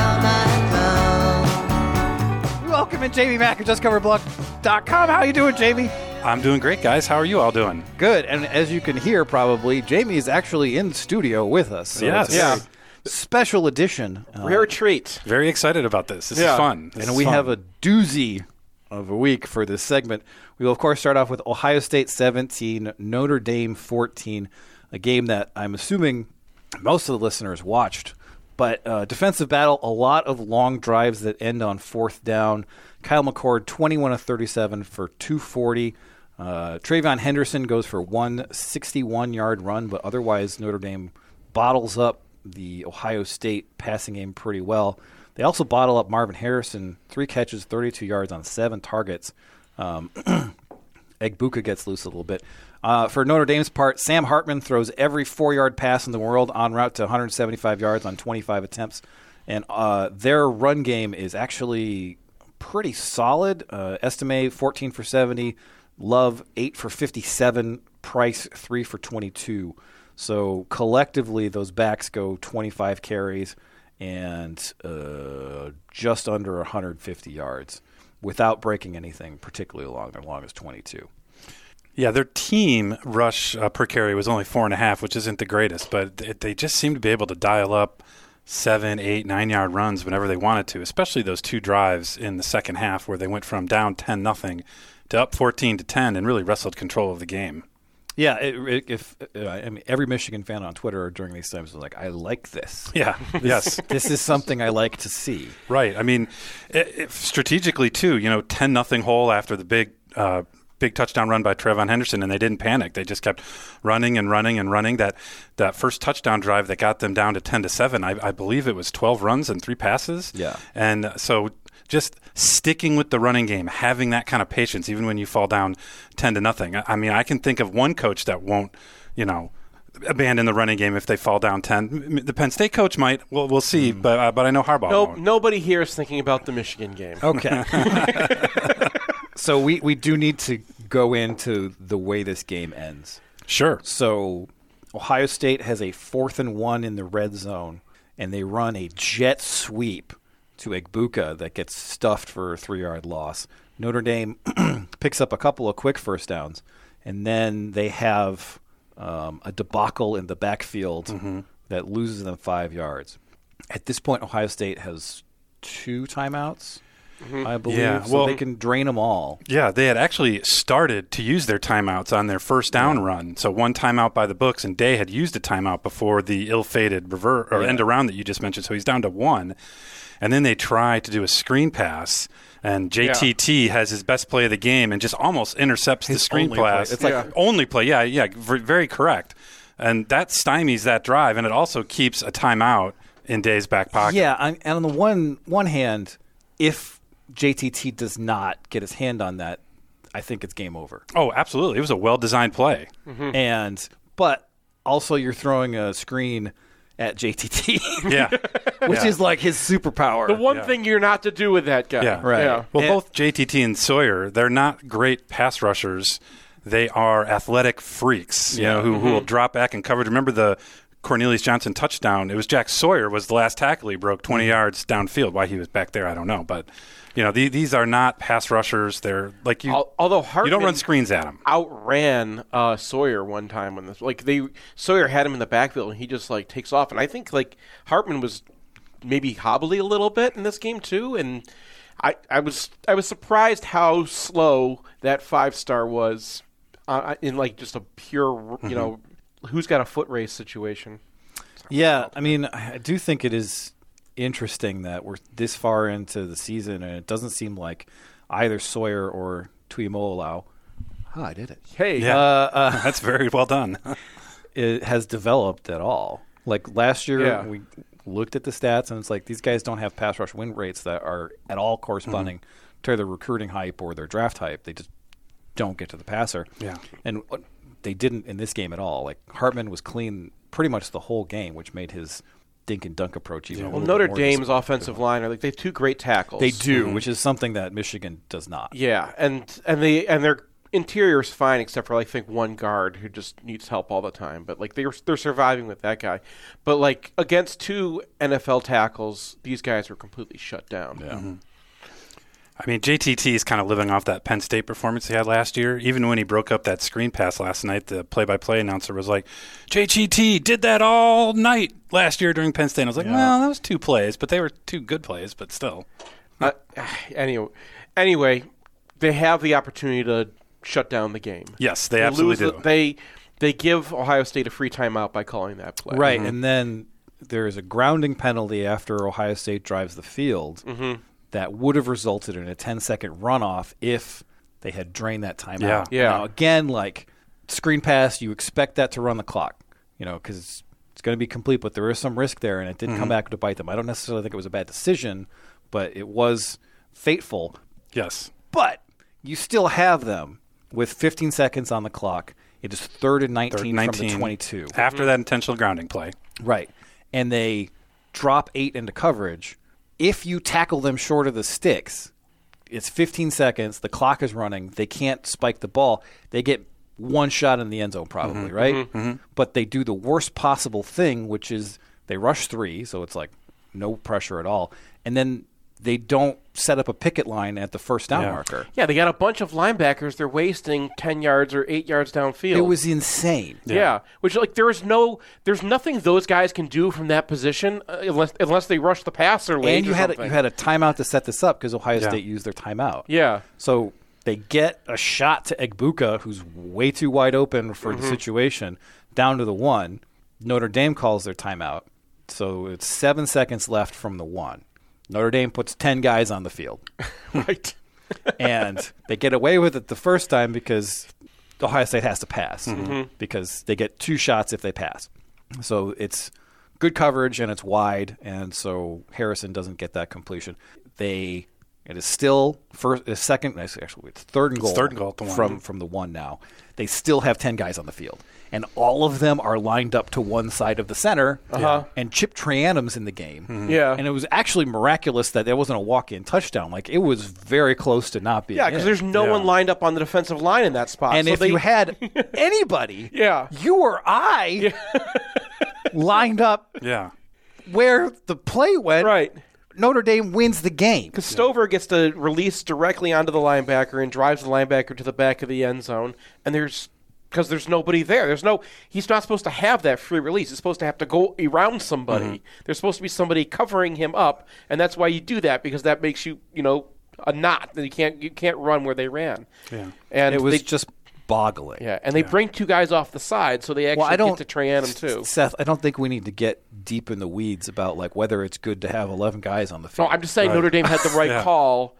Speaker 9: all night long.
Speaker 2: Welcome in, Jamie Mack of JustCoverBlock.com. How you doing, Jamie?
Speaker 5: I'm doing great, guys. How are you all doing?
Speaker 2: Good. And as you can hear, probably, Jamie is actually in studio with us. So
Speaker 5: Yes.
Speaker 2: it's a very
Speaker 5: Yeah.
Speaker 2: Special edition. Uh,
Speaker 3: Rare treat.
Speaker 5: Very excited about this. This
Speaker 2: Yeah.
Speaker 5: is fun. This
Speaker 2: and
Speaker 5: is
Speaker 2: we
Speaker 5: fun.
Speaker 2: have a doozy of a week for this segment. We will, of course, start off with Ohio State 17, Notre Dame 14, a game that I'm assuming most of the listeners watched. But uh, defensive battle, a lot of long drives that end on fourth down. Kyle McCord, 21 of 37 for 240. Uh, Trayvon Henderson goes for one 61 yard run, but otherwise, Notre Dame bottles up the Ohio State passing game pretty well. They also bottle up Marvin Harrison, three catches, 32 yards on seven targets. Um, Egbuka gets loose a little bit. Uh, for Notre Dame's part, Sam Hartman throws every four yard pass in the world en route to 175 yards on 25 attempts. And uh, their run game is actually pretty solid. Uh, Estimate 14 for 70, Love 8 for 57, Price 3 for 22. So collectively, those backs go 25 carries and uh, just under 150 yards without breaking anything particularly long. Their long is 22.
Speaker 17: Yeah, their team rush uh, per carry was only four and a half, which isn't the greatest, but it, they just seemed to be able to dial up seven, eight, nine yard runs whenever they wanted to, especially those two drives in the second half where they went from down 10 nothing to up 14 to 10 and really wrestled control of the game.
Speaker 2: Yeah, it, it, if uh, I mean, every Michigan fan on Twitter during these times was like, "I like this."
Speaker 17: Yeah,
Speaker 2: This-
Speaker 17: yes.
Speaker 2: this is something I like to see.
Speaker 17: Right. I mean, i if strategically too. You know, ten nothing hole after the big uh, big touchdown run by Trevon Henderson, and they didn't panic. They just kept running and running and running. That that first touchdown drive that got them down to ten to seven. I, I believe it was twelve runs and three passes.
Speaker 2: Yeah.
Speaker 17: And so just sticking with the running game, having that kind of patience, even when you fall down 10 to nothing. I I mean, I can think of one coach that won't, you know, abandon the running game if they fall down 10. M- m- The Penn State coach might. We'll, we'll see. But, uh, but I know Harbaugh
Speaker 3: No,
Speaker 17: won't.
Speaker 3: nobody here is thinking about the Michigan game.
Speaker 2: Okay. so we, we do need to go into the way this game ends.
Speaker 17: Sure.
Speaker 2: So Ohio State has a fourth and one in the red zone, and they run a jet sweep to Igbuka that gets stuffed for a three yard loss. Notre Dame picks up a couple of quick first downs, and then they have um, a debacle in the backfield
Speaker 17: Mm-hmm.
Speaker 2: that loses them five yards. At this point, Ohio State has two timeouts, I believe.
Speaker 17: Mm-hmm. Yeah,
Speaker 2: so they
Speaker 17: well-
Speaker 2: can drain them all.
Speaker 17: Yeah, they had actually started to use their timeouts on their first down run. So one timeout by the books, and Day had used a timeout before the ill-fated revert or
Speaker 2: Yeah.
Speaker 17: end around that you just mentioned. So he's down to one, and then they try to do a screen pass, and JTT has his best play of the game and just almost intercepts the screen
Speaker 2: only play.
Speaker 17: pass.
Speaker 2: It's like- Yeah.
Speaker 17: only play. Yeah, yeah, v- very correct. And that stymies that drive, and it also keeps a timeout in Day's back pocket.
Speaker 2: Yeah, on- and on the one one hand, if JTT does not get his hand on that, I think it's game over.
Speaker 17: Oh, absolutely. It was a well-designed play.
Speaker 2: And but also you're throwing a screen at JTT.
Speaker 17: Yeah.
Speaker 2: which
Speaker 17: Yeah.
Speaker 2: is like his superpower.
Speaker 3: The one thing you're not to do with that guy.
Speaker 17: Yeah, Well, both JTT and Sawyer, they're not great pass rushers. They are athletic freaks, you know, who,
Speaker 3: Mm-hmm.
Speaker 17: who will drop back in coverage. Remember the Cornelius Johnson touchdown? It was Jack Sawyer was the last tackle he broke 20
Speaker 3: Mm-hmm.
Speaker 17: yards downfield. Why he was back there, I don't know, but you know, the, these are not pass rushers. They're like you.
Speaker 3: Al- although
Speaker 17: you don't
Speaker 3: Hartman
Speaker 17: run screens at them.
Speaker 3: Outran uh, Sawyer one time on this. Like they Sawyer had him in the backfield and he just like takes off. And I think like Hartman was maybe hobbly a little bit in this game too. And I, I was I was surprised how slow that five star was uh, in like just a pure you know who's got a foot race situation.
Speaker 2: Yeah, I mean, I I do think it is interesting that we're this far into the season and it doesn't seem like either Sawyer or Tuimolau. Ah, I did it.
Speaker 3: Hey.
Speaker 17: Yeah.
Speaker 2: uh, uh,
Speaker 17: that's very well done.
Speaker 2: it has developed at all. Like last year,
Speaker 17: Yeah.
Speaker 2: we looked at the stats and it's like these guys don't have pass rush win rates that are at all corresponding to their recruiting hype or their draft hype. They just don't get to the passer.
Speaker 17: Yeah.
Speaker 2: And uh, they didn't in this game at all. Like Hartman was clean pretty much the whole game, which made his dink and dunk approach even. a
Speaker 3: Well,
Speaker 2: little bit
Speaker 3: Notre
Speaker 2: more
Speaker 3: Dame's
Speaker 2: dis- Mm-hmm.
Speaker 3: offensive line are like they have two great tackles.
Speaker 2: They do, which is something that Michigan does not.
Speaker 3: Yeah, and and they and their interior is fine except for like, I think one guard who just needs help all the time. But like they're they're surviving with that guy. But like against two NFL tackles, these guys were completely shut down. Yeah.
Speaker 2: Mm-hmm.
Speaker 17: I mean, JTT is kind of living off that Penn State performance he had last year. Even when he broke up that screen pass last night, the play-by-play announcer was like, "JTT did that all night last year during Penn State." And I was like, "Well, that was two plays, but they were two good plays, but still."
Speaker 3: Uh, anyway, anyway, they have the opportunity to shut down the game.
Speaker 17: Yes, they absolutely
Speaker 3: lose
Speaker 17: do.
Speaker 3: they they give Ohio State a free timeout by calling that play.
Speaker 2: Right,
Speaker 17: Mm-hmm.
Speaker 2: and then there is a grounding penalty after Ohio State drives the field
Speaker 17: Mm-hmm.
Speaker 3: Mhm.
Speaker 2: that would have resulted in a 10-second runoff if they had drained that timeout.
Speaker 17: Yeah. Yeah.
Speaker 2: Now, again, like screen pass, you expect that to run the clock, you know, because it's, it's going to be complete, but there is some risk there, and it did come
Speaker 17: Mhm.
Speaker 2: back to bite them. I don't necessarily think it was a bad decision, but it was fateful.
Speaker 17: Yes.
Speaker 2: But you still have them with 15 seconds on the clock. It is third and 19,
Speaker 17: Third and
Speaker 2: from the 22.
Speaker 17: after that intentional grounding play.
Speaker 2: Right. And they drop eight into coverage. If you tackle them short of the sticks, it's 15 seconds. The clock is running. They can't spike the ball. They get one shot in the end zone, probably,
Speaker 17: Mhm.
Speaker 2: right?
Speaker 17: Mhm. Mhm.
Speaker 2: But they do the worst possible thing, which is they rush three. So it's like no pressure at all. And then they don't set up a picket line at the first down marker.
Speaker 3: Yeah, they got a bunch of linebackers. They're wasting ten yards or eight yards downfield.
Speaker 2: It was insane.
Speaker 3: Yeah. which like there is no, there's nothing those guys can do from that position uh, unless unless they rush the passer late.
Speaker 2: and you
Speaker 3: or
Speaker 2: had a,
Speaker 3: something.
Speaker 2: you had a timeout to set this up because Ohio
Speaker 3: Yeah.
Speaker 2: State used their timeout.
Speaker 3: Yeah.
Speaker 2: So they get a shot to Egbuka, who's way too wide open for the
Speaker 3: Mhm.
Speaker 2: situation, down to the one. Notre Dame calls their timeout, so it's seven seconds left from the one. Notre Dame puts ten guys on the field,
Speaker 3: right?
Speaker 2: and they get away with it the first time because Ohio State has to pass
Speaker 17: Mm-hmm.
Speaker 3: Mhm.
Speaker 2: because they get two shots if they pass. So it's good coverage and it's wide, and so Harrison doesn't get that completion. They it is still first, uh, second, actually it's third and
Speaker 17: It's
Speaker 2: goal,
Speaker 17: third and goal at the one.
Speaker 2: from from the one now. They still have ten guys on the field, and all of them are lined up to one side of the center.
Speaker 3: Uh-huh.
Speaker 2: And Chip Trianum's in the game,
Speaker 3: Mhm. Yeah.
Speaker 2: and it was actually miraculous that there wasn't a walk-in touchdown. Like it was very close to not being.
Speaker 3: Yeah, because
Speaker 2: in.
Speaker 3: there's no one lined up on the defensive line in that spot.
Speaker 2: And
Speaker 3: so
Speaker 2: if
Speaker 3: they-
Speaker 2: you had anybody,
Speaker 3: yeah,
Speaker 2: you or I, lined up
Speaker 17: Yeah.
Speaker 2: where the play went,
Speaker 3: right?
Speaker 2: Notre Dame wins the game
Speaker 3: because Stover gets to release directly onto the linebacker and drives the linebacker to the back of the end zone, and there's because there's nobody there. There's no he's not supposed to have that free release. It's supposed to have to go around somebody.
Speaker 17: Mhm.
Speaker 2: Mm-hmm.
Speaker 3: There's supposed to be somebody covering him up, and that's why you do that because that makes you you know a knot that you can't you can't run where they ran.
Speaker 2: Yeah.
Speaker 3: and
Speaker 2: It was
Speaker 3: they-
Speaker 2: just boggling.
Speaker 3: Yeah, and they bring two guys off the side, so they actually
Speaker 2: well, I don't,
Speaker 3: get to Trianum
Speaker 2: S-
Speaker 3: too.
Speaker 2: Seth, I don't think we need to get deep in the weeds about like whether it's good to have eleven guys on the
Speaker 3: No,
Speaker 2: field.
Speaker 3: I'm just saying Notre Dame had the right
Speaker 2: Yeah.
Speaker 3: call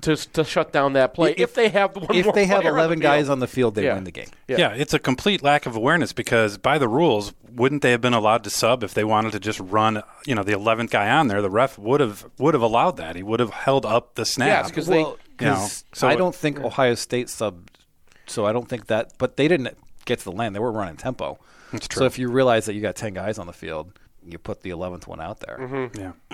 Speaker 3: to to shut down that play. If, they have the one
Speaker 2: if
Speaker 3: more
Speaker 2: they have
Speaker 3: player on the
Speaker 2: 11 guys
Speaker 3: field.
Speaker 2: on the field, they
Speaker 3: Yeah.
Speaker 2: win the game.
Speaker 17: Yeah. it's a complete lack of awareness because by the rules, wouldn't they have been allowed to sub if they wanted to just run, you know, the 11th guy on there? The ref would have would have allowed that. He would have held up the snap.
Speaker 2: Well, 'cause I don't think Ohio State sub, so I don't think that. But they didn't get to the land; they were running tempo.
Speaker 17: That's
Speaker 2: So
Speaker 17: true.
Speaker 2: if you realize that you got ten guys on the field, you put the eleventh one out there.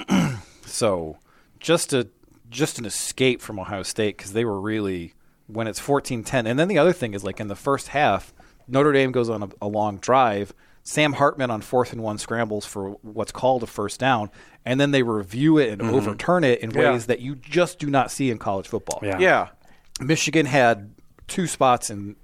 Speaker 17: Yeah.
Speaker 2: So just a just an escape from Ohio State because they were really when it's 14-10. and then the other thing is like in the first half, Notre Dame goes on a, a long drive. Sam Hartman on fourth and one scrambles for what's called a first down, and then they review it and
Speaker 17: Mhm.
Speaker 2: overturn it in
Speaker 17: Yeah.
Speaker 2: ways that you just do not see in college football.
Speaker 17: Yeah.
Speaker 3: Yeah.
Speaker 2: Michigan had two spots in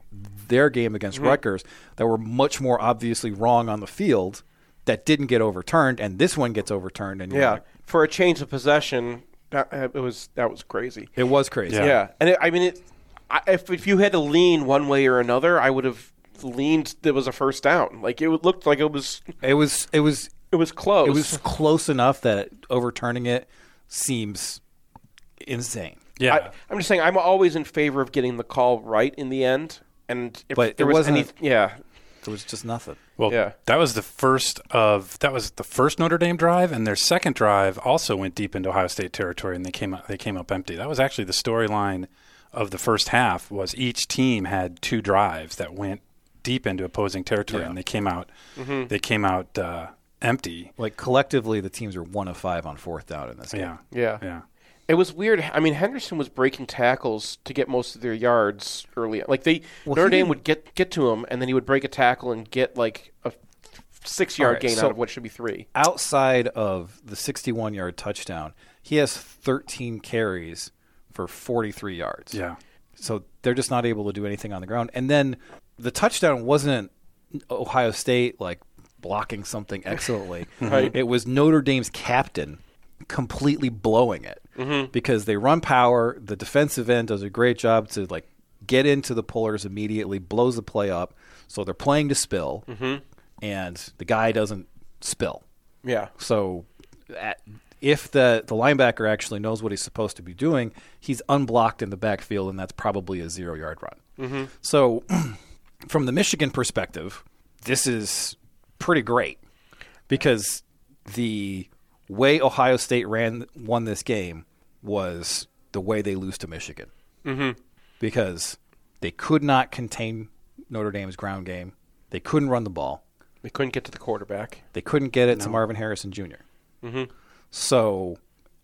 Speaker 2: their game against
Speaker 3: Mhm.
Speaker 2: Rutgers that were much more obviously wrong on the field that didn't get overturned, and this one gets overturned. And you're
Speaker 3: Yeah,
Speaker 2: like,
Speaker 3: for a change of possession, that, uh, it was that was crazy.
Speaker 2: it was crazy.
Speaker 3: Yeah, and it, I mean, it, I, if if you had to lean one way or another, I would have leaned. It was a first down. Like it would- looked like it was.
Speaker 2: It was. It was.
Speaker 3: Oh, It was close.
Speaker 2: It was close enough that overturning it seems insane.
Speaker 17: Yeah,
Speaker 3: I, I'm just saying. I'm always in favor of getting the call right in the end. And if
Speaker 2: But
Speaker 3: there
Speaker 2: it
Speaker 3: was
Speaker 2: wasn't-
Speaker 3: any, yeah,
Speaker 2: There was just nothing.
Speaker 17: Well, that was the first of that was the first Notre Dame drive, and their second drive also went deep into Ohio State territory, and they came up, they came up empty. That was actually the storyline of the first half was each team had two drives that went deep into opposing territory,
Speaker 2: Yeah.
Speaker 17: and they came out
Speaker 2: Mhm.
Speaker 17: they came out uh, empty.
Speaker 2: Like collectively, the teams are one of five on fourth down in this game.
Speaker 17: Yeah.
Speaker 3: Yeah.
Speaker 17: Yeah.
Speaker 3: It was weird. I mean, Henderson was breaking tackles to get most of their yards early. Like they
Speaker 2: Well,
Speaker 3: Notre
Speaker 2: he
Speaker 3: Dame
Speaker 2: didn't-
Speaker 3: would get get to him, and then he would break a tackle and get like a six yard
Speaker 2: All right,
Speaker 3: gain
Speaker 2: so
Speaker 3: out of what should be three.
Speaker 2: Outside of the 61 yard touchdown, he has 13 carries for 43 yards.
Speaker 17: Yeah.
Speaker 2: So they're just not able to do anything on the ground. And then the touchdown wasn't Ohio State like blocking something excellently.
Speaker 17: Right.
Speaker 2: It was Notre Dame's captain completely blowing it
Speaker 3: Mm-hmm.
Speaker 17: Mhm.
Speaker 2: because they run power. The defensive end does a great job to like get into the pullers immediately, blows the play up. So they're playing to spill,
Speaker 3: Mhm.
Speaker 2: and the guy doesn't spill.
Speaker 3: Yeah.
Speaker 2: So at, if the the linebacker actually knows what he's supposed to be doing, he's unblocked in the backfield, and that's probably a zero yard run.
Speaker 3: Mhm.
Speaker 2: So from the Michigan perspective, this is pretty great because the way Ohio State ran won this game was the way they lose to Michigan
Speaker 3: Mm-hmm.
Speaker 2: because they could not contain Notre Dame's ground game. They couldn't run the ball.
Speaker 3: They couldn't get to the quarterback.
Speaker 2: They couldn't get it to Marvin Harrison Jr.
Speaker 3: Mhm.
Speaker 2: So,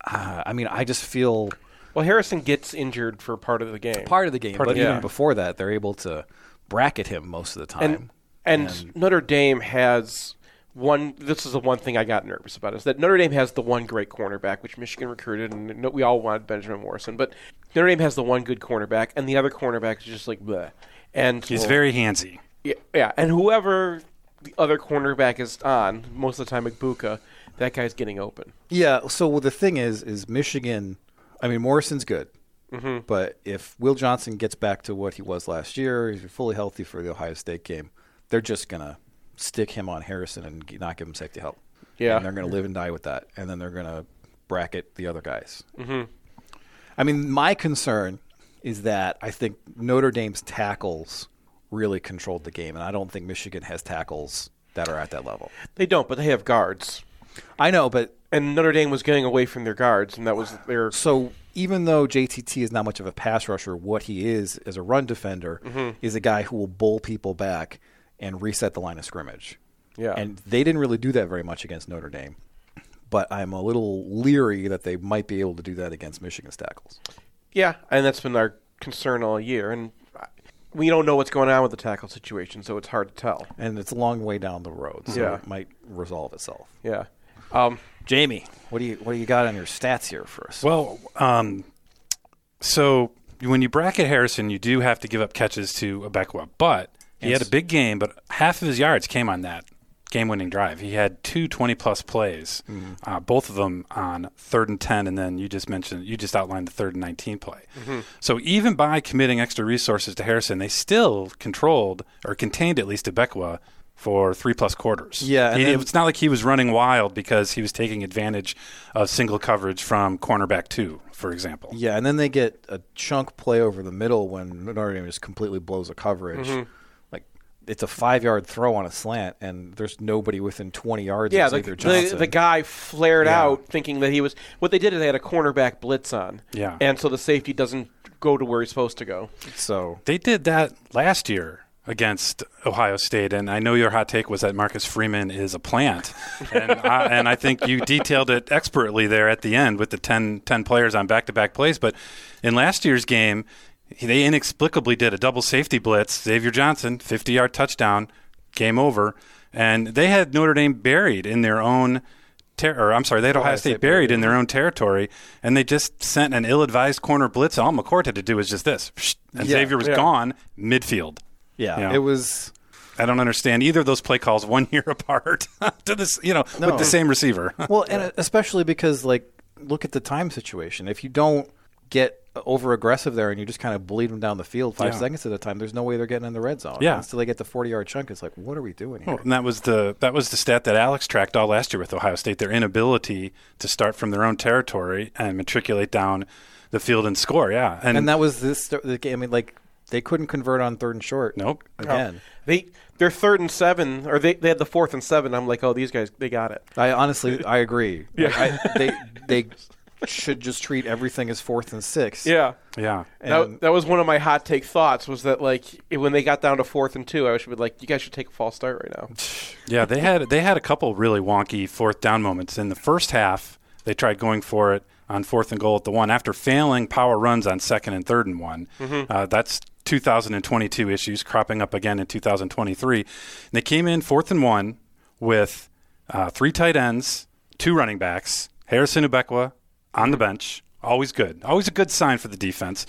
Speaker 2: uh, I mean, I just feel
Speaker 3: Well, Harrison gets injured for part of the game.
Speaker 2: part of the game.
Speaker 3: Part
Speaker 2: but
Speaker 3: of the
Speaker 2: even
Speaker 3: game.
Speaker 2: before that, they're able to bracket him most of the time.
Speaker 3: And, and Notre Dame has one. This is the one thing I got nervous about is that Notre Dame has the one great cornerback, which Michigan recruited, and no- we all wanted Benjamin Morrison. But Notre Dame has the one good cornerback, and the other cornerback is just like bleh. And
Speaker 17: He's very handsy.
Speaker 3: Yeah, yeah, and whoever the other cornerback is on, most of the time Ibuka, that guy's getting open.
Speaker 2: Yeah. So well, the thing is, is Michigan. I mean, Morrison's good,
Speaker 3: Mhm.
Speaker 2: but if Will Johnson gets back to what he was last year, he's fully healthy for the Ohio State game. They're just gonna stick him on Harrison and g- not give him safety help.
Speaker 3: Yeah.
Speaker 2: And they're gonna live and die with that, and then they're gonna bracket the other guys.
Speaker 3: Mhm.
Speaker 2: I mean, my concern is that I think Notre Dame's tackles really controlled the game, and I don't think Michigan has tackles that are at that level.
Speaker 3: They don't, but they have guards.
Speaker 2: I know, but
Speaker 3: and Notre Dame was getting away from their guards, and that was their
Speaker 2: So even though JTT is not much of a pass rusher, what he is as a run defender
Speaker 3: Mhm.
Speaker 2: is a guy who will bowl people back and reset the line of scrimmage.
Speaker 3: Yeah.
Speaker 2: And they didn't really do that very much against Notre Dame. But I'm a little leery that they might be able to do that against Michigan's tackles.
Speaker 3: yeah, and that's been our concern all year. And I- we don't know what's going on with the tackle situation, so it's hard to tell.
Speaker 2: And it's a long way down the road, so
Speaker 3: Yeah.
Speaker 2: it might resolve itself.
Speaker 3: Yeah. Um,
Speaker 2: Jamie, what do you what do you got on your stats here for us?
Speaker 17: Well, um, so when you bracket Harrison, you do have to give up catches to Abekwa, but he
Speaker 2: Yes.
Speaker 17: had a big game, but half of his yards came on that game-winning drive. He had two 20-plus plays,
Speaker 2: Mm-hmm.
Speaker 17: uh, both of them on third and 10, and then you just mentioned, you just outlined the third and 19 play.
Speaker 3: Mm-hmm.
Speaker 5: Mhm.
Speaker 17: So even by committing extra resources to Harrison, they still controlled or contained at least Abekwa for three-plus quarters.
Speaker 2: Yeah, and
Speaker 17: He-
Speaker 2: then-
Speaker 17: it's not like he was running wild because he was taking advantage of single coverage from cornerback two, for example.
Speaker 2: Yeah, and then they get a chunk play over the middle when Notre Dame just completely blows a coverage.
Speaker 3: Mhm.
Speaker 2: Like it's a five yard throw on a slant, and there's nobody within twenty yards.
Speaker 3: yeah,
Speaker 2: of
Speaker 3: the,
Speaker 2: Xavier
Speaker 3: the,
Speaker 2: Johnson.
Speaker 3: the guy flared
Speaker 2: Yeah.
Speaker 3: out thinking that he was. What they did is they had a cornerback blitz on.
Speaker 17: Yeah.
Speaker 3: And so the safety doesn't go to where he's supposed to go.
Speaker 2: So
Speaker 17: they did that last year against Ohio State, and I know your hot take was that Marcus Freeman is a plant, and, uh, I, and I think you detailed it expertly there at the end with the 10, 10 players on back-to-back plays. But in last year's game, they inexplicably did a double safety blitz. Xavier Johnson, fifty-yard touchdown, game over, and they had Notre Dame buried in their own. Ter- or I'm sorry, they had Ohio,
Speaker 5: Ohio
Speaker 17: State,
Speaker 5: State
Speaker 17: buried in their own territory, and they just sent an ill-advised corner blitz. All McCourt had to do was just this, and
Speaker 2: Yeah.
Speaker 17: Xavier was
Speaker 2: Yeah.
Speaker 17: gone midfield.
Speaker 2: Yeah,
Speaker 17: You know?
Speaker 2: it was.
Speaker 17: I don't understand either of those play calls one year apart to this, you know,
Speaker 2: No.
Speaker 17: with the same receiver.
Speaker 2: well, and especially because like look at the time situation. If you don't get over aggressive there and you just kind of bleed them down the field five
Speaker 17: Yeah.
Speaker 2: seconds at a time, there's no way they're getting in the red zone.
Speaker 17: Yeah.
Speaker 2: until they get the forty yard chunk, it's like what are we doing here?
Speaker 17: Well, and that was the that was the stat that Alex tracked all last year with Ohio State, their inability to start from their own territory and matriculate down the field and score. Yeah,
Speaker 2: And, that was this the game. I mean, like they couldn't convert on third and short.
Speaker 17: Nope.
Speaker 2: Again.
Speaker 3: They they're third and seven, or they, they had the fourth and seven. I'm like, oh, these guys, they got it.
Speaker 2: I honestly, I agree.
Speaker 3: Yeah.
Speaker 2: Like, I, they they should just treat everything as fourth and six.
Speaker 3: Yeah.
Speaker 17: Yeah.
Speaker 2: And
Speaker 3: that, that was one of my hot take thoughts was that like it- when they got down to fourth and two, I should be like, you guys should take a false start right now.
Speaker 17: yeah, they had they had a couple really wonky fourth down moments in the first half. They tried going for it on fourth and goal at the one after failing power runs on second and third and one.
Speaker 5: Mhm.
Speaker 12: Mm-hmm.
Speaker 17: Uh, that's 2022 issues cropping up again in 2023. And they came in fourth and one with uh, three tight ends, two running backs, Harrison Ubekwa on the bench. Always good. Always a good sign for the defense.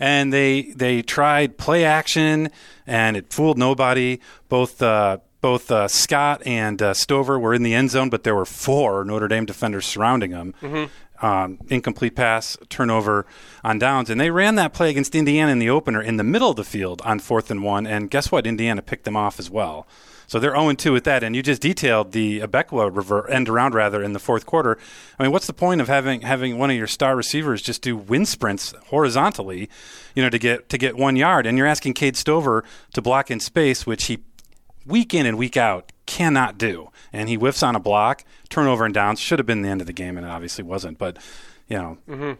Speaker 17: And they they tried play action, and it fooled nobody. Both uh, both uh, Scott and uh, Stover were in the end zone, but there were four Notre Dame defenders surrounding them
Speaker 5: Mhm.
Speaker 17: um, incomplete pass, turnover on downs. And they ran that play against Indiana in the opener in the middle of the field on fourth and one. And guess what? Indiana picked them off as well. So they're 0 2 with that. And you just detailed the Abequa rever- end around rather in the fourth quarter. I mean, what's the point of having having one of your star receivers just do wind sprints horizontally, you know, to get to get one yard? And you're asking Cade Stover to block in space, which he week in and week out cannot do. And he whiffs on a block, turnover and downs should have been the end of the game, and it obviously wasn't. But you know,
Speaker 3: Mhm.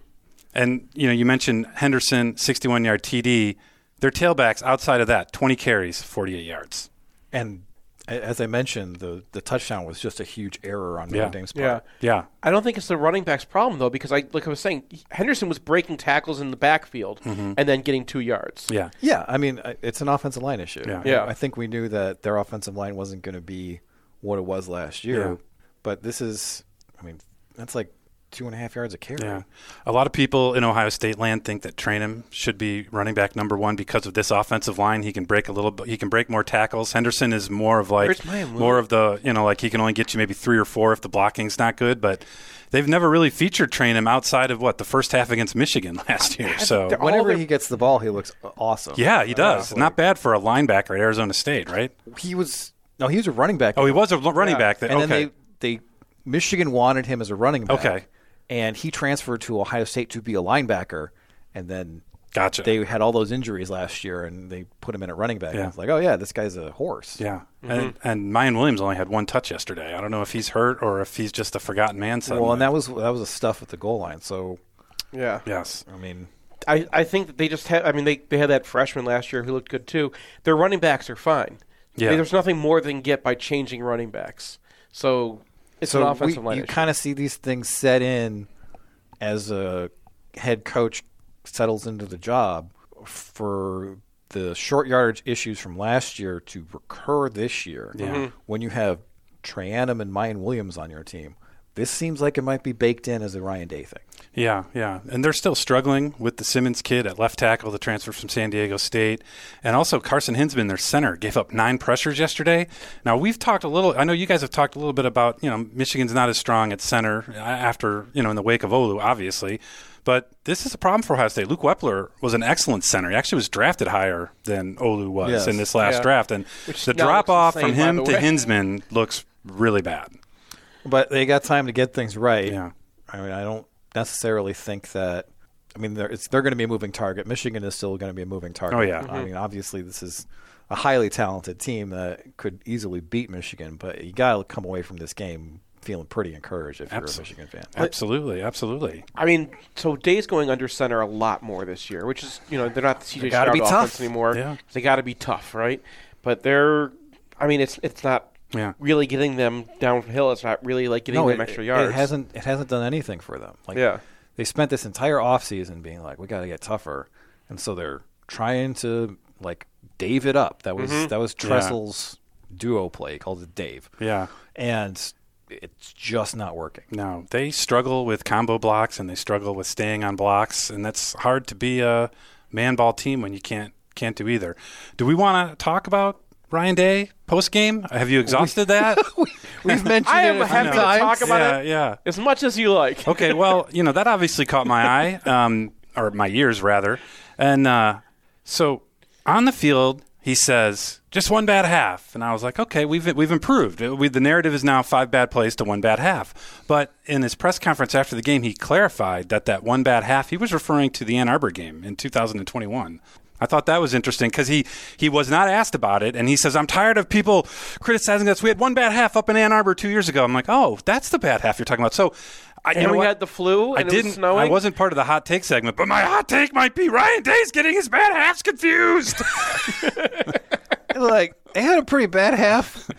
Speaker 17: and you know, you mentioned Henderson, 61 yard TD. Their tailbacks outside of that, 20 carries, 48 yards.
Speaker 2: And a- as I mentioned, the the touchdown was just a huge error on Notre Dame's part.
Speaker 3: Yeah.
Speaker 17: Yeah.
Speaker 3: I don't think it's the running back's problem though, because I like I was saying, Henderson was breaking tackles in the backfield
Speaker 2: Mhm.
Speaker 3: and then getting two yards.
Speaker 17: Mm-hmm. Yeah.
Speaker 2: Yeah, I mean, I- it's an offensive line issue.
Speaker 3: Yeah. Yeah.
Speaker 2: I think we knew that their offensive line wasn't going to be what it was last year.
Speaker 17: Yeah.
Speaker 2: But this is, I mean, that's like two and a half yards a carry.
Speaker 17: Yeah. A lot of people in Ohio State land think that Trainum should be running back number one because of this offensive line. He can break a little bit. He can break more tackles. Henderson is more of like
Speaker 3: Where's my move?
Speaker 17: more of the you know like he can only get you maybe three or four if the blocking's not good. But they've never really featured Trainum outside of what the first half against Michigan last year. So
Speaker 2: whenever he gets the ball, he looks awesome.
Speaker 17: yeah, he
Speaker 2: Uh,
Speaker 17: does.
Speaker 2: like-
Speaker 17: not bad for a linebacker at Arizona State, right?
Speaker 2: He was no, he was a running back.
Speaker 17: Oh, he was a l- running
Speaker 2: Yeah.
Speaker 17: back. That,
Speaker 2: and
Speaker 17: okay.
Speaker 2: then they, they Michigan wanted him as a running back.
Speaker 17: Okay.
Speaker 2: and he transferred to Ohio State to be a linebacker, and then
Speaker 17: gotcha.
Speaker 2: They had all those injuries last year, and they put him in at running back.
Speaker 17: Yeah.
Speaker 2: And it's like, oh yeah, this guy's a horse.
Speaker 17: yeah. And, and Mayan Williams only had one touch yesterday. I don't know if he's hurt or if he's just a forgotten man. Suddenly.
Speaker 2: well, and that was that was a stuff at the goal line. So
Speaker 3: Yeah.
Speaker 17: Yes.
Speaker 2: I mean,
Speaker 3: I, I think that they just had. I mean, they, they had that freshman last year who looked good too. Their running backs are fine.
Speaker 2: Yeah.
Speaker 3: There's nothing more they can get by changing running backs. So it's
Speaker 2: so
Speaker 3: an offensive
Speaker 2: we,
Speaker 3: line.
Speaker 2: You
Speaker 3: issue.
Speaker 2: kind of see these things set in as a head coach settles into the job for the short yardage issues from last year to recur this year.
Speaker 17: Yeah. Mhm.
Speaker 2: When you have Trey Adam and Mayan Williams on your team, this seems like it might be baked in as a Ryan Day thing.
Speaker 17: Yeah, yeah. And they're still struggling with the Simmons kid at left tackle, the transfer from San Diego State. And also Carson Hinsman, their center, gave up nine pressures yesterday. Now, we've talked a little, I know you guys have talked a little bit about, you know, Michigan's not as strong at center uh, after, you know, in the wake of Olu, obviously. But this is a problem for Ohio State. Luke Wepler was an excellent center. He actually was drafted higher than Olu was
Speaker 5: Yes.
Speaker 17: in this last
Speaker 5: Yeah.
Speaker 17: draft. And
Speaker 5: Which
Speaker 17: the
Speaker 5: now
Speaker 17: drop
Speaker 5: looks
Speaker 17: off
Speaker 5: the same,
Speaker 17: from
Speaker 5: by
Speaker 17: him
Speaker 5: the
Speaker 17: to
Speaker 5: way.
Speaker 17: Hinsman looks really bad.
Speaker 2: But they got time to get things right. Yeah. I mean, I don't necessarily think that. I mean, they're it's, they're going to be a moving target. Michigan is still going to be a moving target.
Speaker 17: Oh, yeah.
Speaker 2: I
Speaker 17: Mhm.
Speaker 2: mean, obviously this is a highly talented team that could easily beat Michigan, but you got to come away from this game feeling pretty encouraged if
Speaker 17: Absol-
Speaker 2: you're a Michigan fan.
Speaker 17: Absolutely, absolutely.
Speaker 3: I mean, so Day's going under center a lot more this year, which is you know they're not the
Speaker 17: They
Speaker 3: CJ
Speaker 17: gotta
Speaker 3: Stroud
Speaker 17: be
Speaker 3: offense
Speaker 17: tough.
Speaker 3: anymore.
Speaker 17: Yeah.
Speaker 3: They got to be tough, right? But they're, I mean, it's it's not
Speaker 17: Yeah.
Speaker 3: really getting them downhill. It's not really like getting
Speaker 2: no,
Speaker 3: them
Speaker 2: it,
Speaker 3: extra
Speaker 2: it-
Speaker 3: yards.
Speaker 2: It hasn't it hasn't done anything for them. Like
Speaker 3: Yeah.
Speaker 2: they spent this entire offseason being like, we got to get tougher, and so they're trying to like Dave it up. That was
Speaker 3: Mm-hmm.
Speaker 17: Mhm.
Speaker 2: that was
Speaker 17: Yeah.
Speaker 2: Tressel's duo play called it Dave.
Speaker 17: Yeah.
Speaker 2: and it's just not working.
Speaker 17: No, they struggle with combo blocks and they struggle with staying on blocks, and that's hard to be a man ball team when you can't can't do either. Do we want to talk about Ryan Day post game? Have you exhausted that?
Speaker 2: We've mentioned
Speaker 3: I am happy to talk about
Speaker 17: yeah,
Speaker 3: it
Speaker 17: Yeah.
Speaker 3: as much as you like.
Speaker 17: Okay. Well, you know that obviously caught my eye, um, or my ears rather, and uh, so on the field he says just one bad half, and I was like, okay, we've we've improved. We, the narrative is now five bad plays to one bad half. But in his press conference after the game, he clarified that that one bad half he was referring to the Ann Arbor game in 2021. I thought that was interesting because he, he was not asked about it, and he says, "I'm tired of people criticizing us. We had one bad half up in Ann Arbor two years ago." I'm like, "Oh, that's the bad half you're talking about." So, I, you
Speaker 3: and
Speaker 17: know
Speaker 3: we
Speaker 17: what?
Speaker 3: had the flu.
Speaker 17: I
Speaker 3: And It
Speaker 17: didn't.
Speaker 3: was snowing.
Speaker 17: I wasn't part of the hot take segment, but my hot take might be Ryan Day's getting his bad halves confused.
Speaker 2: like they had a pretty bad half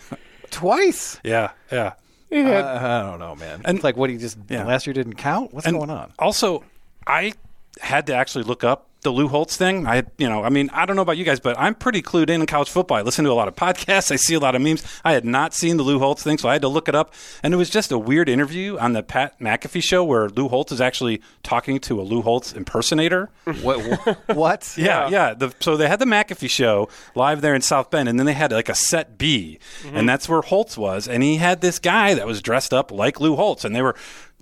Speaker 2: twice.
Speaker 17: yeah, yeah.
Speaker 2: Uh, I don't know, man. And like, what he just
Speaker 17: Yeah.
Speaker 2: last year didn't count. What's going on?
Speaker 17: Also, I had to actually look up the Lou Holtz thing. I, you know, I mean, I don't know about you guys, but I'm pretty clued in in college football. I listen to a lot of podcasts. I see a lot of memes. I had not seen the Lou Holtz thing, so I had to look it up. And it was just a weird interview on the Pat McAfee show where Lou Holtz is actually talking to a Lou Holtz impersonator.
Speaker 2: What? what?
Speaker 17: Yeah, yeah. The, so they had the McAfee show live there in South Bend, and then they had like a set B,
Speaker 2: Mm-hmm.
Speaker 17: and that's where Holtz was, and he had this guy that was dressed up like Lou Holtz, and they were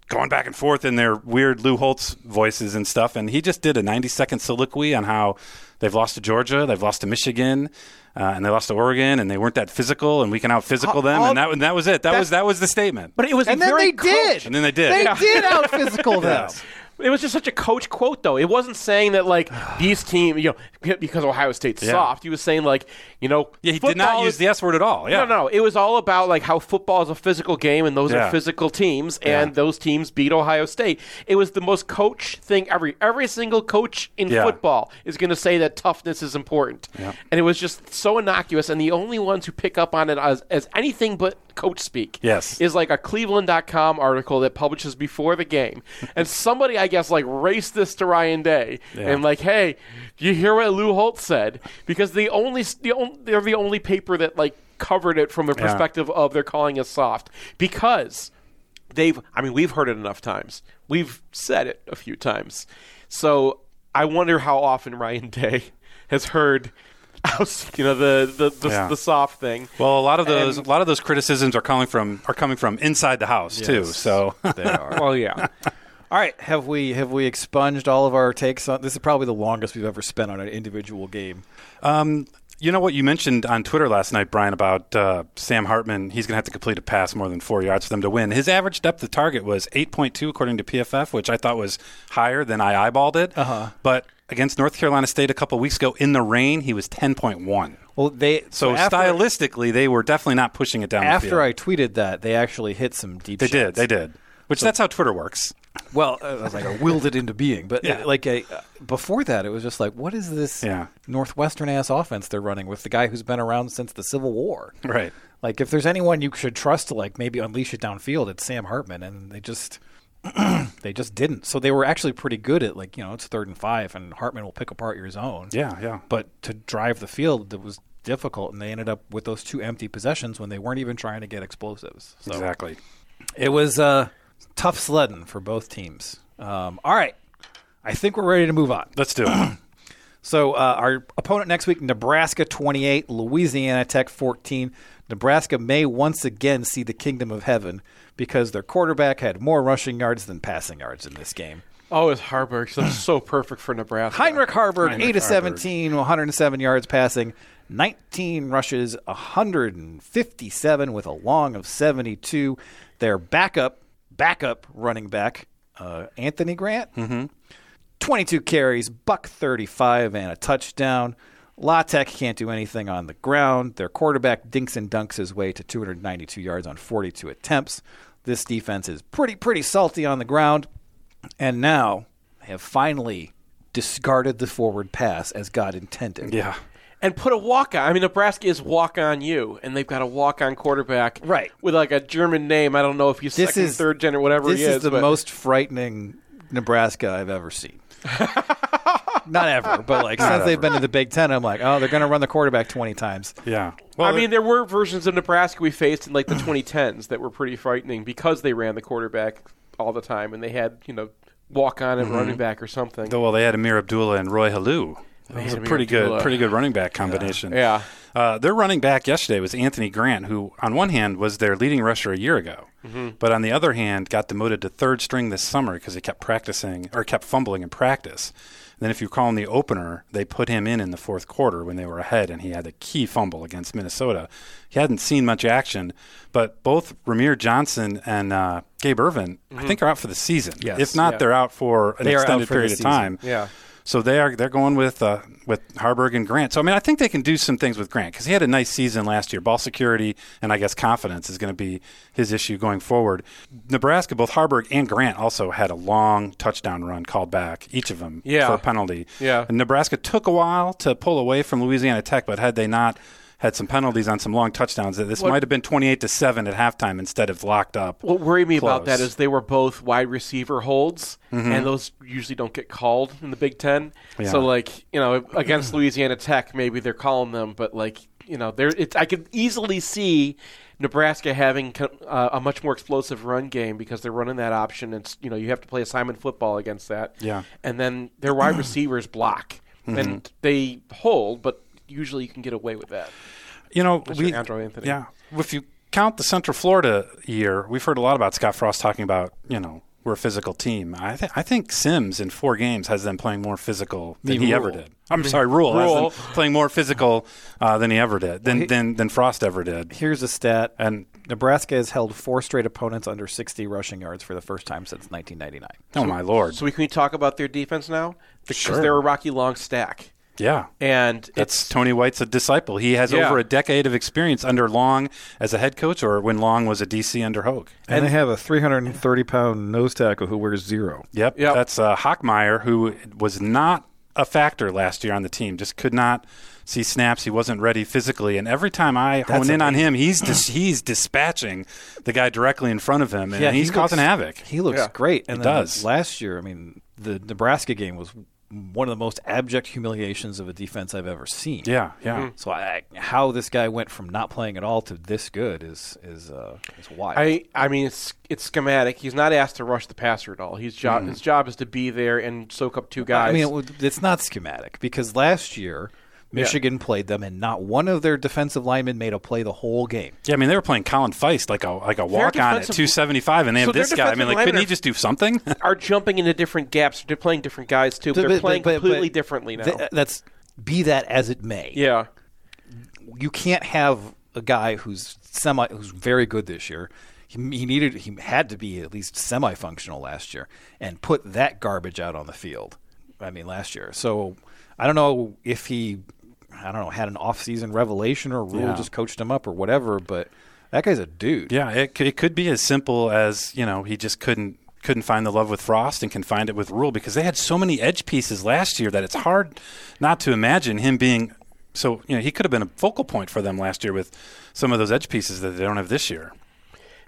Speaker 17: going back and forth in their weird Lou Holtz voices and stuff, and he just did a 90 second soliloquy on how they've lost to Georgia, they've lost to Michigan. Uh, and they lost to Oregon, and they weren't that physical, and we can out physical them, and that and that was it. That was that was the statement.
Speaker 3: But it was
Speaker 2: And then
Speaker 3: very
Speaker 2: they did.
Speaker 3: coach-
Speaker 17: And then they did. They
Speaker 2: did out-physical them.
Speaker 17: Yes.
Speaker 3: It was just such a coach quote, though. It wasn't saying that like these team, you know, because Ohio State's
Speaker 17: Yeah.
Speaker 3: soft. He was saying like, you know, yeah,
Speaker 17: he did not use the S word at all, yeah.
Speaker 3: no, no. It was all about like how football is a physical game, and those
Speaker 17: Yeah.
Speaker 3: are physical teams, and
Speaker 17: Yeah.
Speaker 3: those teams beat Ohio State. It was the most coach thing every every single coach in
Speaker 17: Yeah.
Speaker 3: football is going to say that toughness is important,
Speaker 17: Yeah.
Speaker 3: and it was just so innocuous. And the only ones who pick up on it as, as anything but coach speak.
Speaker 17: Yes.
Speaker 3: Is like a Cleveland.com article that publishes before the game. And somebody, I guess, like raced this to Ryan Day
Speaker 17: Yeah.
Speaker 3: and like, hey, do you hear what Lou Holtz said? Because the only, the on, they're the only paper that like covered it from the
Speaker 17: Yeah.
Speaker 3: perspective of they're calling us soft. Because they've i mean we've heard it enough times we've said it a few times so i wonder how often ryan day has heard you know the the, the,
Speaker 17: Yeah.
Speaker 3: the soft thing
Speaker 17: Well, a lot of those
Speaker 3: And-
Speaker 17: a lot of those criticisms are coming from are coming from inside the house too.
Speaker 2: Yes,
Speaker 17: So
Speaker 2: they are.
Speaker 3: Well, yeah.
Speaker 2: All right, have we have we expunged all of our takes on this? Is probably the longest we've ever spent on an individual game.
Speaker 17: Um, you know what you mentioned on Twitter last night, Brian, about uh, Sam Hartman. He's going to have to complete a pass more than four yards for them to win. His average depth of target was 8.2 according to PFF, which I thought was higher than I eyeballed it. Uh-huh. But against North Carolina State a couple weeks ago in the rain, he was 10.1.
Speaker 2: Well, they
Speaker 17: so,
Speaker 2: so after-
Speaker 17: stylistically they were definitely not pushing it down. the
Speaker 2: After
Speaker 17: field.
Speaker 2: I tweeted that, they actually hit some deep.
Speaker 17: They
Speaker 2: shots.
Speaker 17: did, they did. Which that's how Twitter works.
Speaker 2: Well, uh, I was like, I willed it into being, but
Speaker 17: Yeah.
Speaker 2: uh, like I, uh, before that, it was just like, what is this
Speaker 17: Yeah.
Speaker 2: northwestern ass offense they're running with the guy who's been around since the Civil War?
Speaker 17: Right.
Speaker 2: Like, if there's anyone you should trust to like maybe unleash it downfield, it's Sam Hartman, and they just they just didn't. So they were actually pretty good at like you know it's third and five, and Hartman will pick apart your zone.
Speaker 17: Yeah, yeah.
Speaker 2: But to drive the field, it was difficult, and they ended up with those two empty possessions when they weren't even trying to get explosives. So
Speaker 17: Exactly.
Speaker 2: It was uh, tough sledding for both teams. Um, all right, I think we're ready to move on.
Speaker 17: Let's do it.
Speaker 2: So uh, our opponent next week: Nebraska twenty-eight, Louisiana Tech fourteen. Nebraska may once again see the kingdom of heaven because their quarterback had more rushing yards than passing yards in this game.
Speaker 3: oh it's harburg so that's so perfect for nebraska
Speaker 2: Heinrich Harburg,
Speaker 3: Heinrich
Speaker 2: 8 of
Speaker 3: Harburg.
Speaker 2: 17, 107 yards passing, 19 rushes, 157 with a long of 72. Their backup, backup running back, uh, Anthony Grant, 22 carries, buck 35, and a touchdown. La Tech can't do anything on the ground. Their quarterback dinks and dunks his way to 292 yards on 42 attempts. This defense is pretty, pretty salty on the ground. And now they have finally discarded the forward pass as God intended.
Speaker 17: Yeah.
Speaker 3: and put a walk on. I mean, Nebraska is walk on you, and they've got a walk on quarterback, right? With like a German name. I don't know if he's
Speaker 2: This
Speaker 3: second,
Speaker 2: is-
Speaker 3: third gen or whatever
Speaker 2: This
Speaker 3: he
Speaker 2: is,
Speaker 3: is.
Speaker 2: the
Speaker 3: but-
Speaker 2: most frightening Nebraska I've ever seen. Not ever, but like
Speaker 3: Not
Speaker 2: since they've
Speaker 3: ever.
Speaker 2: been to the Big Ten, I'm like, oh, they're going to run the quarterback 20 times.
Speaker 17: Yeah.
Speaker 3: I mean, there were versions of Nebraska we faced in like the 2010s that were pretty frightening because they ran the quarterback all the time and they had you know walk on and
Speaker 2: Mm-hmm.
Speaker 17: Mhm.
Speaker 3: running back or something.
Speaker 17: Though, well, they had Amir Abdullah and Roy Halou.
Speaker 3: They
Speaker 17: That was a
Speaker 3: had Amir
Speaker 17: pretty good,
Speaker 3: Abdullah.
Speaker 17: pretty good running back combination.
Speaker 3: Yeah.
Speaker 17: Uh, their running back yesterday was Anthony Grant, who, on one hand, was their leading rusher a year ago,
Speaker 3: Mhm.
Speaker 17: but on the other hand, got demoted to third string this summer because he kept practicing or kept fumbling in practice. And then, if you call him the opener, they put him in in the fourth quarter when they were ahead, and he had a key fumble against Minnesota. He hadn't seen much action, but both Ramir Johnson and uh, Gabe Irvin, I
Speaker 3: Mhm.
Speaker 17: think, are out for the season.
Speaker 3: Yes.
Speaker 17: If not,
Speaker 3: Yeah.
Speaker 17: they're out for an
Speaker 3: They are out
Speaker 17: extended
Speaker 3: for the
Speaker 17: period of
Speaker 3: season.
Speaker 17: time.
Speaker 3: Yeah.
Speaker 17: So they are they're going with uh, with Harburg and Grant. So I mean, I think they can do some things with Grant because he had a nice season last year. Ball security and I guess confidence is going to be his issue going forward. Nebraska, both Harburg and Grant also had a long touchdown run called back, each of them
Speaker 3: Yeah.
Speaker 17: for a penalty.
Speaker 3: Yeah.
Speaker 17: And Nebraska took a while to pull away from Louisiana Tech, but had they not had some penalties on some long touchdowns, that this
Speaker 3: What-
Speaker 17: might have been twenty-eight to seven at halftime instead of locked up.
Speaker 3: What worried me about
Speaker 17: Close.
Speaker 3: that is they were both wide receiver holds,
Speaker 17: Mhm.
Speaker 3: and those usually don't get called in the Big Ten.
Speaker 17: Yeah.
Speaker 3: So, like you know, against Louisiana Tech, maybe they're calling them, but like you know, there it's I could easily see Nebraska having co- uh, a much more explosive run game because they're running that option. It's you know you have to play assignment football against that.
Speaker 17: Yeah. Mm-hmm.
Speaker 3: and then their wide receivers block and they hold, but usually you can get away with that.
Speaker 17: You know,
Speaker 3: Unless
Speaker 17: we
Speaker 3: you're Andrew Anthony.
Speaker 17: yeah. If you count the Central Florida year, we've heard a lot about Scott Frost talking about you know we're a physical team. I think I think Sims in four games has them playing more physical
Speaker 2: You
Speaker 17: than
Speaker 2: mean
Speaker 17: he ever
Speaker 2: Rule.
Speaker 17: did. I'm sorry, Rule, has them
Speaker 2: Rule.
Speaker 17: playing more physical uh, than he ever did than
Speaker 2: Well, he-
Speaker 17: than than Frost ever did.
Speaker 2: Here's a stat.
Speaker 17: And
Speaker 2: Nebraska has held four straight opponents under 60 rushing yards for the first time since 1999.
Speaker 17: Oh, my Lord.
Speaker 3: So we can we talk about their defense now because
Speaker 17: Sure.
Speaker 3: they're a Rocky Long stack.
Speaker 17: Yeah.
Speaker 3: And
Speaker 17: that's Tony White's a disciple. He has
Speaker 3: Yeah.
Speaker 17: over a decade of experience under Long as a head coach or when Long was a DC under Hoke.
Speaker 2: And, they have a 330 pound nose tackle who wears zero.
Speaker 17: Yep, that's uh, Hockmeyer, who was not a factor last year on the team. Just could not see snaps. He wasn't ready physically. And every time I
Speaker 18: That's
Speaker 17: hone in on
Speaker 18: amazing.
Speaker 17: him, he's dis- he's dispatching the guy directly in front of him, and
Speaker 2: Yeah, he
Speaker 17: he's
Speaker 2: looks-
Speaker 17: causing havoc.
Speaker 2: He looks great.
Speaker 17: He
Speaker 2: And then
Speaker 17: does.
Speaker 2: Last year, I mean, the Nebraska game was one of the most abject humiliations of a defense I've ever seen.
Speaker 17: Yeah,
Speaker 3: Mm-hmm.
Speaker 17: yeah. Mhm.
Speaker 2: So I, how this guy went from not playing at all to this good is is uh, is wild.
Speaker 3: I I mean it's it's schematic. He's not asked to rush the passer at all. His job
Speaker 2: Mhm.
Speaker 3: his job is to be there and soak up two guys.
Speaker 2: I mean, it, would- it's not schematic because last year
Speaker 3: Yeah.
Speaker 2: Michigan played them, and not one of their defensive linemen made a play the whole game.
Speaker 17: Yeah, I mean they were playing Colin Feist like a like a walk on at
Speaker 3: defensive-
Speaker 17: 275, and they
Speaker 3: So
Speaker 17: have
Speaker 3: their
Speaker 17: this guy. I mean,
Speaker 3: defensive
Speaker 17: like couldn't
Speaker 3: linemen
Speaker 17: he just do something?
Speaker 3: are jumping into different gaps. They're playing different guys too. But,
Speaker 2: But-
Speaker 3: they're
Speaker 2: but-
Speaker 3: playing
Speaker 2: but- but-
Speaker 3: completely differently now.
Speaker 2: th- that's be that as it may.
Speaker 3: Yeah.
Speaker 2: You can't have a guy who's semi who's very good this year. He, he needed he had to be at least semi functional last year and put that garbage out on the field. I mean last year. So I don't know if he I don't know had an off season revelation or rule
Speaker 17: Yeah.
Speaker 2: just coached him up or whatever, but that guy's a dude.
Speaker 17: Yeah, it, c- it could be as simple as you know he just couldn't couldn't find the love with Frost and can find it with Rule because they had so many edge pieces last year that it's hard not to imagine him being. So you know he could have been a focal point for them last year with some of those edge pieces that they don't have this year.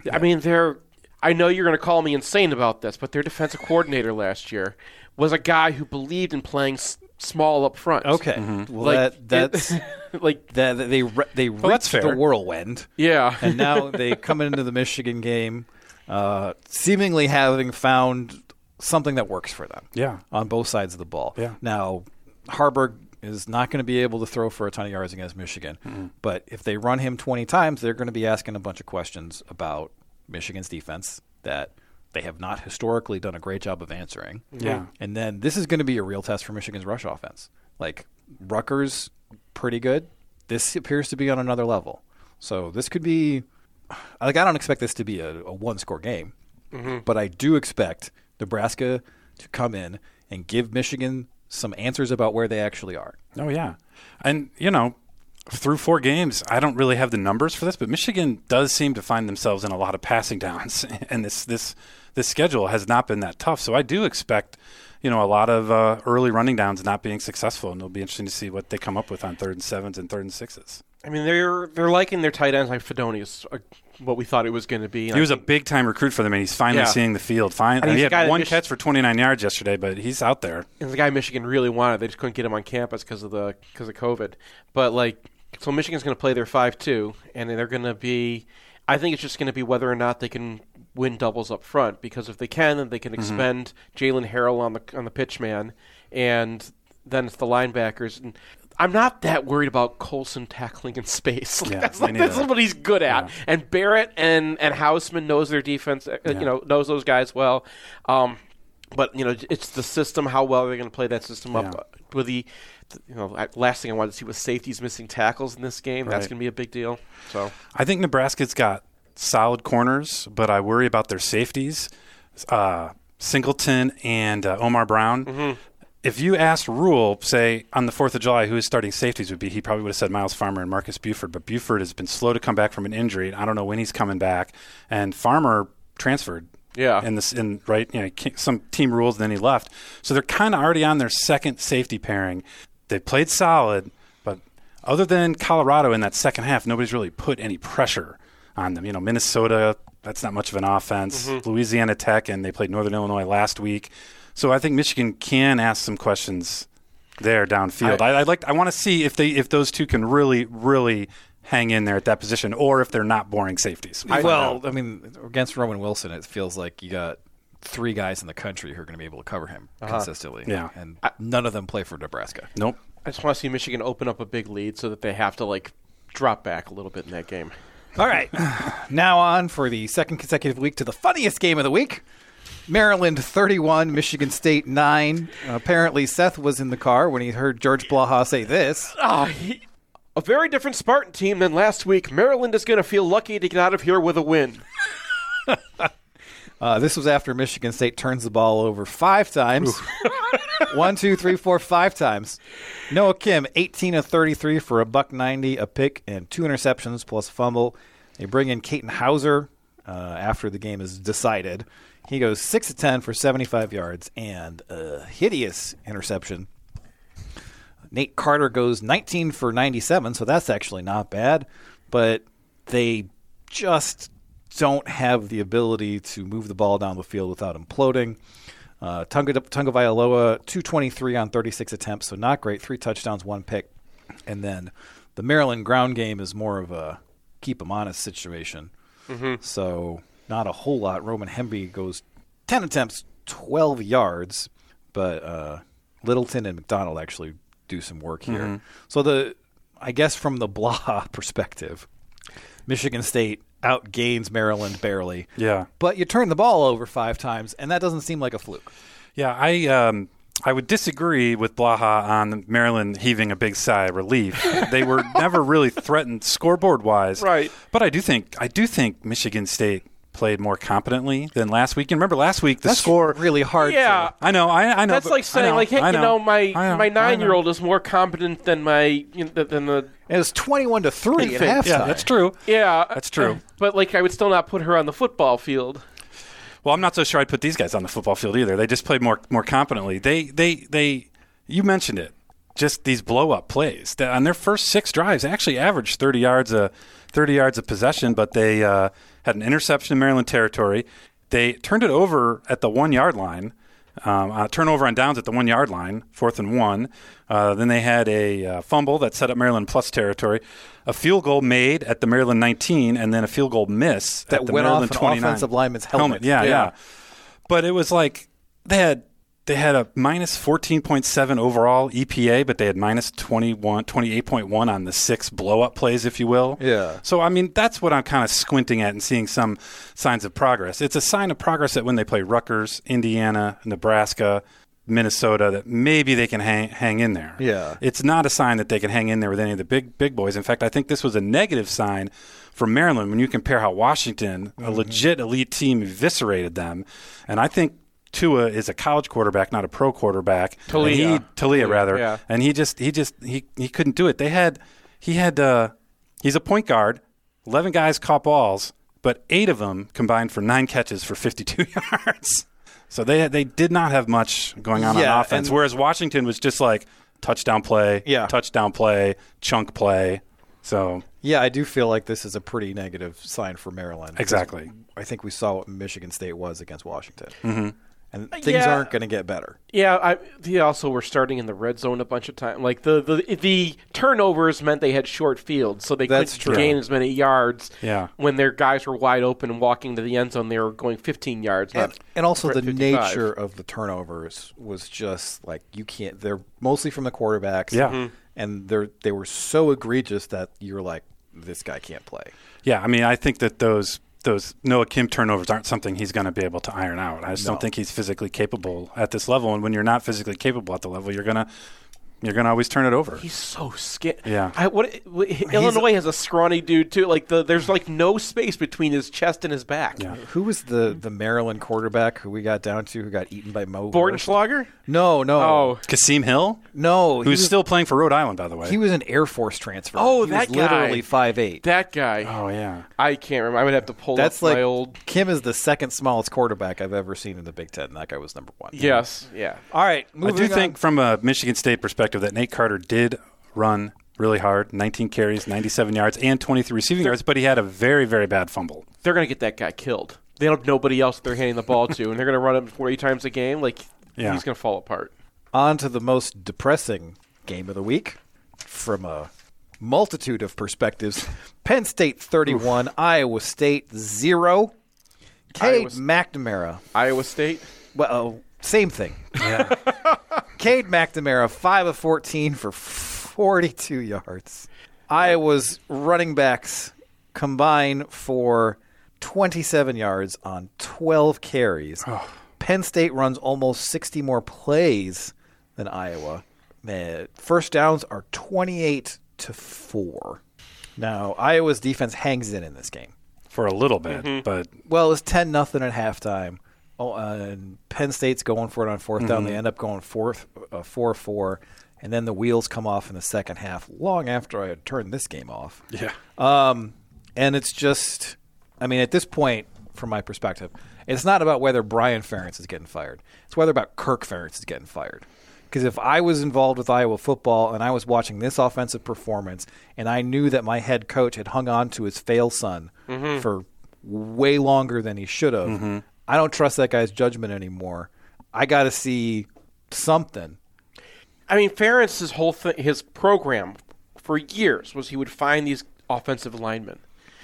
Speaker 2: uh,
Speaker 3: I mean, they're. I know you're going to call me insane about this, but their defensive coordinator last year was a guy who believed in playing s- small up front.
Speaker 2: Okay. Mm-hmm. Well, that, that's
Speaker 3: like
Speaker 2: that, that they re- they reached
Speaker 3: Well, that's
Speaker 2: the
Speaker 3: fair.
Speaker 2: whirlwind.
Speaker 3: Yeah.
Speaker 2: and now they come into the Michigan game, uh, seemingly having found something that works for them.
Speaker 17: Yeah.
Speaker 2: on both sides of the ball.
Speaker 17: Yeah.
Speaker 2: Now Harburg is not going to be able to throw for a ton of yards against Michigan,
Speaker 3: Hmm.
Speaker 2: but if they run him twenty times, they're going to be asking a bunch of questions about Michigan's defense that. They have not historically done a great job of answering.
Speaker 17: Yeah.
Speaker 2: And then this is going to be a real test for Michigan's rush offense. Like Rutgers, pretty good. This appears to be on another level. So this could be like I don't expect this to be a, a one score game,
Speaker 3: Mhm.
Speaker 2: but I do expect Nebraska to come in and give Michigan some answers about where they actually are.
Speaker 17: Oh yeah, and you know, through four games, I don't really have the numbers for this, but Michigan does seem to find themselves in a lot of passing downs, and this this this schedule has not been that tough. So I do expect, you know, a lot of uh, early running downs not being successful, and it'll be interesting to see what they come up with on third and sevens and third and sixes.
Speaker 3: I mean, they're they're liking their tight ends like Fedonius, uh, what we thought it was going to be. and
Speaker 17: He
Speaker 3: I
Speaker 17: was a
Speaker 3: think-
Speaker 17: big time recruit for them, and he's finally
Speaker 3: Yeah.
Speaker 17: seeing the field. Fine,
Speaker 3: I mean,
Speaker 17: he
Speaker 3: he's a guy
Speaker 17: had
Speaker 3: that
Speaker 17: one
Speaker 3: Mich-
Speaker 17: catch for 29 yards yesterday, but he's out there.
Speaker 3: and the guy Michigan really wanted. They just couldn't get him on campus because of the because of COVID. But like, so Michigan's going to play their five two, and they're going to be. I think it's just going to be whether or not they can win doubles up front because if they can, then they can
Speaker 17: Mhm.
Speaker 3: expend Jalen Harrell on the on the pitch man, and then it's the linebackers. And I'm not that worried about Colson tackling in space. Like,
Speaker 17: Yeah,
Speaker 3: that's
Speaker 17: me
Speaker 3: like, that's
Speaker 17: neither.
Speaker 3: what he's good at. And Barrett and and Houseman knows their defense. uh,
Speaker 17: Yeah.
Speaker 3: You know knows those guys well. Um, but you know it's the system. How well they're going to play that system up.
Speaker 17: Yeah.
Speaker 3: uh, With the, th- you know, I- last thing I wanted to see was safeties missing tackles in this game. That's
Speaker 17: Right.
Speaker 3: going to be a big deal. So
Speaker 17: I think Nebraska's got solid corners, but I worry about their safeties, uh, Singleton and uh, Omar Brown.
Speaker 3: Mm-hmm.
Speaker 17: If you asked Rule, say on the Fourth of July, who his starting safeties would be, he probably would have said Miles Farmer and Marcus Buford. But Buford has been slow to come back from an injury, and I don't know when he's coming back. And Farmer transferred.
Speaker 3: Yeah.
Speaker 17: In this, in right, you know, ca- some team rules, and then he left. So they're kind of already on their second safety pairing. They played solid, but other than Colorado in that second half, nobody's really put any pressure on them. You know, Minnesota, that's not much of an offense.
Speaker 18: Mhm.
Speaker 17: Louisiana Tech, and they played Northern Illinois last week. So I think Michigan can ask some questions there downfield. I, I, would like. I want to see if they if those two can really really hang in there at that position, or if they're not boring safeties. We'll find
Speaker 2: well,
Speaker 17: out.
Speaker 2: I mean, against Roman Wilson, it feels like you got three guys in the country who are going to be able to cover him
Speaker 3: Uh-huh.
Speaker 2: consistently.
Speaker 17: Yeah.
Speaker 2: and none of them play for Nebraska.
Speaker 17: Nope.
Speaker 3: I just want to see Michigan open up a big lead so that they have to like drop back a little bit in that game.
Speaker 2: All right. now on for the second consecutive week to the funniest game of the week. Maryland 31, Michigan State 9. apparently, Seth was in the car when he heard George Blaha say this.
Speaker 3: Ah, he- a very different Spartan team than last week. Maryland is going to feel lucky to get out of here with a win.
Speaker 2: Uh, this was after Michigan State turns the ball over five times. One, two, three, four, five times. Noah Kim, 18 of 33 for a buck 90, a pick, and two interceptions plus fumble. They bring in Caton Hauser uh, after the game is decided. He goes 6 of 10 for 75 yards and a hideous interception. Nate Carter goes 19 for 97, so that's actually not bad. But they just don't have the ability to move the ball down the field without imploding. Uh, Tunga, Tunga Vailoa, 223 on 36 attempts, so not great. Three touchdowns, one pick. And then the Maryland ground game is more of a keep them honest situation.
Speaker 3: Mhm.
Speaker 2: So not a whole lot. Roman Hemby goes 10 attempts, 12 yards, but uh, Littleton and McDonald actually do some work here.
Speaker 17: Mhm.
Speaker 2: So the I guess from the blah perspective, Michigan State outgains Maryland barely.
Speaker 17: Yeah.
Speaker 2: But you turn the ball over five times, and that doesn't seem like a fluke.
Speaker 17: Yeah, I um, I would disagree with Blaha on Maryland heaving a big sigh of relief. they were never really threatened scoreboard wise, right? But I do think I do think Michigan State played more competently than last week. And remember, last week the
Speaker 2: That's
Speaker 17: score
Speaker 2: really hard.
Speaker 3: Yeah,
Speaker 17: I know. Oh, I, I know.
Speaker 3: That's
Speaker 17: but-
Speaker 3: like
Speaker 17: I
Speaker 3: saying,
Speaker 17: know,
Speaker 3: like, hey,
Speaker 17: I
Speaker 3: you know, my
Speaker 17: I know, I
Speaker 3: my
Speaker 17: know.
Speaker 3: nine year old is more competent than my you know, than the.
Speaker 2: It was twenty-one to three at halftime.
Speaker 17: true.
Speaker 3: Yeah,
Speaker 17: That's true.
Speaker 3: But like, I would still not put her on the football field.
Speaker 17: Well, I'm not so sure I'd put these guys on the football field either. They just played more more competently. They they they. You mentioned it. Just these blow up plays that on their first six drives, they actually averaged 30 yards a 30 yards of possession, but they uh, had an interception in Maryland territory. They turned it over at the one yard line. Um, uh, turnover on downs at the one yard line, fourth and one. Uh, then they had a uh, fumble that set up Maryland plus territory, a field goal made at the Maryland 19, and then a field goal miss
Speaker 2: That
Speaker 17: at the
Speaker 2: went off
Speaker 17: Maryland
Speaker 2: an
Speaker 17: 29.
Speaker 2: offensive lineman's helmet.
Speaker 17: Yeah,
Speaker 2: Yeah.
Speaker 17: yeah, But it was like they had they had a minus 14.7 overall EPA, but they had minus 21, 28.1 on the six blow up plays, if you will.
Speaker 2: Yeah.
Speaker 17: So I mean, that's what I'm kind of squinting at and seeing some signs of progress. It's a sign of progress that when they play Rutgers, Indiana, Nebraska, Minnesota, that maybe they can hang hang in there.
Speaker 2: Yeah.
Speaker 17: It's not a sign that they can hang in there with any of the big big boys. In fact, I think this was a negative sign for Maryland when you compare how Washington, a legit elite team, eviscerated them, and I think. Tua is a college quarterback, not a pro quarterback. And he-
Speaker 3: Talia.
Speaker 17: Talia rather,
Speaker 3: Yeah.
Speaker 17: and he just he just he he couldn't do it. They had he had uh, he's a point guard. Eleven guys caught balls, but eight of them combined for nine catches for fifty-two yards. So they they did not have much going on
Speaker 2: Yeah,
Speaker 17: on offense.
Speaker 2: and-
Speaker 17: Whereas Washington was just like touchdown play,
Speaker 2: Yeah.
Speaker 17: touchdown play, chunk play. So
Speaker 2: Yeah, I do feel like this is a pretty negative sign for Maryland. because
Speaker 17: Exactly.
Speaker 2: I think we saw what Michigan State was against Washington.
Speaker 17: Mhm.
Speaker 2: And
Speaker 3: Uh,
Speaker 2: things
Speaker 3: yeah.
Speaker 2: aren't going to get better.
Speaker 3: Yeah, I, they also were starting in the red zone a bunch of times. Like the, the the turnovers meant they had short fields, so they
Speaker 2: That's
Speaker 3: couldn't
Speaker 2: true.
Speaker 3: gain as many yards.
Speaker 17: Yeah.
Speaker 3: when their guys were wide open and walking to the end zone, they were going 15 yards.
Speaker 2: And,
Speaker 3: not
Speaker 2: and also
Speaker 3: fr-
Speaker 2: the
Speaker 3: 55.
Speaker 2: nature of the turnovers was just like you can't. They're mostly from the quarterbacks.
Speaker 17: Yeah.
Speaker 3: Mm-hmm.
Speaker 17: Mhm.
Speaker 2: and they're they were so egregious that you're like, this guy can't play.
Speaker 17: yeah, I mean, I think that those those Noah Kim turnovers aren't something he's going to be able to iron out. I just
Speaker 2: No.
Speaker 17: don't think he's physically capable at this level. And when you're not physically capable at the level, you're gonna you're gonna always turn it over.
Speaker 3: He's so skinny.
Speaker 17: Yeah.
Speaker 3: I, what w- Illinois has a scrawny dude too. Like the, there's like no space between his chest and his back.
Speaker 2: Who was the
Speaker 3: Mm-hmm.
Speaker 2: the Maryland quarterback who we got down to who got eaten by Mo?
Speaker 3: Bordenschlager?
Speaker 2: No, no.
Speaker 3: Oh.
Speaker 17: Kasim Hill?
Speaker 2: No, he
Speaker 17: who's
Speaker 2: was-
Speaker 17: still playing for Rhode Island, by the way.
Speaker 2: He was an Air Force transfer.
Speaker 3: Oh,
Speaker 2: He
Speaker 3: that
Speaker 2: was
Speaker 3: guy.
Speaker 2: literally five eight.
Speaker 3: That guy.
Speaker 17: Oh yeah.
Speaker 3: I can't remember. I would have to pull
Speaker 2: That's
Speaker 3: up
Speaker 2: like
Speaker 3: my old.
Speaker 2: Kim is the second smallest quarterback I've ever seen in the Big Ten. That guy was number one.
Speaker 3: Yes. Yeah.
Speaker 2: All right.
Speaker 17: I do
Speaker 2: moving on.
Speaker 17: think, from a Michigan State perspective, that Nate Carter did run really hard 19 carries, 97 yards, and 23 receiving yards, but he had a very, very bad fumble.
Speaker 3: They're gonna get that guy killed. They don't have nobody else they're handing the ball to, and they're gonna run him 40 times a game. Like
Speaker 2: Yeah.
Speaker 3: he's gonna fall apart.
Speaker 2: On to the most depressing game of the week from a multitude of perspectives. Penn State 31, Iowa State 0. Cade McNamara.
Speaker 3: Iowa State?
Speaker 2: Well, uh, same thing. Cade McNamara, 5 of 14 for 42 yards. Iowa's running backs combine for 27 yards on 12 carries.
Speaker 3: Oh.
Speaker 2: Penn State runs almost 60 more plays than Iowa. Uh, First downs are 28 to 4. Now, Iowa's defense hangs in in this game.
Speaker 17: For a little bit,
Speaker 3: Mm-hmm.
Speaker 17: Mhm. but-
Speaker 2: Well, it's 10 nothing at halftime. Oh, uh, and Penn State's going for it on 4th down.
Speaker 17: Mhm.
Speaker 2: They end up going 4 uh, 4 4 and then the wheels come off in the second half long after I had turned this game off.
Speaker 17: Yeah.
Speaker 2: Um, and it's just, I mean, at this point, from my perspective, it's not about whether Brian Ferentz is getting fired. It's whether about Kirk Ferentz is getting fired. Because if I was involved with Iowa football and I was watching this offensive performance and I knew that my head coach had hung on to his fail son
Speaker 17: Mm-hmm.
Speaker 5: Mhm.
Speaker 2: for way longer than he should have,
Speaker 5: Mhm.
Speaker 2: I don't trust that guy's judgment anymore. I got to see something.
Speaker 3: I mean, Ferentz' whole thing, his program for years was he would find these offensive
Speaker 5: Mhm.
Speaker 3: linemen,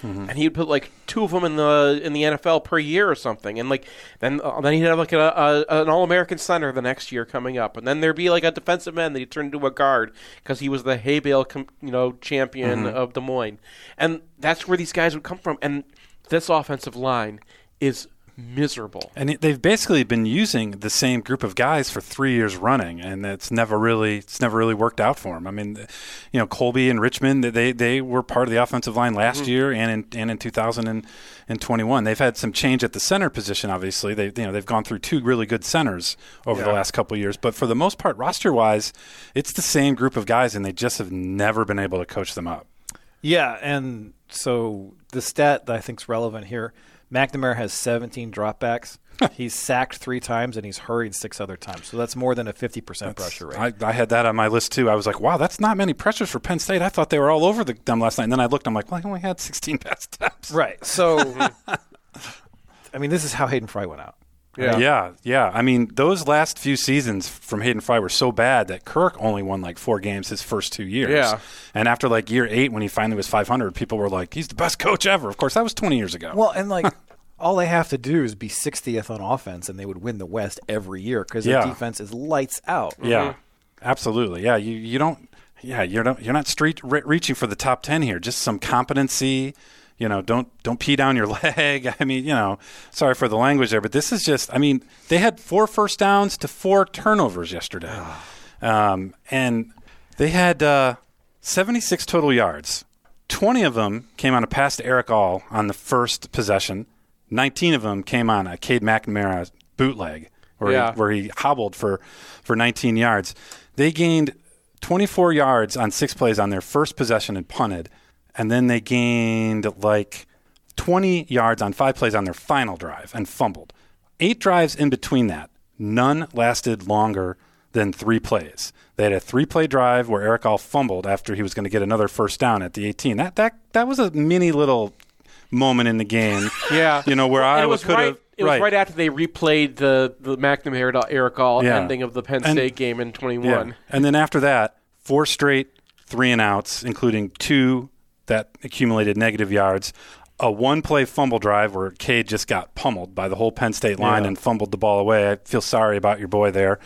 Speaker 12: Mm-hmm.
Speaker 3: Mm. and he would put like two of them in the in the NFL per year or something, and like then uh, then he'd have like a, a an All American center the next year coming up, and then there'd be like a defensive end that he turned into a guard because he was the hay bale com- you know champion
Speaker 5: Mhm.
Speaker 3: of Des Moines, and that's where these guys would come from, and this offensive line is miserable.
Speaker 17: And it- they've basically been using the same group of guys for three years running, and it's never really it's never really worked out for them. I mean, th- you know, Colby and Richmond they they were part of the offensive line last
Speaker 5: Mhm.
Speaker 17: year and in and in 2021 they've had some change at the center position. Obviously, they you know they've gone through two really good centers over the
Speaker 5: Yeah.
Speaker 17: last couple of years, but for the most part, roster wise, it's the same group of guys, and they just have never been able to coach them up.
Speaker 2: Yeah, and so the stat that I think is relevant here: McNamara has 17 dropbacks. he's sacked three times and he's hurried six other times. So that's more than a 50 percent pressure rate.
Speaker 17: I, I had that on my list too. I was like, wow, that's not many pressures for Penn State. I thought they were all over the, them last night. And then I looked, I'm like, well, I only had 16 pass attempts.
Speaker 2: Right. So, I mean, this is how Hayden Fry went out.
Speaker 17: Yeah. yeah, I mean, those last few seasons from Hayden Fry were so bad that Kirk only won like four games his first two years.
Speaker 3: Yeah.
Speaker 17: And after like year eight, when he finally was 500, people were like, he's the best coach ever. Of course, that was 20 years ago.
Speaker 2: Well, and like all they have to do is be 60th on offense, and they would win the West every year because
Speaker 17: Yeah.
Speaker 2: their defense is lights out. Mm-hmm.
Speaker 17: Yeah, absolutely. Yeah, you you don't. Yeah, you're not you're not street re- reaching for the top ten here. Just some competency. You know, don't don't pee down your leg. I mean, you know, sorry for the language there, but this is just. I mean, they had four first downs to four turnovers yesterday, um, and they had uh, 76 total yards. 20 of them came on a pass to Eric All on the first possession. 19 of them came on a Cade McNamara bootleg where,
Speaker 3: Yeah.
Speaker 17: he, where he hobbled for, for 19 yards. They gained 24 yards on six plays on their first possession and punted. And then they gained like 20 yards on five plays on their final drive and fumbled. Eight drives in between that, none lasted longer than three plays. They had a three-play drive where Eric All fumbled after he was going to get another first down at the 18. That that that was a mini little moment in the game.
Speaker 3: Yeah,
Speaker 17: you know where
Speaker 3: And
Speaker 17: Iowa
Speaker 3: it was
Speaker 17: could
Speaker 3: right,
Speaker 17: have
Speaker 3: It was right after they replayed the the McNamara to Eric All
Speaker 17: Yeah.
Speaker 3: ending of the Penn
Speaker 17: And-
Speaker 3: State game in twenty one.
Speaker 17: Yeah. And then after that, four straight three and outs, including two that accumulated negative yards, a one play fumble drive where Cade just got pummeled by the whole Penn State line
Speaker 5: Yeah.
Speaker 17: and fumbled the ball away. I feel sorry about your boy there.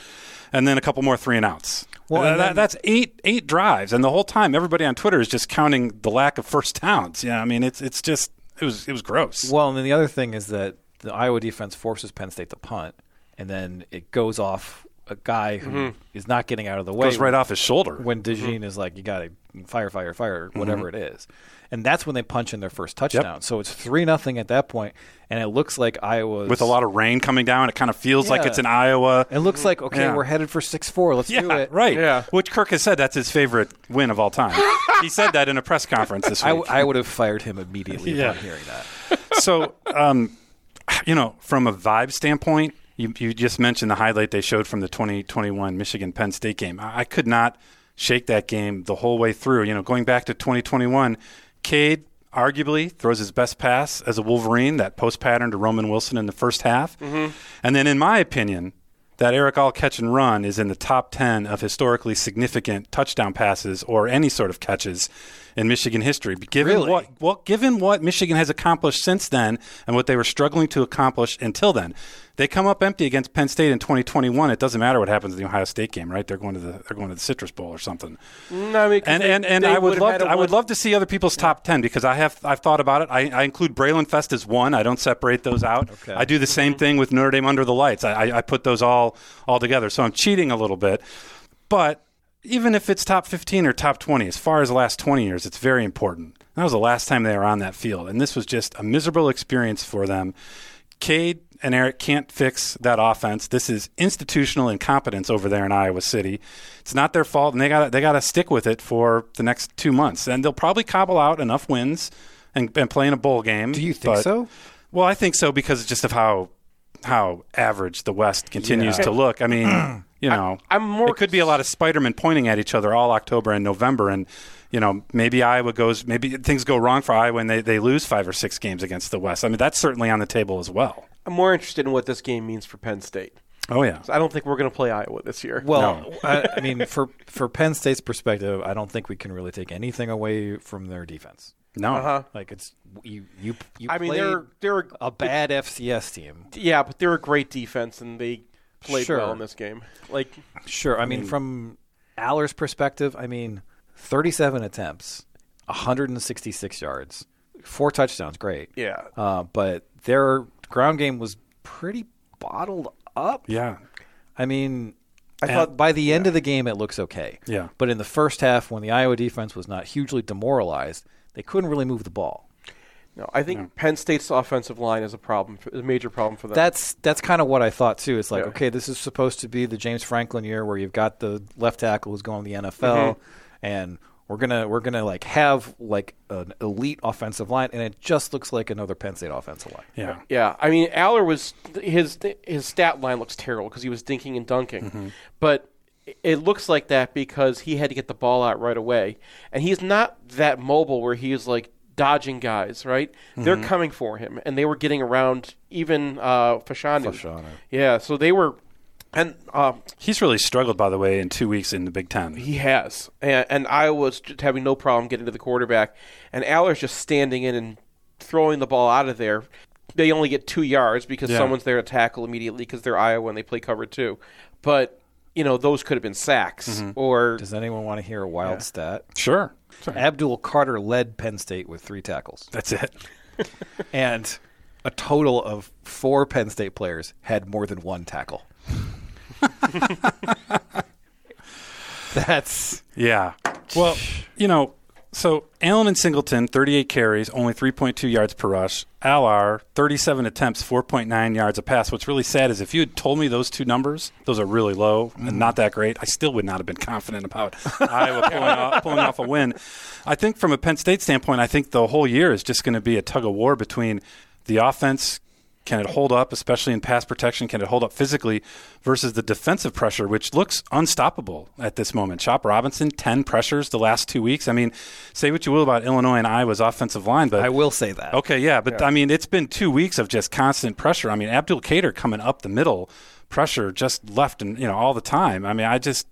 Speaker 17: And then a couple more three and outs.
Speaker 5: Well,
Speaker 17: Well,
Speaker 5: and then-
Speaker 17: that's eight eight drives, and the whole time everybody on Twitter is just counting the lack of first downs. Yeah, I mean it's it's just it was it was gross.
Speaker 2: Well, and then the other thing is that the Iowa defense forces Penn State to punt, and then it goes off a guy who is
Speaker 17: Mhm.
Speaker 2: not getting out of the way.
Speaker 17: Goes right off his shoulder.
Speaker 2: When Dejean is like, you got to fire, fire, fire, whatever
Speaker 17: Mhm.
Speaker 2: it is. And that's when they punch in their first touchdown. So it's 3 nothing at that point, and it looks like Iowa
Speaker 17: With a lot of rain coming down, it kind of feels like it's in Iowa.
Speaker 2: It looks like, okay,
Speaker 17: Yeah.
Speaker 2: we're headed for 6 4. Let's do it.
Speaker 17: Right. Mm-hmm. Yeah. Which Kirk has said that's his favorite win of all time. he said that in a press conference this
Speaker 2: I,
Speaker 17: week.
Speaker 2: I would have fired him immediately
Speaker 17: Yeah.
Speaker 2: upon hearing that.
Speaker 17: so, um, you know, from a vibe standpoint, you, you just mentioned the highlight they showed from the 2021 Michigan Penn State game. I, I could not shake that game the whole way through. You know, going back to 2021, Cade arguably throws his best pass as a Wolverine, that post pattern to Roman Wilson in the first half.
Speaker 5: Mhm.
Speaker 17: And then, in my opinion, that Eric All catch and run is in the top 10 of historically significant touchdown passes or any sort of catches in Michigan history. But Given
Speaker 5: Really?
Speaker 17: what well, given what Michigan has accomplished since then and what they were struggling to accomplish until then. They come up empty against Penn State in 2021. It doesn't matter what happens in the Ohio State game, right? They're going to the they're going to the Citrus Bowl or something.
Speaker 3: No, Mm, I mean, 'cause
Speaker 17: And
Speaker 3: they-
Speaker 17: and, and
Speaker 3: they
Speaker 17: I would
Speaker 3: would've
Speaker 17: love
Speaker 3: had
Speaker 17: to,
Speaker 3: a
Speaker 17: I would
Speaker 3: one-
Speaker 17: love to see other people's top ten because I have I've thought about it. I, I include Braylon Fest as one. I don't separate those out. I do the
Speaker 3: Mm-hmm.
Speaker 17: same thing with Notre Dame Under the Lights. I, I, I put those all all together. So I'm cheating a little bit, but even if it's top 15 or top 20, as far as the last 20 years, it's very important. That was the last time they were on that field, and this was just a miserable experience for them. Cade and Eric can't fix that offense. This is institutional incompetence over there in Iowa City. It's not their fault, and they got they got to stick with it for the next two months, and they'll probably cobble out enough wins and, and play in a bowl game. Do you
Speaker 2: think so?
Speaker 17: Well, I think so because just of how how average the West continues
Speaker 5: Yeah.
Speaker 17: to look. I mean, you know, I, am more. It could be a lot of Spider-Man pointing at each other all October and November, and you know, maybe Iowa goes, maybe things go wrong for Iowa and they, they lose five or six games against the West. I mean, that's certainly on the table as well.
Speaker 3: I'm more interested in what this game means for Penn State.
Speaker 17: Oh yeah.
Speaker 3: So I don't think we're going to play Iowa this year.
Speaker 2: Well, I, I mean, for for Penn State's perspective, I don't think we can really take anything away from their defense.
Speaker 17: No. Uh-huh.
Speaker 2: like it's you you. you
Speaker 3: I mean,
Speaker 2: played
Speaker 3: they're they're
Speaker 2: a bad FCS team.
Speaker 3: Yeah, but they're a great defense and they played
Speaker 2: Sure.
Speaker 3: well in this game. Like
Speaker 2: Sure, I mean,
Speaker 17: Mm.
Speaker 2: from Aller's perspective, I mean, 37 attempts, 166 yards, four touchdowns, great.
Speaker 3: Yeah.
Speaker 2: uh, but their ground game was pretty bottled up.
Speaker 17: Yeah,
Speaker 2: I mean, I
Speaker 17: And-
Speaker 2: thought by the end of the game it looks okay.
Speaker 17: Yeah.
Speaker 2: but in the first half, when the Iowa defense was not hugely demoralized, they couldn't really move the ball.
Speaker 3: No, I think Penn State's offensive line is a problem, for, is a major problem for them.
Speaker 2: That's that's kind of what I thought too. It's like,
Speaker 3: Yeah.
Speaker 2: okay, this is supposed to be the James Franklin year where you've got the left tackle who's going to the NFL,
Speaker 3: Mhm.
Speaker 17: Mm-hmm.
Speaker 2: and we're gonna we're gonna like have like an elite offensive line, and it just looks like another Penn State offensive line.
Speaker 17: Yeah.
Speaker 3: Yeah, I mean, Aller was his his stat line looks terrible because he was dinking and dunking,
Speaker 17: Mhm.
Speaker 3: but it looks like that because he had to get the ball out right away, and he's not that mobile where he is like dodging guys. Right, they're
Speaker 17: Mhm.
Speaker 3: coming for him, and they were getting around even uh, Fashanu.
Speaker 17: Fashanu.
Speaker 3: Yeah, so they were, and uh,
Speaker 17: He's really struggled, by the way, in two weeks in the Big Ten.
Speaker 3: he has, and, and Iowa's just having no problem getting to the quarterback, and Aller's just standing in and throwing the ball out of there. They only get two yards because
Speaker 17: Yeah.
Speaker 3: someone's there to tackle immediately because they're Iowa and they play cover two. But you know those could have been sacks
Speaker 2: Mhm.
Speaker 3: or
Speaker 2: Does anyone want to hear a wild
Speaker 3: Yeah.
Speaker 2: stat?
Speaker 17: Sure.
Speaker 2: Abdul Carter led Penn State with three tackles.
Speaker 17: That's it.
Speaker 2: and a total of four Penn State players had more than one tackle. That's
Speaker 17: Yeah. Well, you know, so Allen and Singleton, 38 carries, only 3.2 yards per rush. Alar, 37 attempts, 4.9 yards a pass. What's really sad is if you had told me those two numbers, those are really low and not that great, I still would not have been confident about Iowa pulling, off, pulling off a win. I think from a Penn State standpoint, I think the whole year is just going to be a tug of war between the offense. Can it hold up, especially in pass protection? Can it hold up physically versus the defensive pressure, which looks unstoppable at this moment? Chop Robinson, 10 pressures the last two weeks. I mean, say what you will about Illinois and Iowa's offensive line, but
Speaker 2: I will say that.
Speaker 17: Okay, yeah, but
Speaker 2: Yeah.
Speaker 17: I mean, it's been two weeks of just constant pressure. I mean, Abdul Kader coming up the middle, pressure just left and you know all the time. I mean, I just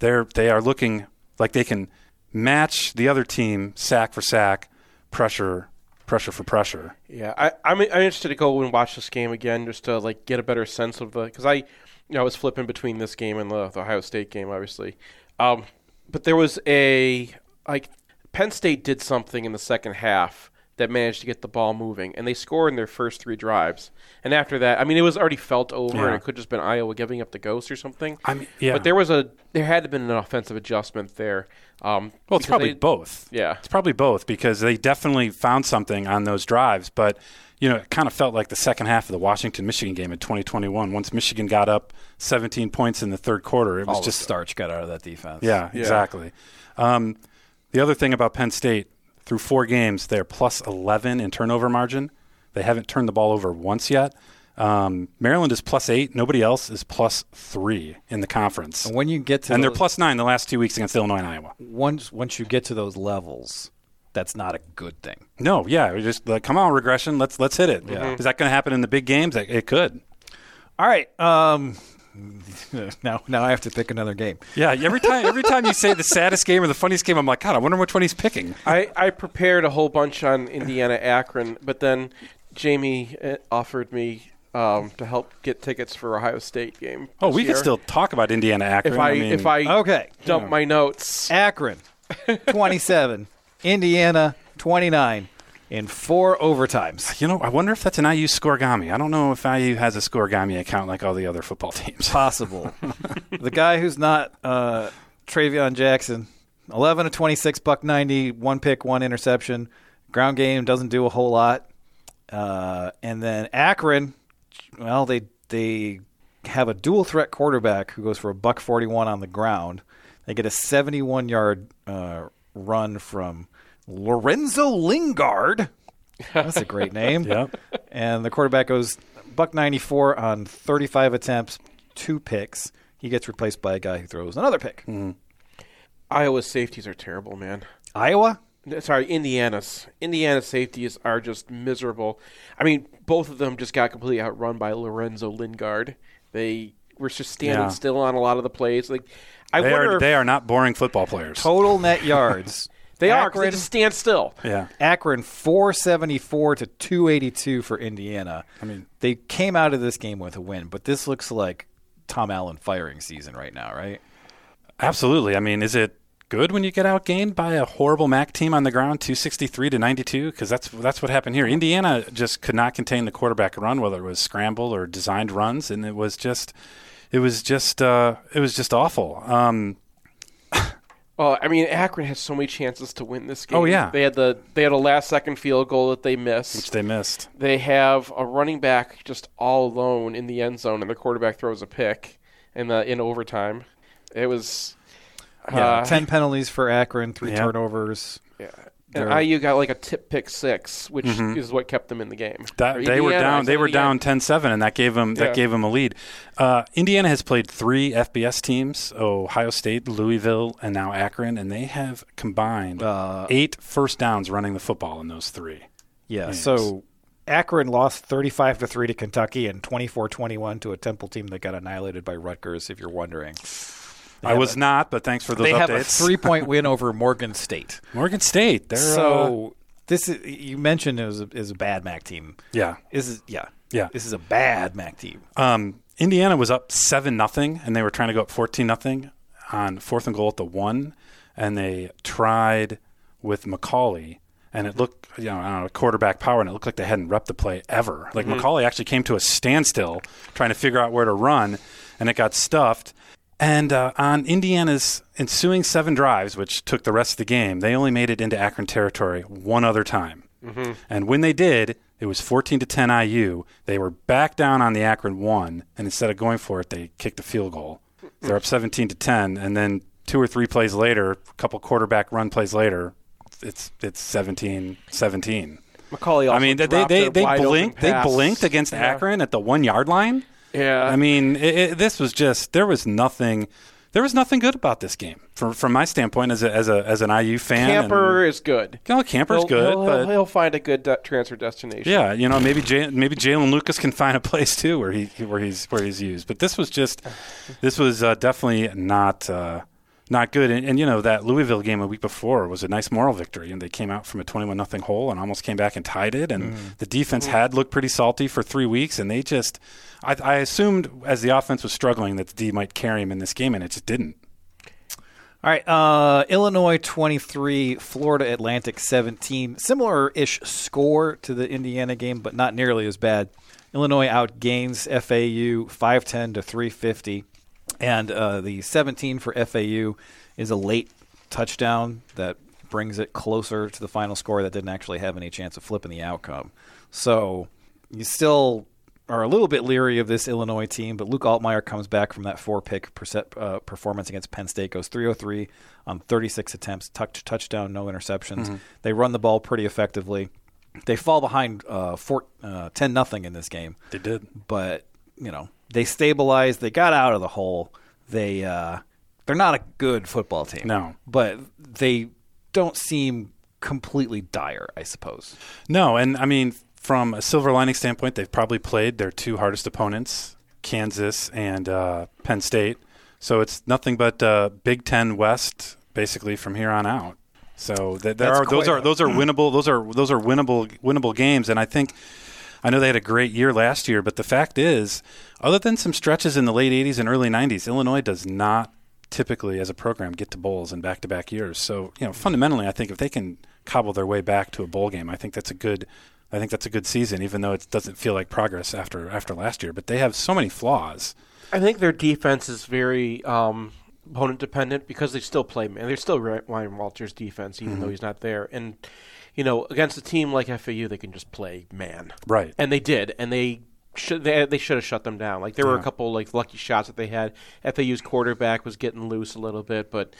Speaker 17: they're they are looking like they can match the other team sack for sack, pressure, pressure for pressure.
Speaker 3: Yeah, I, I'm, I'm interested to go and watch this game again just to like get a better sense of the because I, you know, I was flipping between this game and the, the Ohio State game, obviously, um, but there was a like Penn State did something in the second half that managed to get the ball moving, and they scored in their first three drives. And after that, I mean, it was already felt over,
Speaker 17: Yeah.
Speaker 3: and it could just been Iowa giving up the ghost or something.
Speaker 17: I mean, yeah.
Speaker 3: But there was a there had to been an offensive adjustment there. Um,
Speaker 17: Well,
Speaker 3: because
Speaker 17: it's probably
Speaker 3: they-
Speaker 17: both.
Speaker 3: Yeah.
Speaker 17: It's probably both because they definitely found something on those drives, but you know, it kind of felt like the second half of the Washington Michigan game in 2021. Once Michigan got up 17 points in the third quarter, it was
Speaker 2: all the
Speaker 17: just
Speaker 2: starch got out of that defense.
Speaker 17: Yeah, exactly. Um, the other thing about Penn State, through four games, they're plus 11 in turnover margin. They haven't turned the ball over once yet. Um, Maryland is plus eight. Nobody else is plus three in the conference.
Speaker 2: And when you get to
Speaker 17: and
Speaker 2: the-
Speaker 17: they're plus nine the last two weeks against Illinois and Iowa.
Speaker 2: Once once you get to those levels, that's not a good thing.
Speaker 17: No, Oh, yeah, we just like, come on regression. Let's let's hit it. Is
Speaker 2: Yeah.
Speaker 17: that going to happen in the big games? It, it could.
Speaker 2: All right. Um, now now I have to pick another game.
Speaker 17: Yeah, every time every time you say the saddest game or the funniest game, I'm like, God, I wonder which one he's picking.
Speaker 3: I, I prepared a whole bunch on Indiana Akron, but then Jamie uh, offered me um, to help get tickets for Ohio State game.
Speaker 17: Oh,
Speaker 3: this
Speaker 17: we
Speaker 3: year.
Speaker 17: could still talk about Indiana Akron.
Speaker 3: If I,
Speaker 17: mean-
Speaker 3: if I
Speaker 2: Okay.
Speaker 3: dump
Speaker 2: Yeah.
Speaker 3: my notes,
Speaker 2: Akron, 27, Indiana, 29, in four overtimes.
Speaker 17: You know, I wonder if that's an IU scoregami. I don't know if IU has a scoregami account like all the other football teams.
Speaker 2: Possible. the guy who's not uh, Travion Jackson, 11 of 26, buck 90, one pick, one interception. Ground game doesn't do a whole lot. Uh, and then Akron, well, they they have a dual threat quarterback who goes for a buck 41 on the ground. They get a 71 yard uh, run from Lorenzo Lingard. That's a great name.
Speaker 17: Yep.
Speaker 2: And the quarterback goes buck 94 on 35 attempts, two picks. He gets replaced by a guy who throws another pick.
Speaker 17: Mm-hmm.
Speaker 3: Iowa's safeties are terrible, man.
Speaker 2: Iowa?
Speaker 3: Sorry, Indiana's. Indiana's safeties are just miserable. I mean, both of them just got completely outrun by Lorenzo Lingard. They were just standing
Speaker 17: Yeah.
Speaker 3: still on a lot of the plays. Like, I
Speaker 17: they
Speaker 3: wonder
Speaker 17: are
Speaker 3: if
Speaker 17: they are not boring football players.
Speaker 2: Total net yards.
Speaker 3: they are 'cause they
Speaker 2: Akron-
Speaker 3: just stand still.
Speaker 17: Yeah.
Speaker 2: Akron 474 to 282 for Indiana. I
Speaker 17: mean,
Speaker 2: they came out of this game with a win, but this looks like Tom Allen firing season right now, right?
Speaker 17: Absolutely. I mean, is it good when you get outgained by a horrible MAC team on the ground, 263 to 92? Because that's that's what happened here. Indiana just could not contain the quarterback run, whether it was scramble or designed runs, and it was just, it was just, uh, it was just awful. Um,
Speaker 3: Oh, I mean, Akron had so many chances to win this game.
Speaker 17: Oh, yeah.
Speaker 3: they had the they had a last second field goal that they missed,
Speaker 17: which they missed.
Speaker 3: They have a running back just all alone in the end zone, and the quarterback throws a pick in the in overtime. It was uh,
Speaker 2: 10 penalties for Akron, three
Speaker 3: Yeah.
Speaker 2: turnovers.
Speaker 3: Yeah.
Speaker 2: They're-
Speaker 3: And IU got like a tip pick six, which
Speaker 17: Mhm.
Speaker 3: is what kept them in the game.
Speaker 17: That,
Speaker 3: Or
Speaker 17: they were
Speaker 3: Indiana, I
Speaker 17: down.
Speaker 3: said
Speaker 17: They were
Speaker 3: Indiana.
Speaker 17: down 10-7, and that gave them
Speaker 3: Yeah.
Speaker 17: that gave them a lead. Uh, Indiana has played three FBS teams: Ohio State, Louisville, and now Akron, and they have combined eight first downs running the football in those three.
Speaker 15: Yeah,
Speaker 17: games.
Speaker 15: so Akron lost 35 to 3 to Kentucky and 24-21 to a Temple team that got annihilated by Rutgers if you're wondering. They
Speaker 17: I
Speaker 15: have
Speaker 17: was
Speaker 15: a-
Speaker 17: not, but thanks for those
Speaker 2: they
Speaker 17: updates.
Speaker 2: have a three-point win over Morgan State.
Speaker 17: Morgan State. They're uh,
Speaker 2: so this is you mentioned it was a, is a bad MAC team.
Speaker 17: Yeah.
Speaker 2: This is yeah.
Speaker 17: Yeah.
Speaker 2: This is a bad MAC team.
Speaker 17: uh, um, Indiana was up seven nothing, and they were trying to go up fourteen nothing on fourth and goal at the one, and they tried with Macaulay, and it looked you know I don't know quarterback power, and it looked like they hadn't repped the play ever. Like
Speaker 5: Mhm.
Speaker 17: Macaulay actually came to a standstill trying to figure out where to run, and it got stuffed. And uh, on Indiana's ensuing seven drives, which took the rest of the game, they only made it into Akron territory one other time.
Speaker 5: Mhm.
Speaker 17: And when they did, it was 14 to 10 IU. They were back down on the Akron one, and instead of going for it, they kicked a field goal. They're up 17 to 10, and then two or three plays later, a couple quarterback run plays later, it's it's 17 17.
Speaker 3: Macaulay also
Speaker 17: I mean, they they
Speaker 3: dropped
Speaker 17: they,
Speaker 3: a wide open
Speaker 17: blinked they
Speaker 3: pass.
Speaker 17: blinked against
Speaker 3: Yeah. Uh,
Speaker 17: Akron at the one yard line.
Speaker 3: Yeah,
Speaker 17: I mean, it, it, this was just there was nothing. There was nothing good about this game, from from my standpoint as a, as a as an IU fan. and-
Speaker 3: Camper is good.
Speaker 17: No, Camper's
Speaker 3: He'll-
Speaker 17: good,
Speaker 3: He'll,
Speaker 17: but-
Speaker 3: he'll- he'll find a good de- transfer destination.
Speaker 17: yeah, you know, maybe Jay, maybe Jalen Lucas can find a place too where he where he's where he's used. But this was just this was uh, definitely not uh, not good. And, and you know that Louisville game a week before was a nice moral victory, and they came out from a twenty-one nothing hole and almost came back and tied it. And
Speaker 5: Mm.
Speaker 17: the defense had looked pretty salty for three weeks, and they just I, I assumed as the offense was struggling that the D might carry him in this game, and it just didn't.
Speaker 2: All right, uh, Illinois 23, Florida Atlantic 17. Similar-ish score to the Indiana game, but not nearly as bad. Illinois outgains FAU 510 to 350, and uh, the 17 for FAU is a late touchdown that brings it closer to the final score that didn't actually have any chance of flipping the outcome. So you still are a little bit leery of this Illinois team, but Luke Altmaier comes back from that four pick percep uh, performance against Penn State, goes 303 on 36 attempts, touch, touchdown, no interceptions.
Speaker 17: Mm-hmm.
Speaker 5: Mhm.
Speaker 2: They run the ball pretty effectively. They fall behind uh, four, uh, 10 nothing in this game.
Speaker 17: They did.
Speaker 2: But, you know, they stabilized, they got out of the hole. They uh, they're not a good football team.
Speaker 17: No.
Speaker 2: But they don't seem completely dire, I suppose.
Speaker 17: No, and I mean, from a silver lining standpoint, they've probably played their two hardest opponents, Kansas and uh, Penn State. So it's nothing but uh, Big Ten West, basically from here on out. So th- there
Speaker 5: That's
Speaker 17: are those
Speaker 5: quite-
Speaker 17: are those
Speaker 2: Hmm.
Speaker 17: are winnable those are those are winnable winnable games, and I think I know they had a great year last year, but the fact is, other than some stretches in the late '80s and early '90s, Illinois does not typically, as a program, get to bowls in back-to-back years. So you know, fundamentally, I think if they can cobble their way back to a bowl game, I think that's a good. I think that's a good season, even though it doesn't feel like progress after after last year. But they have so many flaws.
Speaker 3: I think their defense is very um, opponent dependent because they still play man. They're still Ry- Ryan Walters' defense, even
Speaker 17: Mhm.
Speaker 3: though he's not there. And you know, against a team like FAU, they can just play man.
Speaker 17: Right.
Speaker 3: And they did, and they should they, they should have shut them down. Like there were a
Speaker 17: Yeah.
Speaker 3: couple like lucky shots that they had. FAU's quarterback was getting loose a little bit, but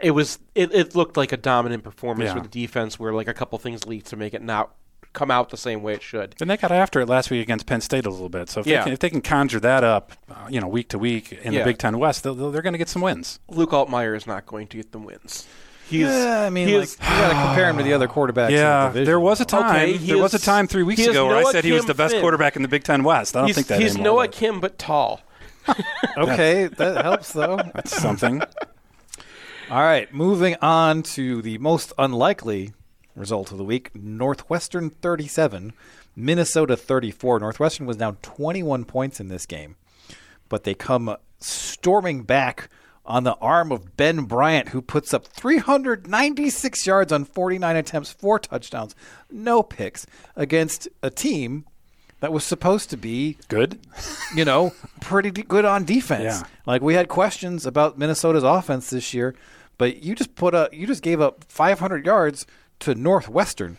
Speaker 3: it was it, it looked like a dominant performance
Speaker 17: Yeah.
Speaker 3: with the defense, where like a couple things leaked to make it not come out the same way it should.
Speaker 17: And they got after it last week against Penn State a little bit. So if,
Speaker 3: Yeah.
Speaker 17: they, can, if they can conjure that up, uh, you know, week to week in
Speaker 3: Yeah.
Speaker 17: the Big Ten West, they'll, they'll- they're going to get some wins.
Speaker 3: Luke Altmaier is not going to get them wins. He's,
Speaker 17: Yeah, I mean,
Speaker 3: he
Speaker 17: like,
Speaker 3: is-
Speaker 17: you gotta compare him to the other quarterbacks in the Yeah, division, there was a though. time- there was a time three weeks
Speaker 3: he is
Speaker 17: ago where I
Speaker 3: Noah
Speaker 17: said he was
Speaker 3: Kim
Speaker 17: the best
Speaker 3: Finn.
Speaker 17: quarterback in the Big Ten West. I don't
Speaker 3: he's,
Speaker 17: think that
Speaker 3: he's
Speaker 17: anymore,
Speaker 3: Noah Kim but tall.
Speaker 2: Okay, that helps though.
Speaker 17: That's something.
Speaker 2: All right, moving on to the most unlikely result of the week Northwestern 37, Minnesota 34. Northwestern was down 21 points in this game, but they come storming back on the arm of Ben Bryant, who puts up 396 yards on 49 attempts, four touchdowns, no picks against a team that was supposed to be
Speaker 17: good,
Speaker 2: you know, pretty d- good on defense.
Speaker 17: Yeah.
Speaker 2: Like we had questions about Minnesota's offense this year, but you just put up, you just gave up 500 yards to Northwestern.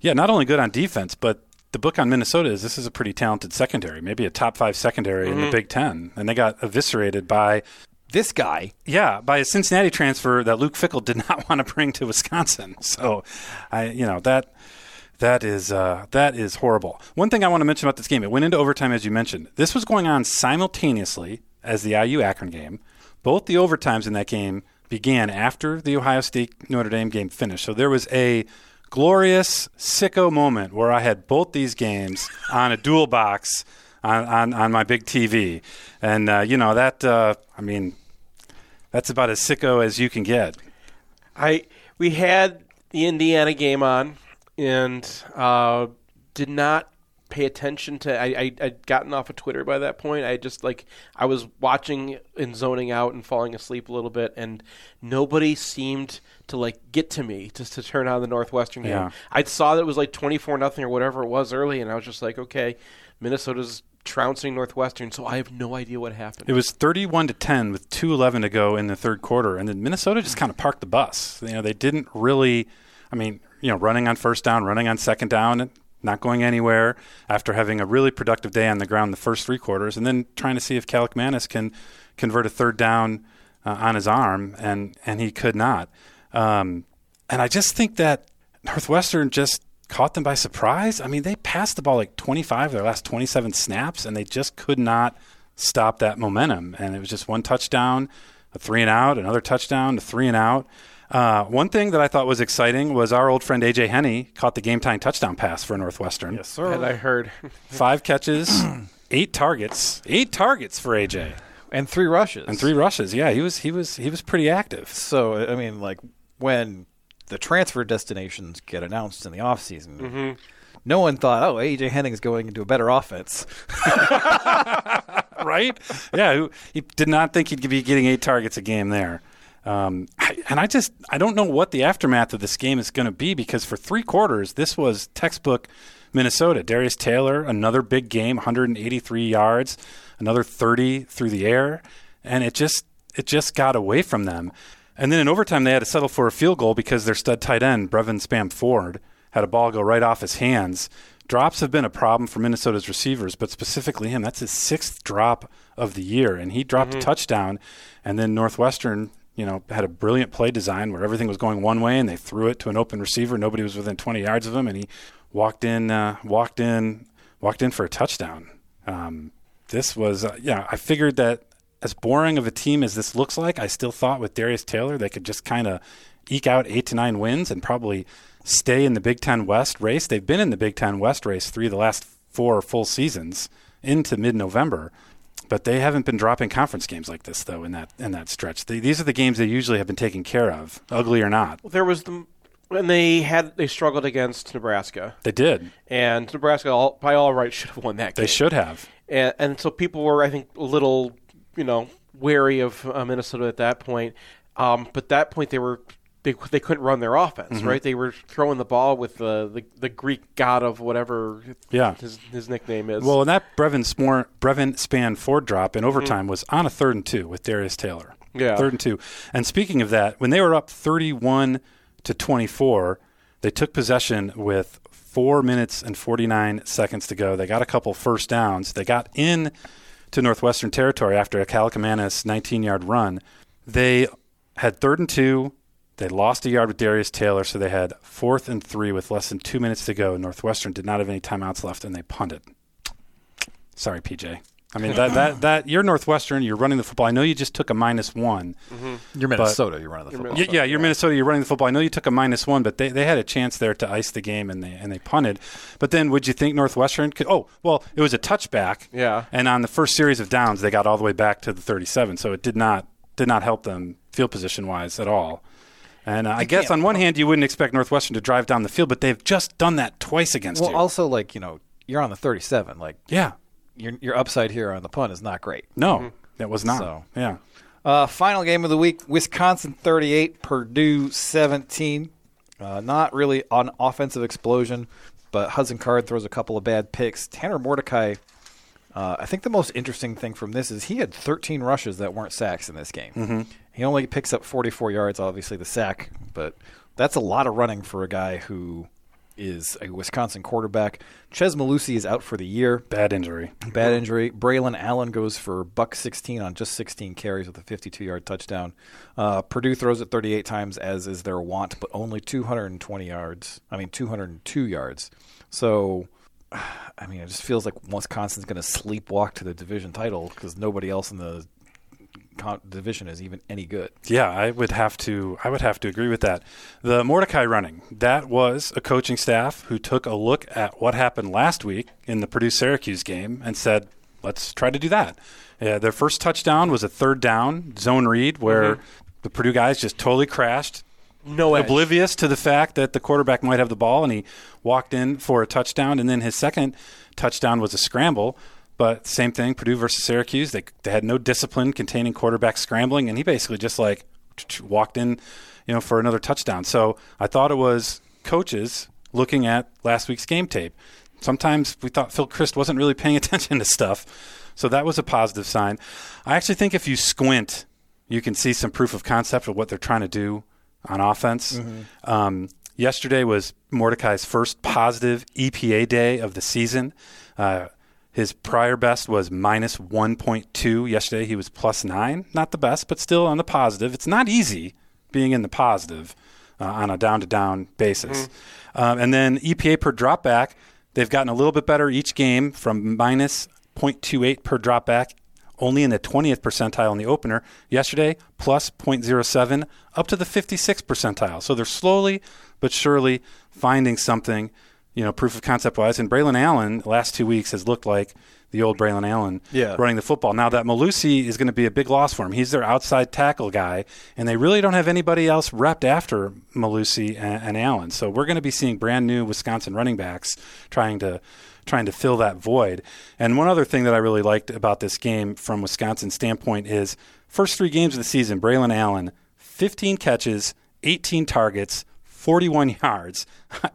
Speaker 17: Yeah, not only good on defense, but the book on Minnesota is this is a pretty talented secondary, maybe a top five secondary in
Speaker 2: Mhm.
Speaker 17: the Big Ten, and they got eviscerated by
Speaker 2: this guy.
Speaker 17: Yeah, by a Cincinnati transfer that Luke Fickle did not want to bring to Wisconsin. So, I you know that that is uh, that is horrible. One thing I want to mention about this game, it went into overtime as you mentioned. This was going on simultaneously as the IU Akron game. Both the overtimes in that game began after the Ohio State Notre Dame game finished. So there was a glorious sicko moment where I had both these games on a dual box on, on, on my big TV. And, uh, you know, that, uh, I mean, that's about as sicko as you can get.
Speaker 3: I we had the Indiana game on and uh, did not pay attention to. I, I I'd gotten off of Twitter by that point. I just like I was watching and zoning out and falling asleep a little bit, and nobody seemed to like get to me just to turn on the Northwestern game.
Speaker 17: Yeah.
Speaker 3: I saw that it was like twenty four nothing or whatever it was early, and I was just like, okay, Minnesota's trouncing Northwestern, so I have no idea what happened.
Speaker 17: It was 31 to 10 with 2:11 to go in the third quarter, and then Minnesota just kind of parked the bus. You know, they didn't really. I mean, you know, running on first down, running on second down, not going anywhere after having a really productive day on the ground the first three quarters, and then trying to see if Calic Manis can convert a third down uh, on his arm, and and he could not. Um, and I just think that Northwestern just caught them by surprise. I mean, they passed the ball like 25 of their last 27 snaps, and they just could not stop that momentum. And it was just one touchdown, a three and out, another touchdown, a three and out. Uh, one thing that I thought was exciting was our old friend AJ Henney caught the game time touchdown pass for Northwestern. Yes,
Speaker 3: sir. That I heard.
Speaker 17: Five catches, eight targets, eight targets for AJ,
Speaker 2: and three rushes.
Speaker 17: And three rushes. Yeah, he was he was he was pretty active.
Speaker 2: So, I mean, like when the transfer destinations get announced in the offseason,
Speaker 17: Mm-hmm.
Speaker 3: Mhm.
Speaker 2: no one thought, oh, AJ Henning is going into a better offense.
Speaker 17: right? Yeah, who- he did not think he'd be getting eight targets a game there. Um, I, and I just I don't know what the aftermath of this game is going to be because for three quarters this was textbook Minnesota. Darius Taylor another big game, 183 yards, another 30 through the air, and it just it just got away from them. And then in overtime they had to settle for a field goal because their stud tight end Brevin Spam Ford had a ball go right off his hands. Drops have been a problem for Minnesota's receivers, but specifically him. That's his sixth drop of the year, and he dropped
Speaker 18: Mhm.
Speaker 17: a touchdown. And then Northwestern, you know, had a brilliant play design where everything was going one way, and they threw it to an open receiver. Nobody was within 20 yards of him, and he walked in, uh, walked in, walked in for a touchdown. Um, this was, uh, yeah, I figured that as boring of a team as this looks like, I still thought with Darius Taylor they could just kind of eke out eight to nine wins and probably stay in the Big Ten West race. They've been in the Big Ten West race three of the last four full seasons into mid-November, but they haven't been dropping conference games like this though in that in that stretch. They, these are the games they usually have been taken care of, ugly or not.
Speaker 3: Well, there was the when they had they struggled against Nebraska.
Speaker 17: They did.
Speaker 3: and Nebraska all, by all rights should have won that game.
Speaker 17: They should have.
Speaker 3: and, and so people were, I think, a little you know wary of uh, Minnesota at that point. Um, but that point they were they, they couldn't run their offense,
Speaker 17: Mhm.
Speaker 3: right? They were throwing the ball with the the, the Greek god of whatever
Speaker 17: Yeah.
Speaker 3: his his nickname is. Mm-hmm.
Speaker 17: Well, and that Brevin, Smor- Brevin Span Ford drop in overtime was on a third and two with Darius Taylor.
Speaker 3: Yeah.
Speaker 17: Third and two. And speaking of that, when they were up 31 to 24, they took possession with four minutes and 49 seconds to go. They got a couple first downs. They got in to Northwestern Territory after a Calicamanis 19 yard run. They had third and two. They lost a yard with Darius Taylor, so they had fourth and three with less than two minutes to go. Northwestern did not have any timeouts left, and they punted. Sorry, PJ. I mean that that that you're Northwestern. You're running the football. I know you just took a minus one.
Speaker 2: Mhm. You're Minnesota, you're running the You're football. Minnesota,
Speaker 17: Yeah, yeah, you're Minnesota. You're running the football. I know you took a minus one, but they, they had a chance there to ice the game and they and they punted. But then, would you think Northwestern could? Oh, well, it was a touchback.
Speaker 3: Yeah.
Speaker 17: And on the first series of downs, they got all the way back to the 37. So it did not did not help them field position wise at all. And uh, I guess on one hand, you wouldn't expect Northwestern to drive down the field, but they've just done that twice against
Speaker 2: well,
Speaker 17: you.
Speaker 2: also like you know, you're on the 37. Like
Speaker 17: yeah,
Speaker 2: your your upside here on the punt is not great.
Speaker 17: No, that was not. Yeah.
Speaker 2: Uh, final game of the week: Wisconsin 38, Purdue 17. Uh, not really an offensive explosion, but Hudson Card throws a couple of bad picks. Tanner Mordecai. Uh, I think the most interesting thing from this is he had 13 rushes that weren't sacks in this game.
Speaker 17: Mhm.
Speaker 2: He only picks up 44 yards, obviously the sack, but that's a lot of running for a guy who is a Wisconsin quarterback. Ches Malusi is out for the year.
Speaker 17: Bad injury.
Speaker 2: Bad injury. Braylon Allen goes for buck 16 on just 16 carries with a 52-yard touchdown. Uh, Purdue throws it 38 times as is their want, but only 220 yards. I mean 202 yards. So I mean, it just feels like Wisconsin's going to sleepwalk to the division title because nobody else in the con- division is even any good.
Speaker 17: Yeah, I would have to. I would have to agree with that. The Mordecai running that was a coaching staff who took a look at what happened last week in the Purdue Syracuse game and said, "Let's try to do that." Yeah, their first touchdown was a third down zone read where the Purdue guys just totally crashed.
Speaker 3: No edge.
Speaker 17: oblivious to the fact that the quarterback might have the ball, and he walked in for a touchdown. And then his second touchdown was a scramble. But same thing, Purdue versus Syracuse. They, they had no discipline containing quarterback scrambling, and he basically just like walked in, you know, for another touchdown. So I thought it was coaches looking at last week's game tape. Sometimes we thought Phil Christ wasn't really paying attention to stuff, so that was a positive sign. I actually think if you squint, you can see some proof of concept of what they're trying to do on offense.
Speaker 5: Mhm.
Speaker 17: Um, yesterday was Mordecai's first positive EPA day of the season. Uh, his prior best was minus 1.2. Yesterday he was plus nine. Not the best, but still on the positive. It's not easy being in the positive uh, on a down to down basis. Um, and then EPA per dropback, they've gotten a little bit better each game from minus 0.28 per dropback only in the 20th percentile in the opener. Yesterday, plus 0.07 up to the 56th percentile. So they're slowly but surely finding something, you know, proof of concept wise. And Braylon Allen, the last two weeks, has looked like the old Braylon Allen
Speaker 2: Yeah.
Speaker 17: running the football. Now that Malusi is going to be a big loss for him. He's their outside tackle guy, and they really don't have anybody else repped after Malusi and, and Allen. So we're going to be seeing brand new Wisconsin running backs trying to trying to fill that void. And one other thing that I really liked about this game from Wisconsin's standpoint is first three games of the season, Braylon Allen, 15 catches, 18 targets, 41 yards,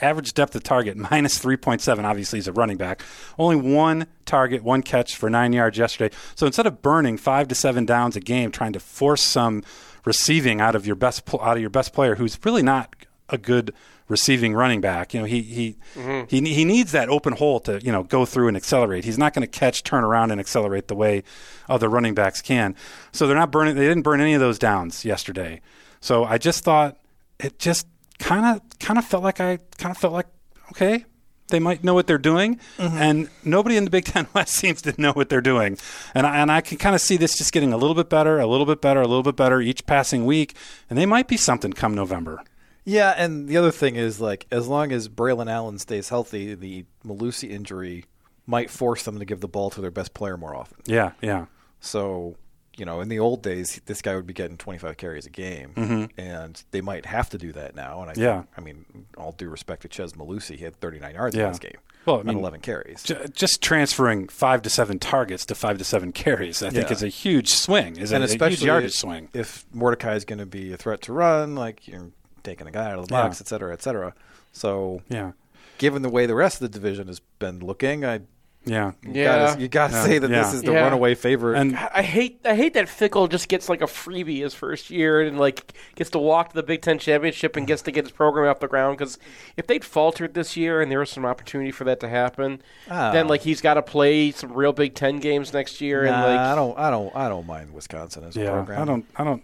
Speaker 17: average depth of target minus 3.7. Obviously, he's a running back. Only one target, one catch for nine yards yesterday. So instead of burning five to seven downs a game, trying to force some receiving out of your best pl- out of your best player, who's really not a good receiving running back. You know, he he
Speaker 14: Mm.
Speaker 3: Mhm.
Speaker 17: he, he needs that open hole to you know go through and accelerate. He's not going to catch, turn around, and accelerate the way other running backs can. So they're not burning. They didn't burn any of those downs yesterday. So I just thought it just kind of kind of felt like I kind of felt like okay. They might know what they're doing, and nobody in the Big Ten West seems to know what they're doing. And I, and I can kind of see this just getting a little bit better, a little bit better, a little bit better each passing week, and they might be something come November.
Speaker 2: Yeah, and the other thing is like as long as Braylon Allen stays healthy, the Malusi injury might force them to give the ball to their best player more often.
Speaker 17: Yeah, yeah.
Speaker 2: So, you know, in the old days, this guy would be getting 25 carries a game,
Speaker 17: Mhm.
Speaker 2: and they might have to do that now. And I,
Speaker 17: Yeah.
Speaker 2: think, I mean, all due respect to Ches Malusi, he had 39 yards
Speaker 17: Yeah.
Speaker 2: in this game.
Speaker 17: Well, I
Speaker 2: on
Speaker 17: mean,
Speaker 2: 11 carries.
Speaker 17: Ju- just transferring five to seven targets to five to seven carries, I think,
Speaker 2: Yeah.
Speaker 17: is a huge swing. Is
Speaker 2: and
Speaker 17: a,
Speaker 2: especially
Speaker 17: a huge yardage
Speaker 2: if,
Speaker 17: swing.
Speaker 2: If Mordecai is going to be a threat to run, like you're taking a guy out of the
Speaker 17: Yeah.
Speaker 2: box, et cetera, et cetera. So,
Speaker 17: Yeah.
Speaker 2: given the way the rest of the division has been looking, I
Speaker 17: yeah,
Speaker 2: you
Speaker 3: Yeah.
Speaker 2: gotta, you gotta
Speaker 17: Yeah.
Speaker 2: say that
Speaker 17: Yeah.
Speaker 2: this is the
Speaker 3: Yeah.
Speaker 2: runaway favorite.
Speaker 17: And-
Speaker 3: I hate I hate that Fickle just gets like a freebie his first year and like gets to walk to the Big Ten championship and gets to get his program off the ground. Because if they'd faltered this year and there was some opportunity for that to happen,
Speaker 2: Oh.
Speaker 3: then like he's got to play some real Big Ten games next year.
Speaker 2: Nah,
Speaker 3: and like
Speaker 2: I don't, I don't, I don't mind Wisconsin as a
Speaker 17: yeah,
Speaker 2: program.
Speaker 17: I don't, I don't.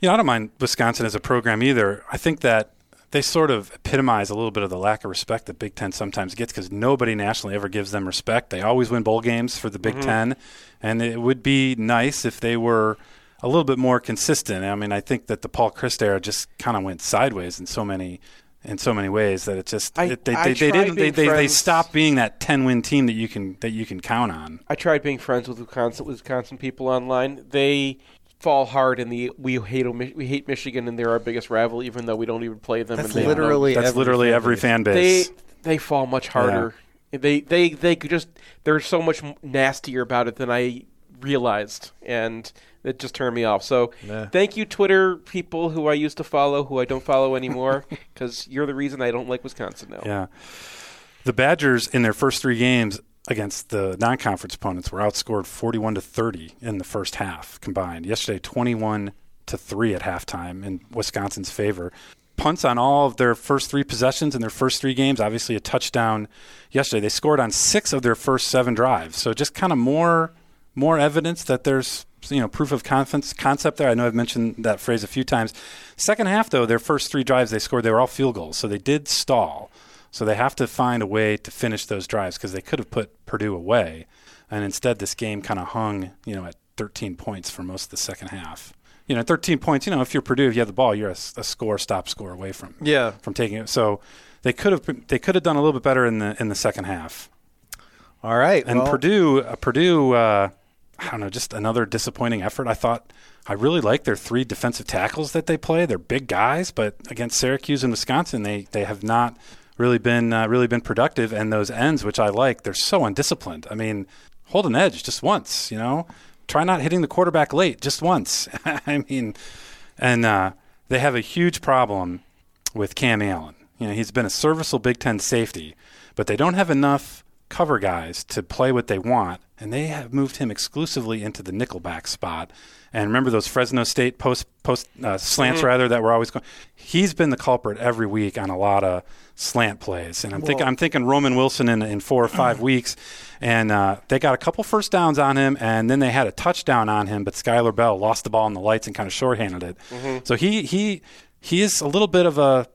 Speaker 17: You know, I don't mind Wisconsin as a program either. I think that they sort of epitomize a little bit of the lack of respect that Big Ten sometimes gets because nobody nationally ever gives them respect. They always win bowl games for the Big
Speaker 13: Mhm.
Speaker 17: Ten, and it would be nice if they were a little bit more consistent. I mean, I think that the Paul Christ era just kind of went sideways in so many in so many ways that it just
Speaker 3: I-
Speaker 17: it, they,
Speaker 3: I
Speaker 17: they, they
Speaker 3: tried
Speaker 17: didn't they,
Speaker 3: being
Speaker 17: they, they
Speaker 3: friends.
Speaker 17: stopped being that ten win team that you can that you can count on.
Speaker 3: I tried being friends with Wisconsin, Wisconsin people online. They fall hard in the we hate Omi- we hate Michigan and they're our biggest rival, even though we don't even play them.
Speaker 17: That's
Speaker 3: and they don't-
Speaker 17: literally That's every literally fan every base. fan base.
Speaker 3: They they fall much harder. They they they could just they're so much m- nastier about it than I realized, and it just turned me off. So
Speaker 18: Nah.
Speaker 3: thank you, Twitter people who I used to follow, who I don't follow anymore, because you're the reason I don't like Wisconsin now.
Speaker 17: Yeah. The Badgers in their first three games against the non-conference opponents were outscored 41 to 30 in the first half combined. Yesterday 21 to 3 at halftime in Wisconsin's favor. Punts on all of their first three possessions in their first three games, obviously a touchdown yesterday. They scored on 6 of their first 7 drives. So just kind of more more evidence that there's you know proof of confidence concept there. I know I've mentioned that phrase a few times. Second half though, their first three drives they scored, they were all field goals, so they did stall. So they have to find a way to finish those drives because they could have put Purdue away, and instead this game kind of hung you know at 13 points for most of the second half. You know, 13 points. You know, if you're Purdue, if you have the ball, you're a, s- a score, stop, score away from
Speaker 2: Yeah.
Speaker 17: from taking it. So they could have they could have done a little bit better in the in the second half.
Speaker 2: All right,
Speaker 17: and
Speaker 2: well-
Speaker 17: Purdue, uh, Purdue, uh, I don't know, just another disappointing effort. I thought I really like their three defensive tackles that they play. They're big guys, but against Syracuse and Wisconsin, they they have not really been uh, really been productive. And those ends, which I like, they're so undisciplined. I mean, hold an edge just once, you know. Try not hitting the quarterback late just once. I mean, and uh, they have a huge problem with Cam Allen. You know, he's been a serviceable Big Ten safety, but they don't have enough cover guys to play what they want, and they have moved him exclusively into the nickelback spot. And remember those Fresno State post post uh, slants
Speaker 13: Mhm.
Speaker 17: rather that were always going. He's been the culprit every week on a lot of slant plays, and I'm thinking
Speaker 13: Whoa.
Speaker 17: I'm thinking Roman Wilson in in four or five weeks, and uh, they got a couple first downs on him, and then they had a touchdown on him, but Skylar Bell lost the ball in the lights and kind of shorthanded it.
Speaker 13: Mhm.
Speaker 17: So he he he is a little bit of a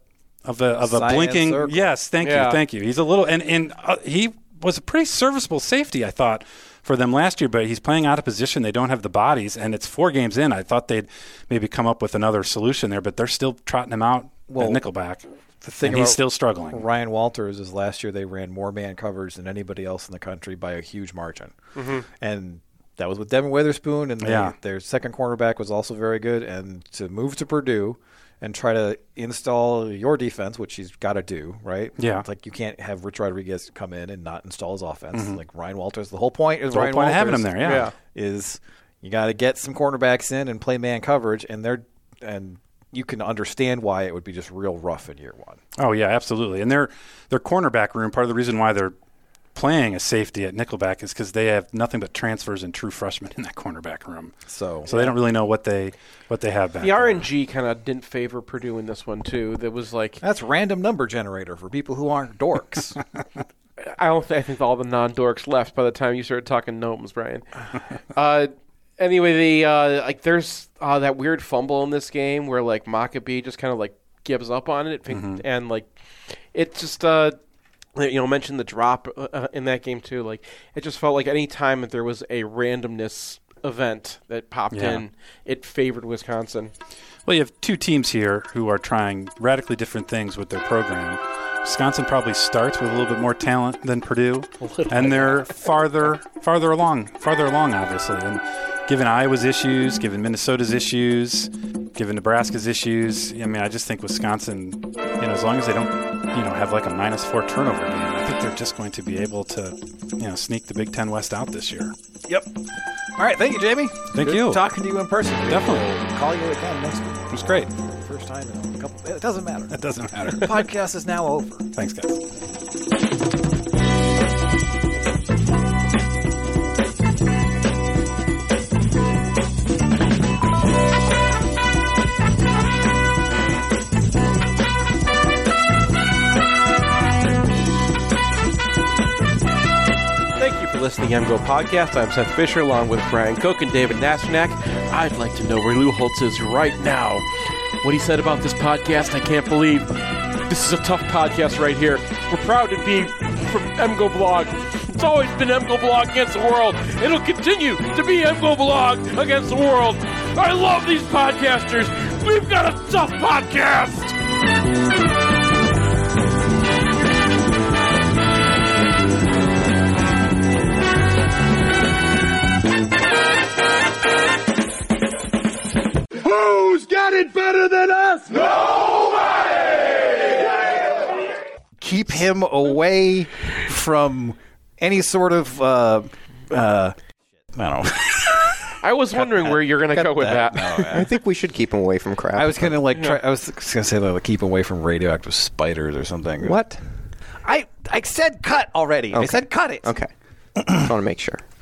Speaker 17: of a of a
Speaker 13: Science
Speaker 17: blinking
Speaker 13: circle.
Speaker 17: yes, thank
Speaker 13: Yeah.
Speaker 17: you, thank you. He's a little and and uh, he was a pretty serviceable safety, I thought, for them last year. But he's playing out of position. They don't have the bodies, and it's four games in. I thought they'd maybe come up with another solution there, but they're still trotting him out
Speaker 2: Well,
Speaker 17: at nickelback.
Speaker 2: The thing
Speaker 17: and he's
Speaker 2: about
Speaker 17: still struggling.
Speaker 2: Ryan Walters is last year they ran more man coverage than anybody else in the country by a huge margin,
Speaker 17: Mhm.
Speaker 2: and that was with Devin Witherspoon. And they-
Speaker 17: Yeah.
Speaker 2: their second cornerback was also very good. And to move to Purdue and try to install your defense, which he's got to do, right?
Speaker 17: Yeah.
Speaker 2: it's like you can't have Rich Rodriguez come in and not install his offense.
Speaker 17: Mhm.
Speaker 2: Like Ryan Walters, the whole point is
Speaker 17: The whole
Speaker 2: Ryan
Speaker 17: point of
Speaker 2: Walters,
Speaker 17: having him there, yeah. Yeah.
Speaker 2: is you got to get some cornerbacks in and play man coverage, and they're and you can understand why it would be just real rough in year one.
Speaker 17: Oh yeah, absolutely. And their their cornerback room, part of the reason why they're playing a safety at nickelback is because they have nothing but transfers and true freshmen in that cornerback room.
Speaker 2: So
Speaker 17: so they don't really know what they what they have back.
Speaker 3: The RNG kind of didn't favor Purdue in this one too. That was like
Speaker 2: that's random number generator for people who aren't dorks.
Speaker 3: I don't. Think, I think all the non-dorks left by the time you started talking gnomes, Brian. uh, anyway, the uh, like there's uh, that weird fumble in this game where like Maccabee just kind of like gives up on it, think-
Speaker 2: Mm-hmm.
Speaker 17: Mhm.
Speaker 3: and like it just uh, you know mentioned the drop uh, uh, in that game too. Like it just felt like any time that there was a randomness event that popped
Speaker 17: Yeah.
Speaker 3: in, it favored Wisconsin.
Speaker 17: Well, you have two teams here who are trying radically different things with their program. Wisconsin probably starts with a little bit more talent than Purdue, and they're farther farther along, farther along, obviously. And given Iowa's issues, given Minnesota's issues, given Nebraska's issues, I mean, I just think Wisconsin, you know, as long as they don't, you know, have like a minus four turnover game, I think they're just going to be able to, you know, sneak the Big Ten West out this year.
Speaker 2: Yep. All right. Thank you, Jamie.
Speaker 17: Thank
Speaker 2: Good
Speaker 17: you.
Speaker 2: Talking to you in person.
Speaker 17: Definitely.
Speaker 2: We'll call you again next week.
Speaker 17: It was great.
Speaker 2: First time in a couple. It doesn't matter.
Speaker 17: It doesn't matter.
Speaker 2: The podcast is now over.
Speaker 17: Thanks, guys.
Speaker 3: Thank you for listening to the MGO podcast. I'm Seth Fisher along with Brian Koch and David Nasternak. I'd like to know where Lou Holtz is right now. What he said about this podcast, I can't believe. This is a tough podcast right here. We're proud to be from MGO Blog. It's always been MGO Blog against the world. It'll continue to be MGO Blog against the world. I love these podcasters. We've got a tough podcast.
Speaker 12: Who's got it better than us?
Speaker 2: keep him away from any sort of uh, uh, I don't know.
Speaker 3: I was wondering where you're going to go with that.
Speaker 4: I think we should keep him away from crap.
Speaker 2: I was gonna like
Speaker 4: Yeah.
Speaker 2: try. I was gonna say like keep away from radioactive spiders or something.
Speaker 4: What?
Speaker 2: I I said cut already. I
Speaker 4: Okay.
Speaker 2: said cut it.
Speaker 4: Okay. Just want to make sure.